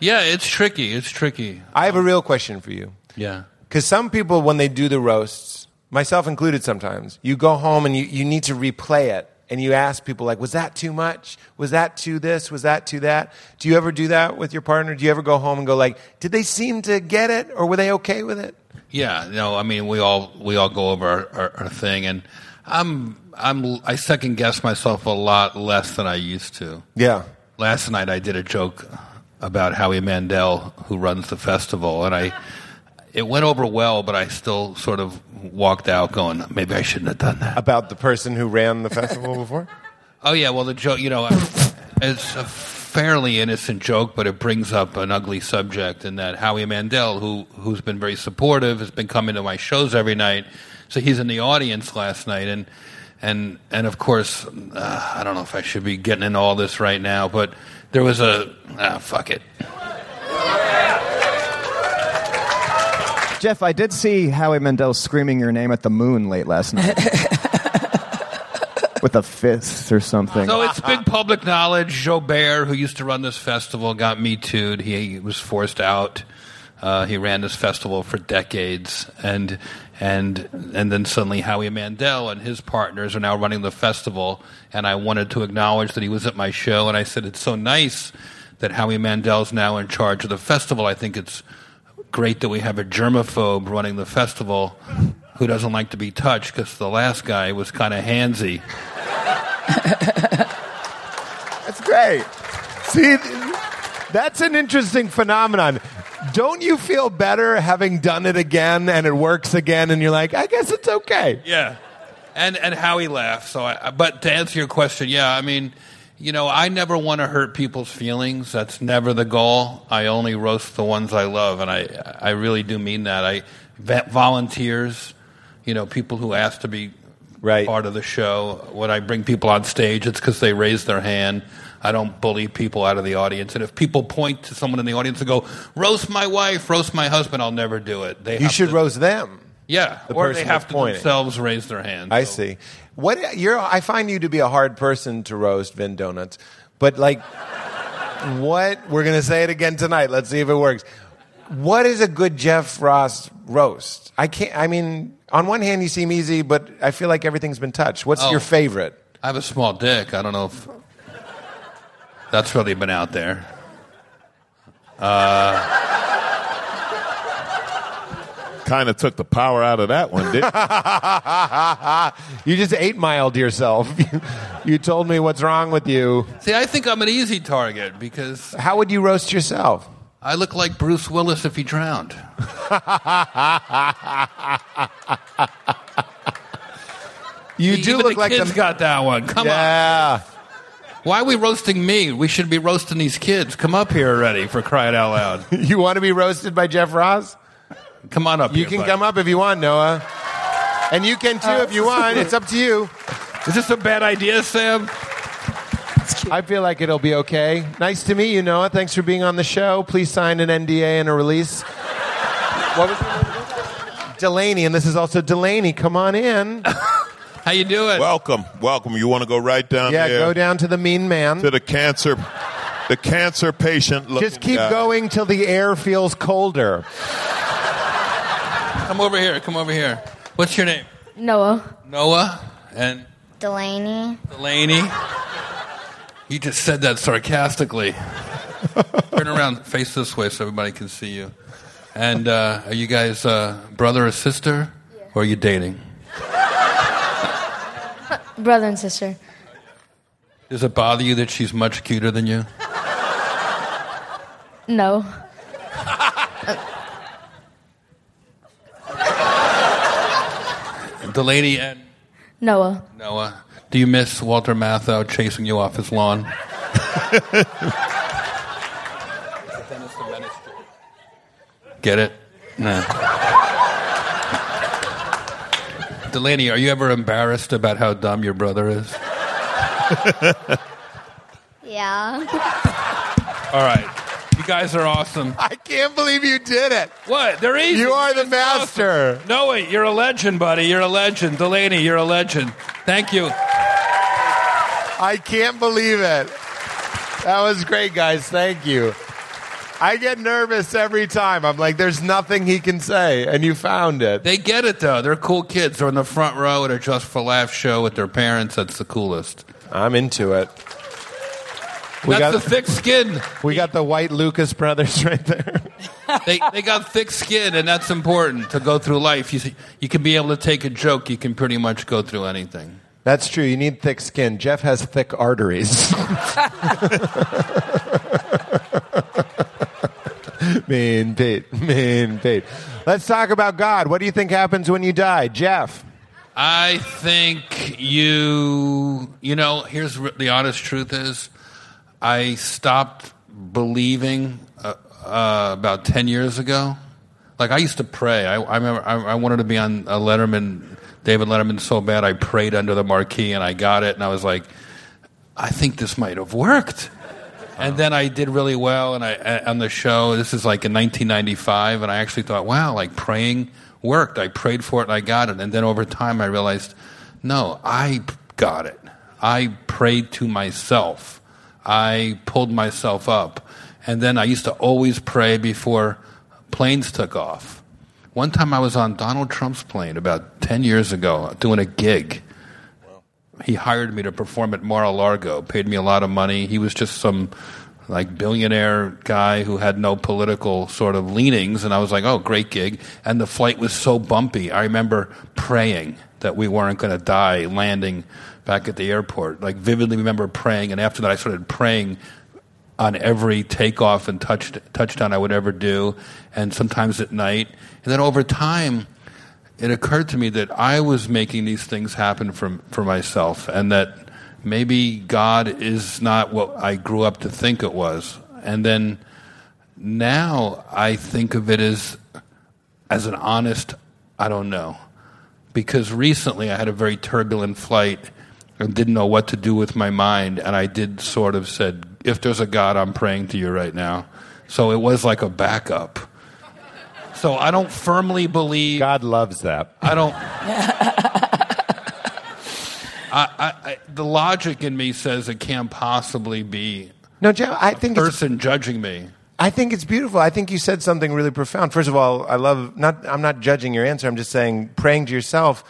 Speaker 5: yeah, it's tricky. It's tricky.
Speaker 2: I have a real question for you.
Speaker 5: Yeah.
Speaker 2: Because some people, when they do the roasts, myself included sometimes, you go home and you, you need to replay it. And you ask people, like, was that too much? Was that too this? Was that too that? Do you ever do that with your partner? Do you ever go home and go, like, did they seem to get it or were they okay with it?
Speaker 5: Yeah, no, I mean we all we all go over our, our, our thing, and I'm I'm I second guess myself a lot less than I used to.
Speaker 2: Yeah.
Speaker 5: Last night I did a joke about Howie Mandel, who runs the festival, and I it went over well, but I still sort of walked out going, maybe I shouldn't have done that.
Speaker 2: About the person who ran the festival before?
Speaker 5: Oh yeah, well the joke, you know, I- it's a fairly innocent joke, but it brings up an ugly subject. And that Howie Mandel, who who's been very supportive, has been coming to my shows every night, so he's in the audience last night, and and and of course, uh, I don't know if I should be getting into all this right now, but there was a ah, fuck it.
Speaker 6: Jeff, I did see Howie Mandel screaming your name at the moon late last night. with a fist or something.
Speaker 5: So it's big public knowledge. Jobert, who used to run this festival, got me tooed. He was forced out. Uh, he ran this festival for decades, and and and then suddenly Howie Mandel and his partners are now running the festival. And I wanted to acknowledge that he was at my show, and I said it's so nice that Howie Mandel's now in charge of the festival. I think it's great that we have a germaphobe running the festival who doesn't like to be touched because the last guy was kind of handsy.
Speaker 6: That's great.
Speaker 2: See, that's an interesting phenomenon. Don't you feel better having done it again and it works again and you're like, I guess it's okay?
Speaker 5: Yeah, and and Howie laughed. So, I, but to answer your question, yeah, I mean, you know, I never want to hurt people's feelings. That's never the goal. I only roast the ones I love, and I I really do mean that. I va- volunteers, you know, people who ask to be
Speaker 2: Right.
Speaker 5: part of the show. When I bring people on stage, it's because they raise their hand. I don't bully people out of the audience. And if people point to someone in the audience and go, roast my wife, roast my husband, I'll never do it. They
Speaker 2: You
Speaker 5: have
Speaker 2: should
Speaker 5: to-
Speaker 2: roast them.
Speaker 5: Yeah,
Speaker 2: the
Speaker 5: or
Speaker 2: person
Speaker 5: they have
Speaker 2: that's
Speaker 5: to
Speaker 2: pointing.
Speaker 5: themselves raise their hand.
Speaker 2: I
Speaker 5: So-
Speaker 2: see. What you're? I find you to be a hard person to roast, Vin Donuts. But like, what? We're gonna say it again tonight. Let's see if it works. What is a good Jeff Ross roast? I can't. I mean, on one hand, you seem easy, but I feel like everything's been touched. What's
Speaker 5: Oh.
Speaker 2: your favorite?
Speaker 5: I have a small dick. I don't know if that's really been out there.
Speaker 4: Kind of took the power out of that one, didn't it?
Speaker 2: you just eight miled yourself. you told me what's wrong with you.
Speaker 5: See, I think I'm an easy target because
Speaker 2: How would you roast yourself?
Speaker 5: I look like Bruce Willis if he drowned.
Speaker 2: You do
Speaker 5: Even
Speaker 2: look
Speaker 5: the
Speaker 2: like
Speaker 5: kids
Speaker 2: the
Speaker 5: got that one. Come on.
Speaker 2: yeah.
Speaker 5: Why are we roasting me? We should be roasting these kids. Come up here already for crying out loud.
Speaker 2: You want to be roasted by Jeff Ross?
Speaker 5: Come on up
Speaker 2: You
Speaker 5: here,
Speaker 2: can
Speaker 5: buddy.
Speaker 2: come up if you want, Noah. And you can too if you
Speaker 5: Uh,
Speaker 2: want. It's up to you.
Speaker 5: Is this a bad idea, Sam?
Speaker 2: I feel like it'll be okay. Nice to meet you, Noah. Thanks for being on the show. Please sign an NDA and a release. What was your name again? Delaney, and this is also Delaney. Come on in.
Speaker 5: How you doing?
Speaker 4: welcome, welcome. You want to go right down
Speaker 2: Yeah,
Speaker 4: there
Speaker 2: go down to the mean man.
Speaker 4: to the cancer, the cancer patient. looking
Speaker 2: Just keep
Speaker 4: guy.
Speaker 2: going till the air feels colder.
Speaker 5: come over here. Come over here. What's your name?
Speaker 8: Noah,
Speaker 5: Noah and
Speaker 8: Delaney,
Speaker 5: Delaney. You just said that sarcastically. Turn around, face this way so everybody can see you. And uh, are you guys uh, brother or sister? Or are you dating?
Speaker 8: brother and sister.
Speaker 5: Does it bother you that she's much cuter than you?
Speaker 8: No,
Speaker 5: Delaney and
Speaker 8: Noah.
Speaker 5: Noah, do you miss Walter Matthau chasing you off his lawn? Get it? No. Delaney, are you ever embarrassed about how dumb your brother is?
Speaker 8: Yeah.
Speaker 5: All right. You guys are awesome.
Speaker 2: I can't believe you did it.
Speaker 5: What? They're easy.
Speaker 2: You are the
Speaker 5: It's awesome.
Speaker 2: master.
Speaker 5: No, wait. You're a legend, buddy. You're a legend. Delaney, you're a legend. Thank you.
Speaker 2: I can't believe it. That was great, guys. Thank you. I get nervous every time. I'm like, there's nothing he can say, and you found it.
Speaker 5: They get it, though. They're cool kids. They're in the front row at a Just for Laughs show with their parents. That's the coolest.
Speaker 2: I'm into it. We got,
Speaker 5: That's the thick skin.
Speaker 2: we got the white Lucas brothers right there.
Speaker 5: they, they got thick skin, and that's important to go through life. You, see, you can be able to take a joke, you can pretty much go through anything.
Speaker 2: That's true. You need thick skin. Jeff has thick arteries. mean Pete. Mean Pete. Let's talk about God. What do you think happens when you die? Jeff.
Speaker 5: I think you, you know, here's r- the honest truth is I stopped believing uh, uh, about 10 years ago. Like I used to pray. I, I remember I, I wanted to be on a Letterman, David Letterman so bad. I prayed under the marquee and I got it. And I was like, I think this might have worked. And then I did really well, and I a- on the show. This is like in 1995, and I actually thought, wow, like praying worked. I prayed for it, and I got it. And then over time, I realized, no, I p- got it. I prayed to myself. I pulled myself up. And then I used to always pray before planes took off. One time I was on Donald Trump's plane about 10 years ago doing a gig. He hired me to perform at Mar-a-Lago, paid me a lot of money. He was just some like billionaire guy who had no political sort of leanings and I was like, "Oh, great gig." And the flight was so bumpy. I remember praying that we weren't going to die landing back at the airport. Like vividly remember praying and after that I started praying on every takeoff and touch, touchdown I would ever do, and sometimes at night. And then over time, it occurred to me that I was making these things happen for, for myself, and that maybe God is not what I grew up to think it was. And then now I think of it as as an honest, I don't know. Because recently I had a very turbulent flight and didn't know what to do with my mind. And I did sort of said, if there's a God, I'm praying to you right now. So it was like a backup. So I don't firmly believe.
Speaker 2: God loves that.
Speaker 5: I don't. I, I, I, the logic in me says it can't possibly be
Speaker 2: No, Jeff, I think it's
Speaker 5: person judging me.
Speaker 2: I think it's beautiful. I think you said something really profound. First of all, I love not. I'm not judging your answer. I'm just saying praying to yourself.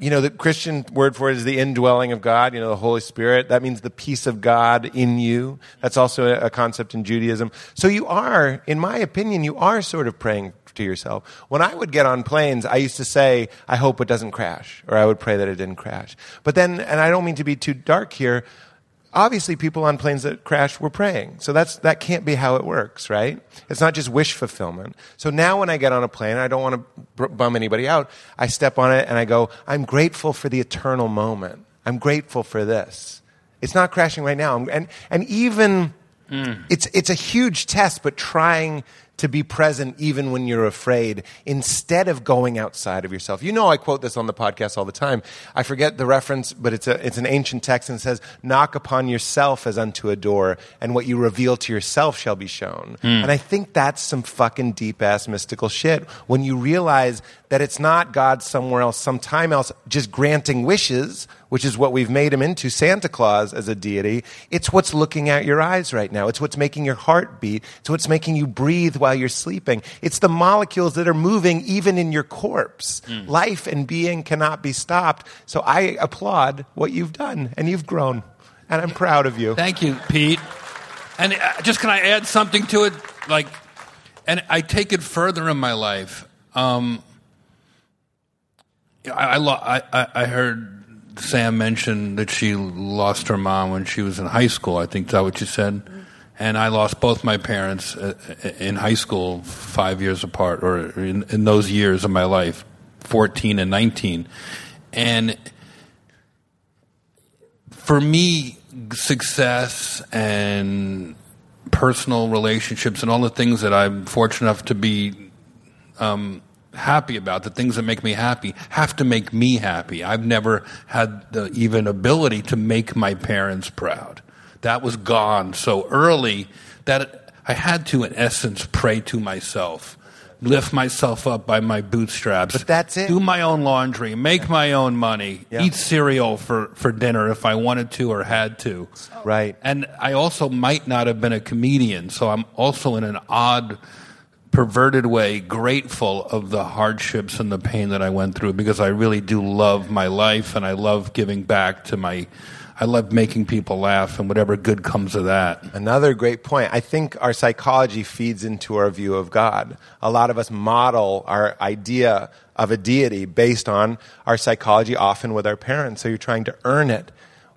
Speaker 2: You know, the Christian word for it is the indwelling of God. You know, the Holy Spirit. That means the peace of God in you. That's also a a concept in Judaism. So you are, in my opinion, you are sort of praying to yourself. When I would get on planes, I used to say, "I hope it doesn't crash," or I would pray that it didn't crash. But then, and I don't mean to be too dark here obviously people on planes that crash were praying so that's that can't be how it works right it's not just wish fulfillment so now when i get on a plane i don't want to br- bum anybody out i step on it and i go i'm grateful for the eternal moment i'm grateful for this it's not crashing right now and and even it's it's a huge test but trying to be present even when you're afraid instead of going outside of yourself. You know I quote this on the podcast all the time. I forget the reference, but it's a it's an ancient text and it says, "Knock upon yourself as unto a door, and what you reveal to yourself shall be shown." And I think that's some fucking deep ass mystical shit when you realize that it's not God somewhere else, sometime else just granting wishes, which is what we've made him into, Santa Claus as a deity. It's what's looking out your eyes right now. It's what's making your heart beat. It's what's making you breathe while you're sleeping. It's the molecules that are moving even in your corpse. Life and being cannot be stopped. So I applaud what you've done and you've grown. And I'm proud of you.
Speaker 5: Thank you, Pete. And uh, just can I add something to it? Like, and I take it further in my life. Um, I, I, lo- I, I I heard Sam mention that she lost her mom when she was in high school. I think that's what you said. And I lost both my parents uh, in high school, five years apart, or in, in those years of my life, fourteen and nineteen. And for me, success and personal relationships and all the things that I'm fortunate enough to be um, happy about, the things that make me happy, have to make me happy. I've never had the even ability to make my parents proud. That was gone so early that I had to, in essence, pray to myself. Lift myself up by my bootstraps.
Speaker 2: But that's it.
Speaker 5: Do my own laundry. Make my own money.
Speaker 2: Yeah.
Speaker 5: Eat cereal for, for dinner if I wanted to or had to.
Speaker 2: Right.
Speaker 5: And I also might not have been a comedian, so I'm also in an odd, perverted way grateful of the hardships and the pain that I went through because I really do love my life and I love giving back to my. I love making people laugh and whatever good comes of that.
Speaker 2: Another great point. I think our psychology feeds into our view of God. A lot of us model our idea of a deity based on our psychology, often with our parents. So you're trying to earn it.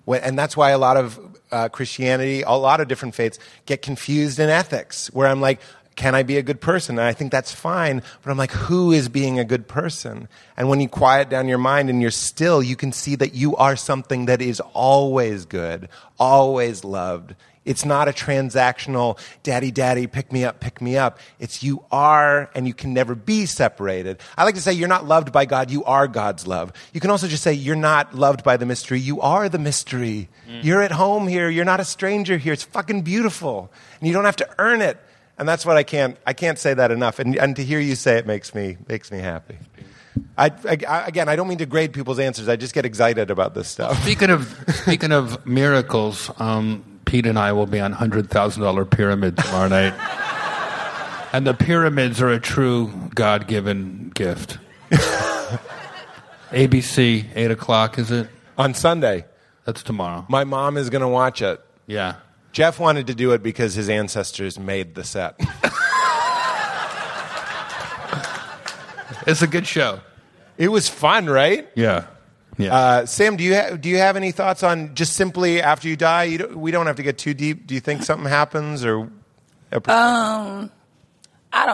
Speaker 2: When- And that's why a lot of uh, Christianity, a lot of different faiths get confused in ethics, where I'm like, can I be a good person? And I think that's fine, but I'm like, who is being a good person? And when you quiet down your mind and you're still, you can see that you are something that is always good, always loved. It's not a transactional daddy, daddy, pick me up, pick me up. It's you are and you can never be separated. I like to say you're not loved by God, you are God's love. You can also just say you're not loved by the mystery, you are the mystery. You're at home here, you're not a stranger here. It's fucking beautiful. And you don't have to earn it. And that's what I can't I can't say that enough. And and to hear you say it makes me makes me happy. I, I, I- again, I don't mean to grade people's answers. I just get excited about this stuff.
Speaker 5: Speaking of speaking of miracles, um, Pete and I will be on hundred thousand dollar pyramid tomorrow night, and the pyramids are a true God given gift. ABC eight o'clock is it?
Speaker 2: On Sunday,
Speaker 5: That's tomorrow.
Speaker 2: my mom is going to watch it.
Speaker 5: Yeah,
Speaker 2: Jeff wanted to do it because his ancestors made the set.
Speaker 5: it's a good show.
Speaker 2: it was fun, right?
Speaker 5: Yeah, yeah.
Speaker 2: Uh, Sam, do you ha- do you have any thoughts on just simply after you die? You don't, we don't have to get too deep. Do you think something happens or?
Speaker 7: I don't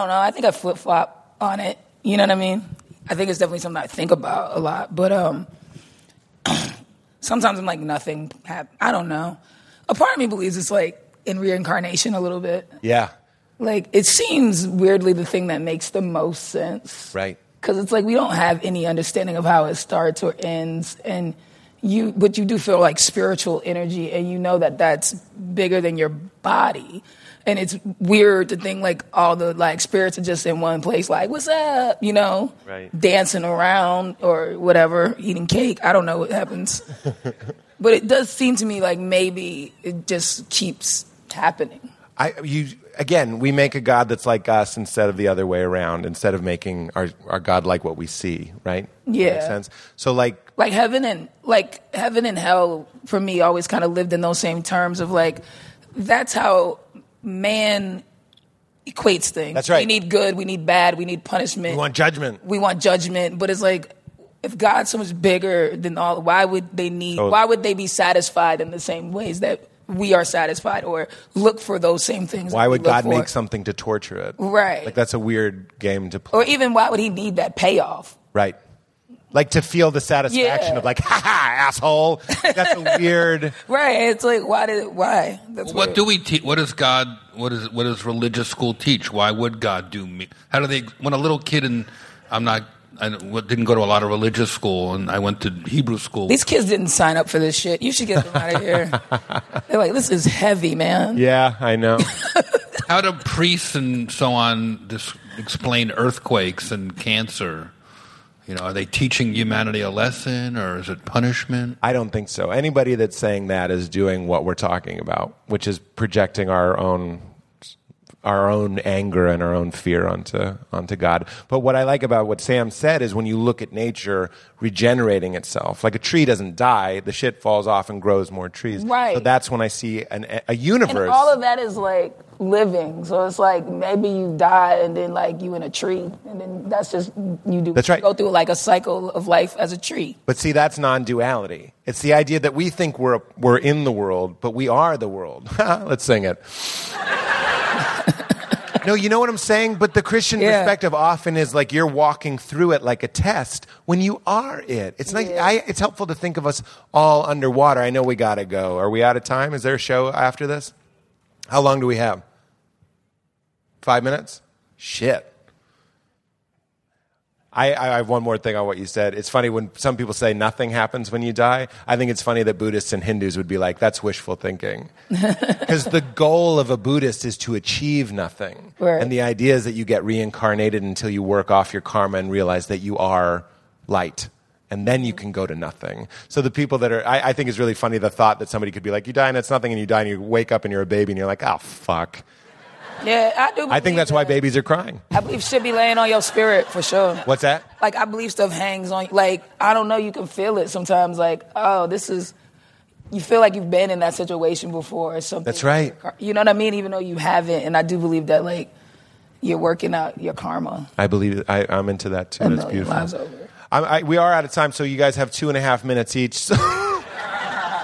Speaker 7: know. I think I flip flop on it. You know what I mean? I think it's definitely something I think about a lot. But um, sometimes I'm like, nothing happened. I don't know. A part of me believes it's like in reincarnation a little bit.
Speaker 2: Yeah,
Speaker 7: Like, it seems weirdly the thing that makes the most sense.
Speaker 2: right.
Speaker 7: Because it's like we don't have any understanding of how it starts or ends. And you, but you do feel like spiritual energy, and you know that that's bigger than your body. And it's weird to think like all the like spirits are just in one place, like, what's up, you know,
Speaker 2: Right.
Speaker 7: dancing around or whatever, eating cake. I don't know what happens. but it does seem to me like maybe it just keeps happening.
Speaker 2: I you again. We make a God that's like us instead of the other way around. Instead of making our our God like what we see, right?
Speaker 7: Yeah.
Speaker 2: Makes sense. So like
Speaker 7: like heaven and like heaven and hell for me always kind of lived in those same terms of like that's how man equates things.
Speaker 2: That's right.
Speaker 7: We need good, we need bad, we need punishment.
Speaker 2: we want judgment.
Speaker 7: We want judgment, but it's like if God's so much bigger than all, why would they need?
Speaker 2: Totally.
Speaker 7: Why would they be satisfied in the same ways that we are satisfied, or look for those same things?
Speaker 2: Why
Speaker 7: that we
Speaker 2: would
Speaker 7: look
Speaker 2: God
Speaker 7: for?
Speaker 2: make something to torture it?
Speaker 7: Right.
Speaker 2: Like that's a weird game to play.
Speaker 7: Or even why would He need that payoff?
Speaker 2: Right. Like to feel the satisfaction
Speaker 7: Yeah.
Speaker 2: of like, ha ha, asshole. That's a weird.
Speaker 7: Right? It's like why did why? That's
Speaker 5: What
Speaker 7: weird.
Speaker 5: do we teach? What does God? What is? What does religious school teach? Why would God do me? How do they? When a little kid and I'm not. I don't- what- didn't go to a lot of religious school, and I went to Hebrew school.
Speaker 7: These kids didn't sign up for this shit. You should get them out of here. They're like, this is heavy, man.
Speaker 2: Yeah, I know.
Speaker 5: How do priests and so on dis- explain earthquakes and cancer? You know, are they teaching humanity a lesson, or is it punishment?
Speaker 2: I don't think so. Anybody that's saying that is doing what we're talking about, which is projecting our own our own anger and our own fear onto onto God. But what I like about what Sam said is when you look at nature regenerating itself, like a tree doesn't die, the shit falls off and grows more trees.
Speaker 7: Right.
Speaker 2: So that's when I see an, a
Speaker 7: And
Speaker 2: universe.
Speaker 7: all of that is like living. So it's like maybe you die and then like you in a tree. And then that's just, you do
Speaker 2: That's right.
Speaker 7: go through like a cycle of life as a tree.
Speaker 2: But see, that's non duality. It's the idea that we think we're, we're in the world, but we are the world. Let's sing it. no, you know what I'm saying? But the Christian
Speaker 7: Yeah.
Speaker 2: perspective often is like you're walking through it like a test when you are it. It's, like,
Speaker 7: Yeah.
Speaker 2: I, it's helpful to think of us all underwater. I know we got to go. Are we out of time? Is there a show after this? How long do we have? Five minutes? Shit. I, I I have one more thing on what you said. It's funny when some people say nothing happens when you die. I think it's funny that Buddhists and Hindus would be like, that's wishful thinking. Because the goal of a Buddhist is to achieve nothing.
Speaker 7: Right.
Speaker 2: And the idea is that you get reincarnated until you work off your karma and realize that you are light. And then you can go to nothing. So the people that are, I, I think it's really funny the thought that somebody could be like, you die and it's nothing, and you die and you wake up and you're a baby and you're like, oh, fuck.
Speaker 7: Yeah, I do.
Speaker 2: I think
Speaker 7: believe
Speaker 2: that's why
Speaker 7: that.
Speaker 2: babies are crying.
Speaker 7: I believe shit be laying on your spirit for sure.
Speaker 2: What's that?
Speaker 7: Like, I believe stuff hangs on, like, I don't know, you can feel it sometimes. Like, oh, this is, you feel like you've been in that situation before or something.
Speaker 2: That's right.
Speaker 7: You know what I mean? Even though you haven't. And I do believe that, like, you're working out your karma
Speaker 2: I believe, I, I'm into that too.
Speaker 7: a
Speaker 2: That's
Speaker 7: million
Speaker 2: beautiful.
Speaker 7: lives over.
Speaker 2: I'm, I, we are out of time, so you guys have two and a half minutes each. So-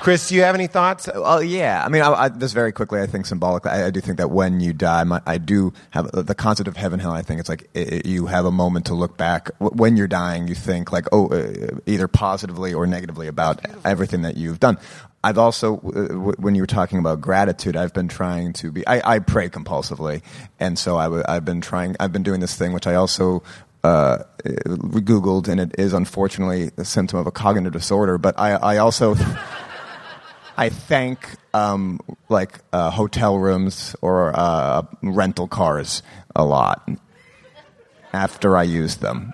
Speaker 2: Chris, do you have any thoughts?
Speaker 6: Oh yeah, I mean, I, I, just very quickly, I think symbolically, I, I do think that when you die, my, I do have uh, the concept of heaven hell. I think it's like i i- you have a moment to look back W- when you're dying. You think like, oh, uh, either positively or negatively about everything that you've done. I've also, uh, w- when you were talking about gratitude, I've been trying to be. I, I pray compulsively, and so i w- I've been trying. I've been doing this thing, which I also uh, we googled, and it is unfortunately a symptom of a cognitive disorder. But I, I also. I thank um, like uh, hotel rooms or uh, rental cars a lot after I use them.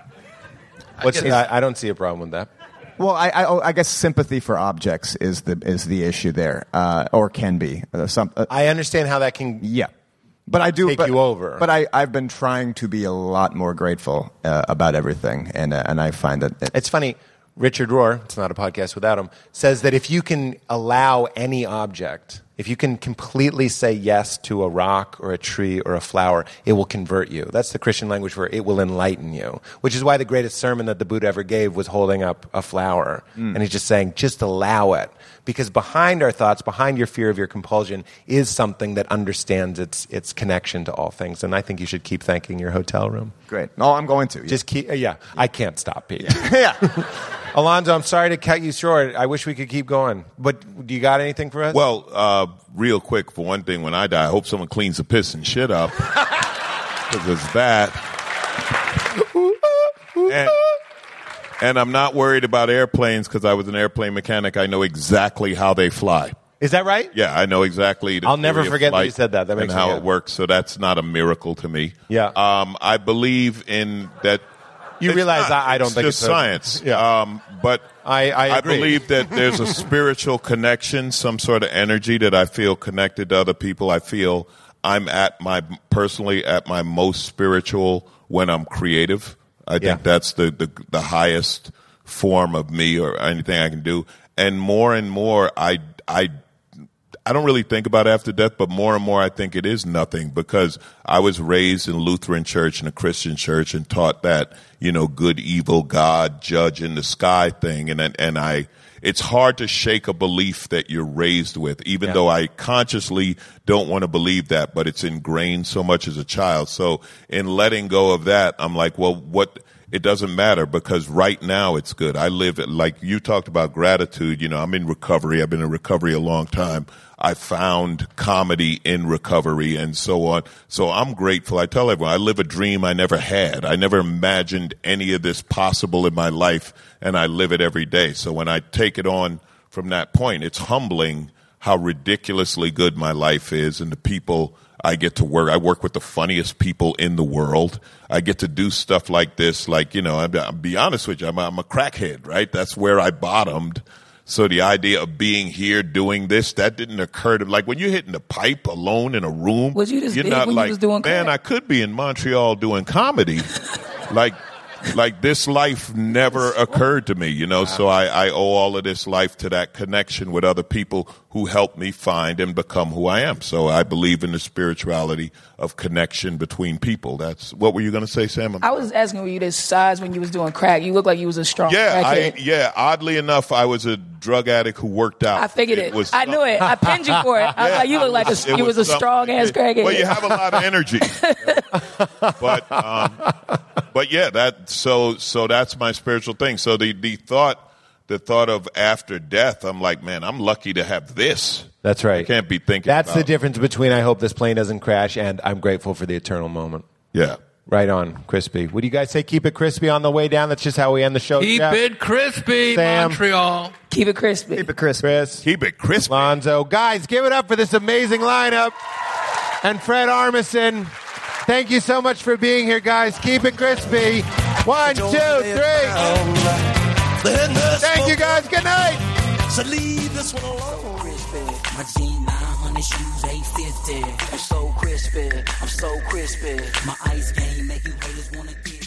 Speaker 2: What's,
Speaker 5: guess-
Speaker 2: I, I don't see a problem with that.
Speaker 6: Well, I, I, oh, I guess sympathy for objects is the is the issue there, uh, or can be uh, some. Uh,
Speaker 2: I understand how that can.
Speaker 6: yeah, but I do
Speaker 2: Take
Speaker 6: but,
Speaker 2: you over.
Speaker 6: But I I've been trying to be a lot more grateful uh, about everything, and uh, and I find that it,
Speaker 2: It's funny. Richard Rohr, it's not a podcast without him, says that if you can allow any object, if you can completely say yes to a rock or a tree or a flower, it will convert you. That's the Christian language for it will enlighten you, which is why the greatest sermon that the Buddha ever gave was holding up a flower. And he's just saying, just allow it. Because behind our thoughts, behind your fear of your compulsion, is something that understands its, its connection to all things. And I think you should keep thanking your hotel room.
Speaker 6: great. Oh, I'm going to yeah.
Speaker 2: Just keep, uh, yeah, I can't stop Pete.
Speaker 6: yeah.
Speaker 2: Alonzo, I'm sorry to cut you short. I wish we could keep going, but do you got anything for us?
Speaker 4: Well, uh, real quick, for one thing, when I die, I hope someone cleans the piss and shit up. Because it's that. And, and I'm not worried about airplanes because I was an airplane mechanic. I know exactly how they fly.
Speaker 2: is that right?
Speaker 4: Yeah, I know exactly. the
Speaker 2: I'll never
Speaker 4: theory of
Speaker 2: forget that you
Speaker 4: flight
Speaker 2: said that. That makes
Speaker 4: and
Speaker 2: me
Speaker 4: how it
Speaker 2: happy.
Speaker 4: works. So that's not a miracle to me.
Speaker 2: Yeah.
Speaker 4: Um, I believe in that.
Speaker 2: You
Speaker 4: It's
Speaker 2: realize
Speaker 4: not.
Speaker 2: I, I don't
Speaker 4: It's
Speaker 2: think
Speaker 4: just
Speaker 2: it's a-
Speaker 4: science.
Speaker 2: yeah.
Speaker 4: Um, but
Speaker 2: I- I agree.
Speaker 4: believe that there's a spiritual connection, some sort of energy that I feel connected to other people. I feel I'm at my personally at my most spiritual when I'm creative. I
Speaker 2: Yeah.
Speaker 4: think that's the, the the highest form of me or anything I can do. And more and more, I I I don't really think about after death, but more and more I think it is nothing because I was raised in Lutheran church and a Christian church and taught that, you know, good, evil, God, judge in the sky thing. And, and, and I, it's hard to shake a belief that you're raised with, even though I consciously don't want to believe that, but it's ingrained so much as a child. So in letting go of that, I'm like, well, what, it doesn't matter because right now it's good. I live it like you talked about gratitude. You know, I'm in recovery. I've been in recovery a long time. I found comedy in recovery and so on. So I'm grateful. I tell everyone I live a dream I never had. I never imagined any of this possible in my life and I live it every day. So when I take it on from that point, it's humbling how ridiculously good my life is and the people I get to work. I work with the funniest people in the world. I get to do stuff like this. Like, you know, I'm, I'll be honest with you, I'm, a- I'm a crackhead, right? That's where I bottomed. So the idea of being here doing this, that didn't occur to like when you're hitting the pipe alone in a room.
Speaker 7: Was you this
Speaker 4: you're
Speaker 7: big
Speaker 4: not
Speaker 7: when you
Speaker 4: like,
Speaker 7: was doing
Speaker 4: man,
Speaker 7: crack?"
Speaker 4: I could be in Montreal doing comedy. like, like this life never occurred to me, you know. So I, I owe all of this life to that connection with other people who helped me find and become who I am. So I believe in the spirituality of connection between people. That's what were you going to say, Sam? I'm
Speaker 7: I was asking were you this size when you was doing crack? You look like you was a strong
Speaker 4: yeah, I,
Speaker 7: crackhead.
Speaker 4: yeah. Oddly enough, I was a drug addict who worked out.
Speaker 7: I figured it. I knew it. I pinned you for it. I was
Speaker 4: Yeah,
Speaker 7: like, you look like a, you was, a
Speaker 4: something-
Speaker 7: strong ass crackhead.
Speaker 4: Well, you have a lot of energy, but um, but yeah, that so so that's my spiritual thing. So the the thought the thought of after death, I'm like, man, I'm lucky to have this.
Speaker 2: That's right.
Speaker 4: I can't be thinking.
Speaker 2: That's the
Speaker 4: about-
Speaker 2: difference between I hope this plane doesn't crash and I'm grateful for the eternal moment.
Speaker 4: Yeah.
Speaker 2: Right on, crispy. Would you guys say keep it crispy on the way down? That's just how we end the show.
Speaker 5: Keep
Speaker 2: Jeff,
Speaker 5: it crispy,
Speaker 2: Sam.
Speaker 5: Montreal.
Speaker 7: Keep it crispy.
Speaker 6: Keep it crisp.
Speaker 2: Chris,
Speaker 4: Keep it crisp.
Speaker 2: Lonzo. Guys, give it up for this amazing lineup and Fred Armisen. Thank you so much for being here, guys. Keep it crispy. One, two, three. Thank you, guys. Good night.
Speaker 9: So leave this one alone. My G900 shoes 850. I'm so crispy. I'm so crispy. My ice game make you haters wanna get.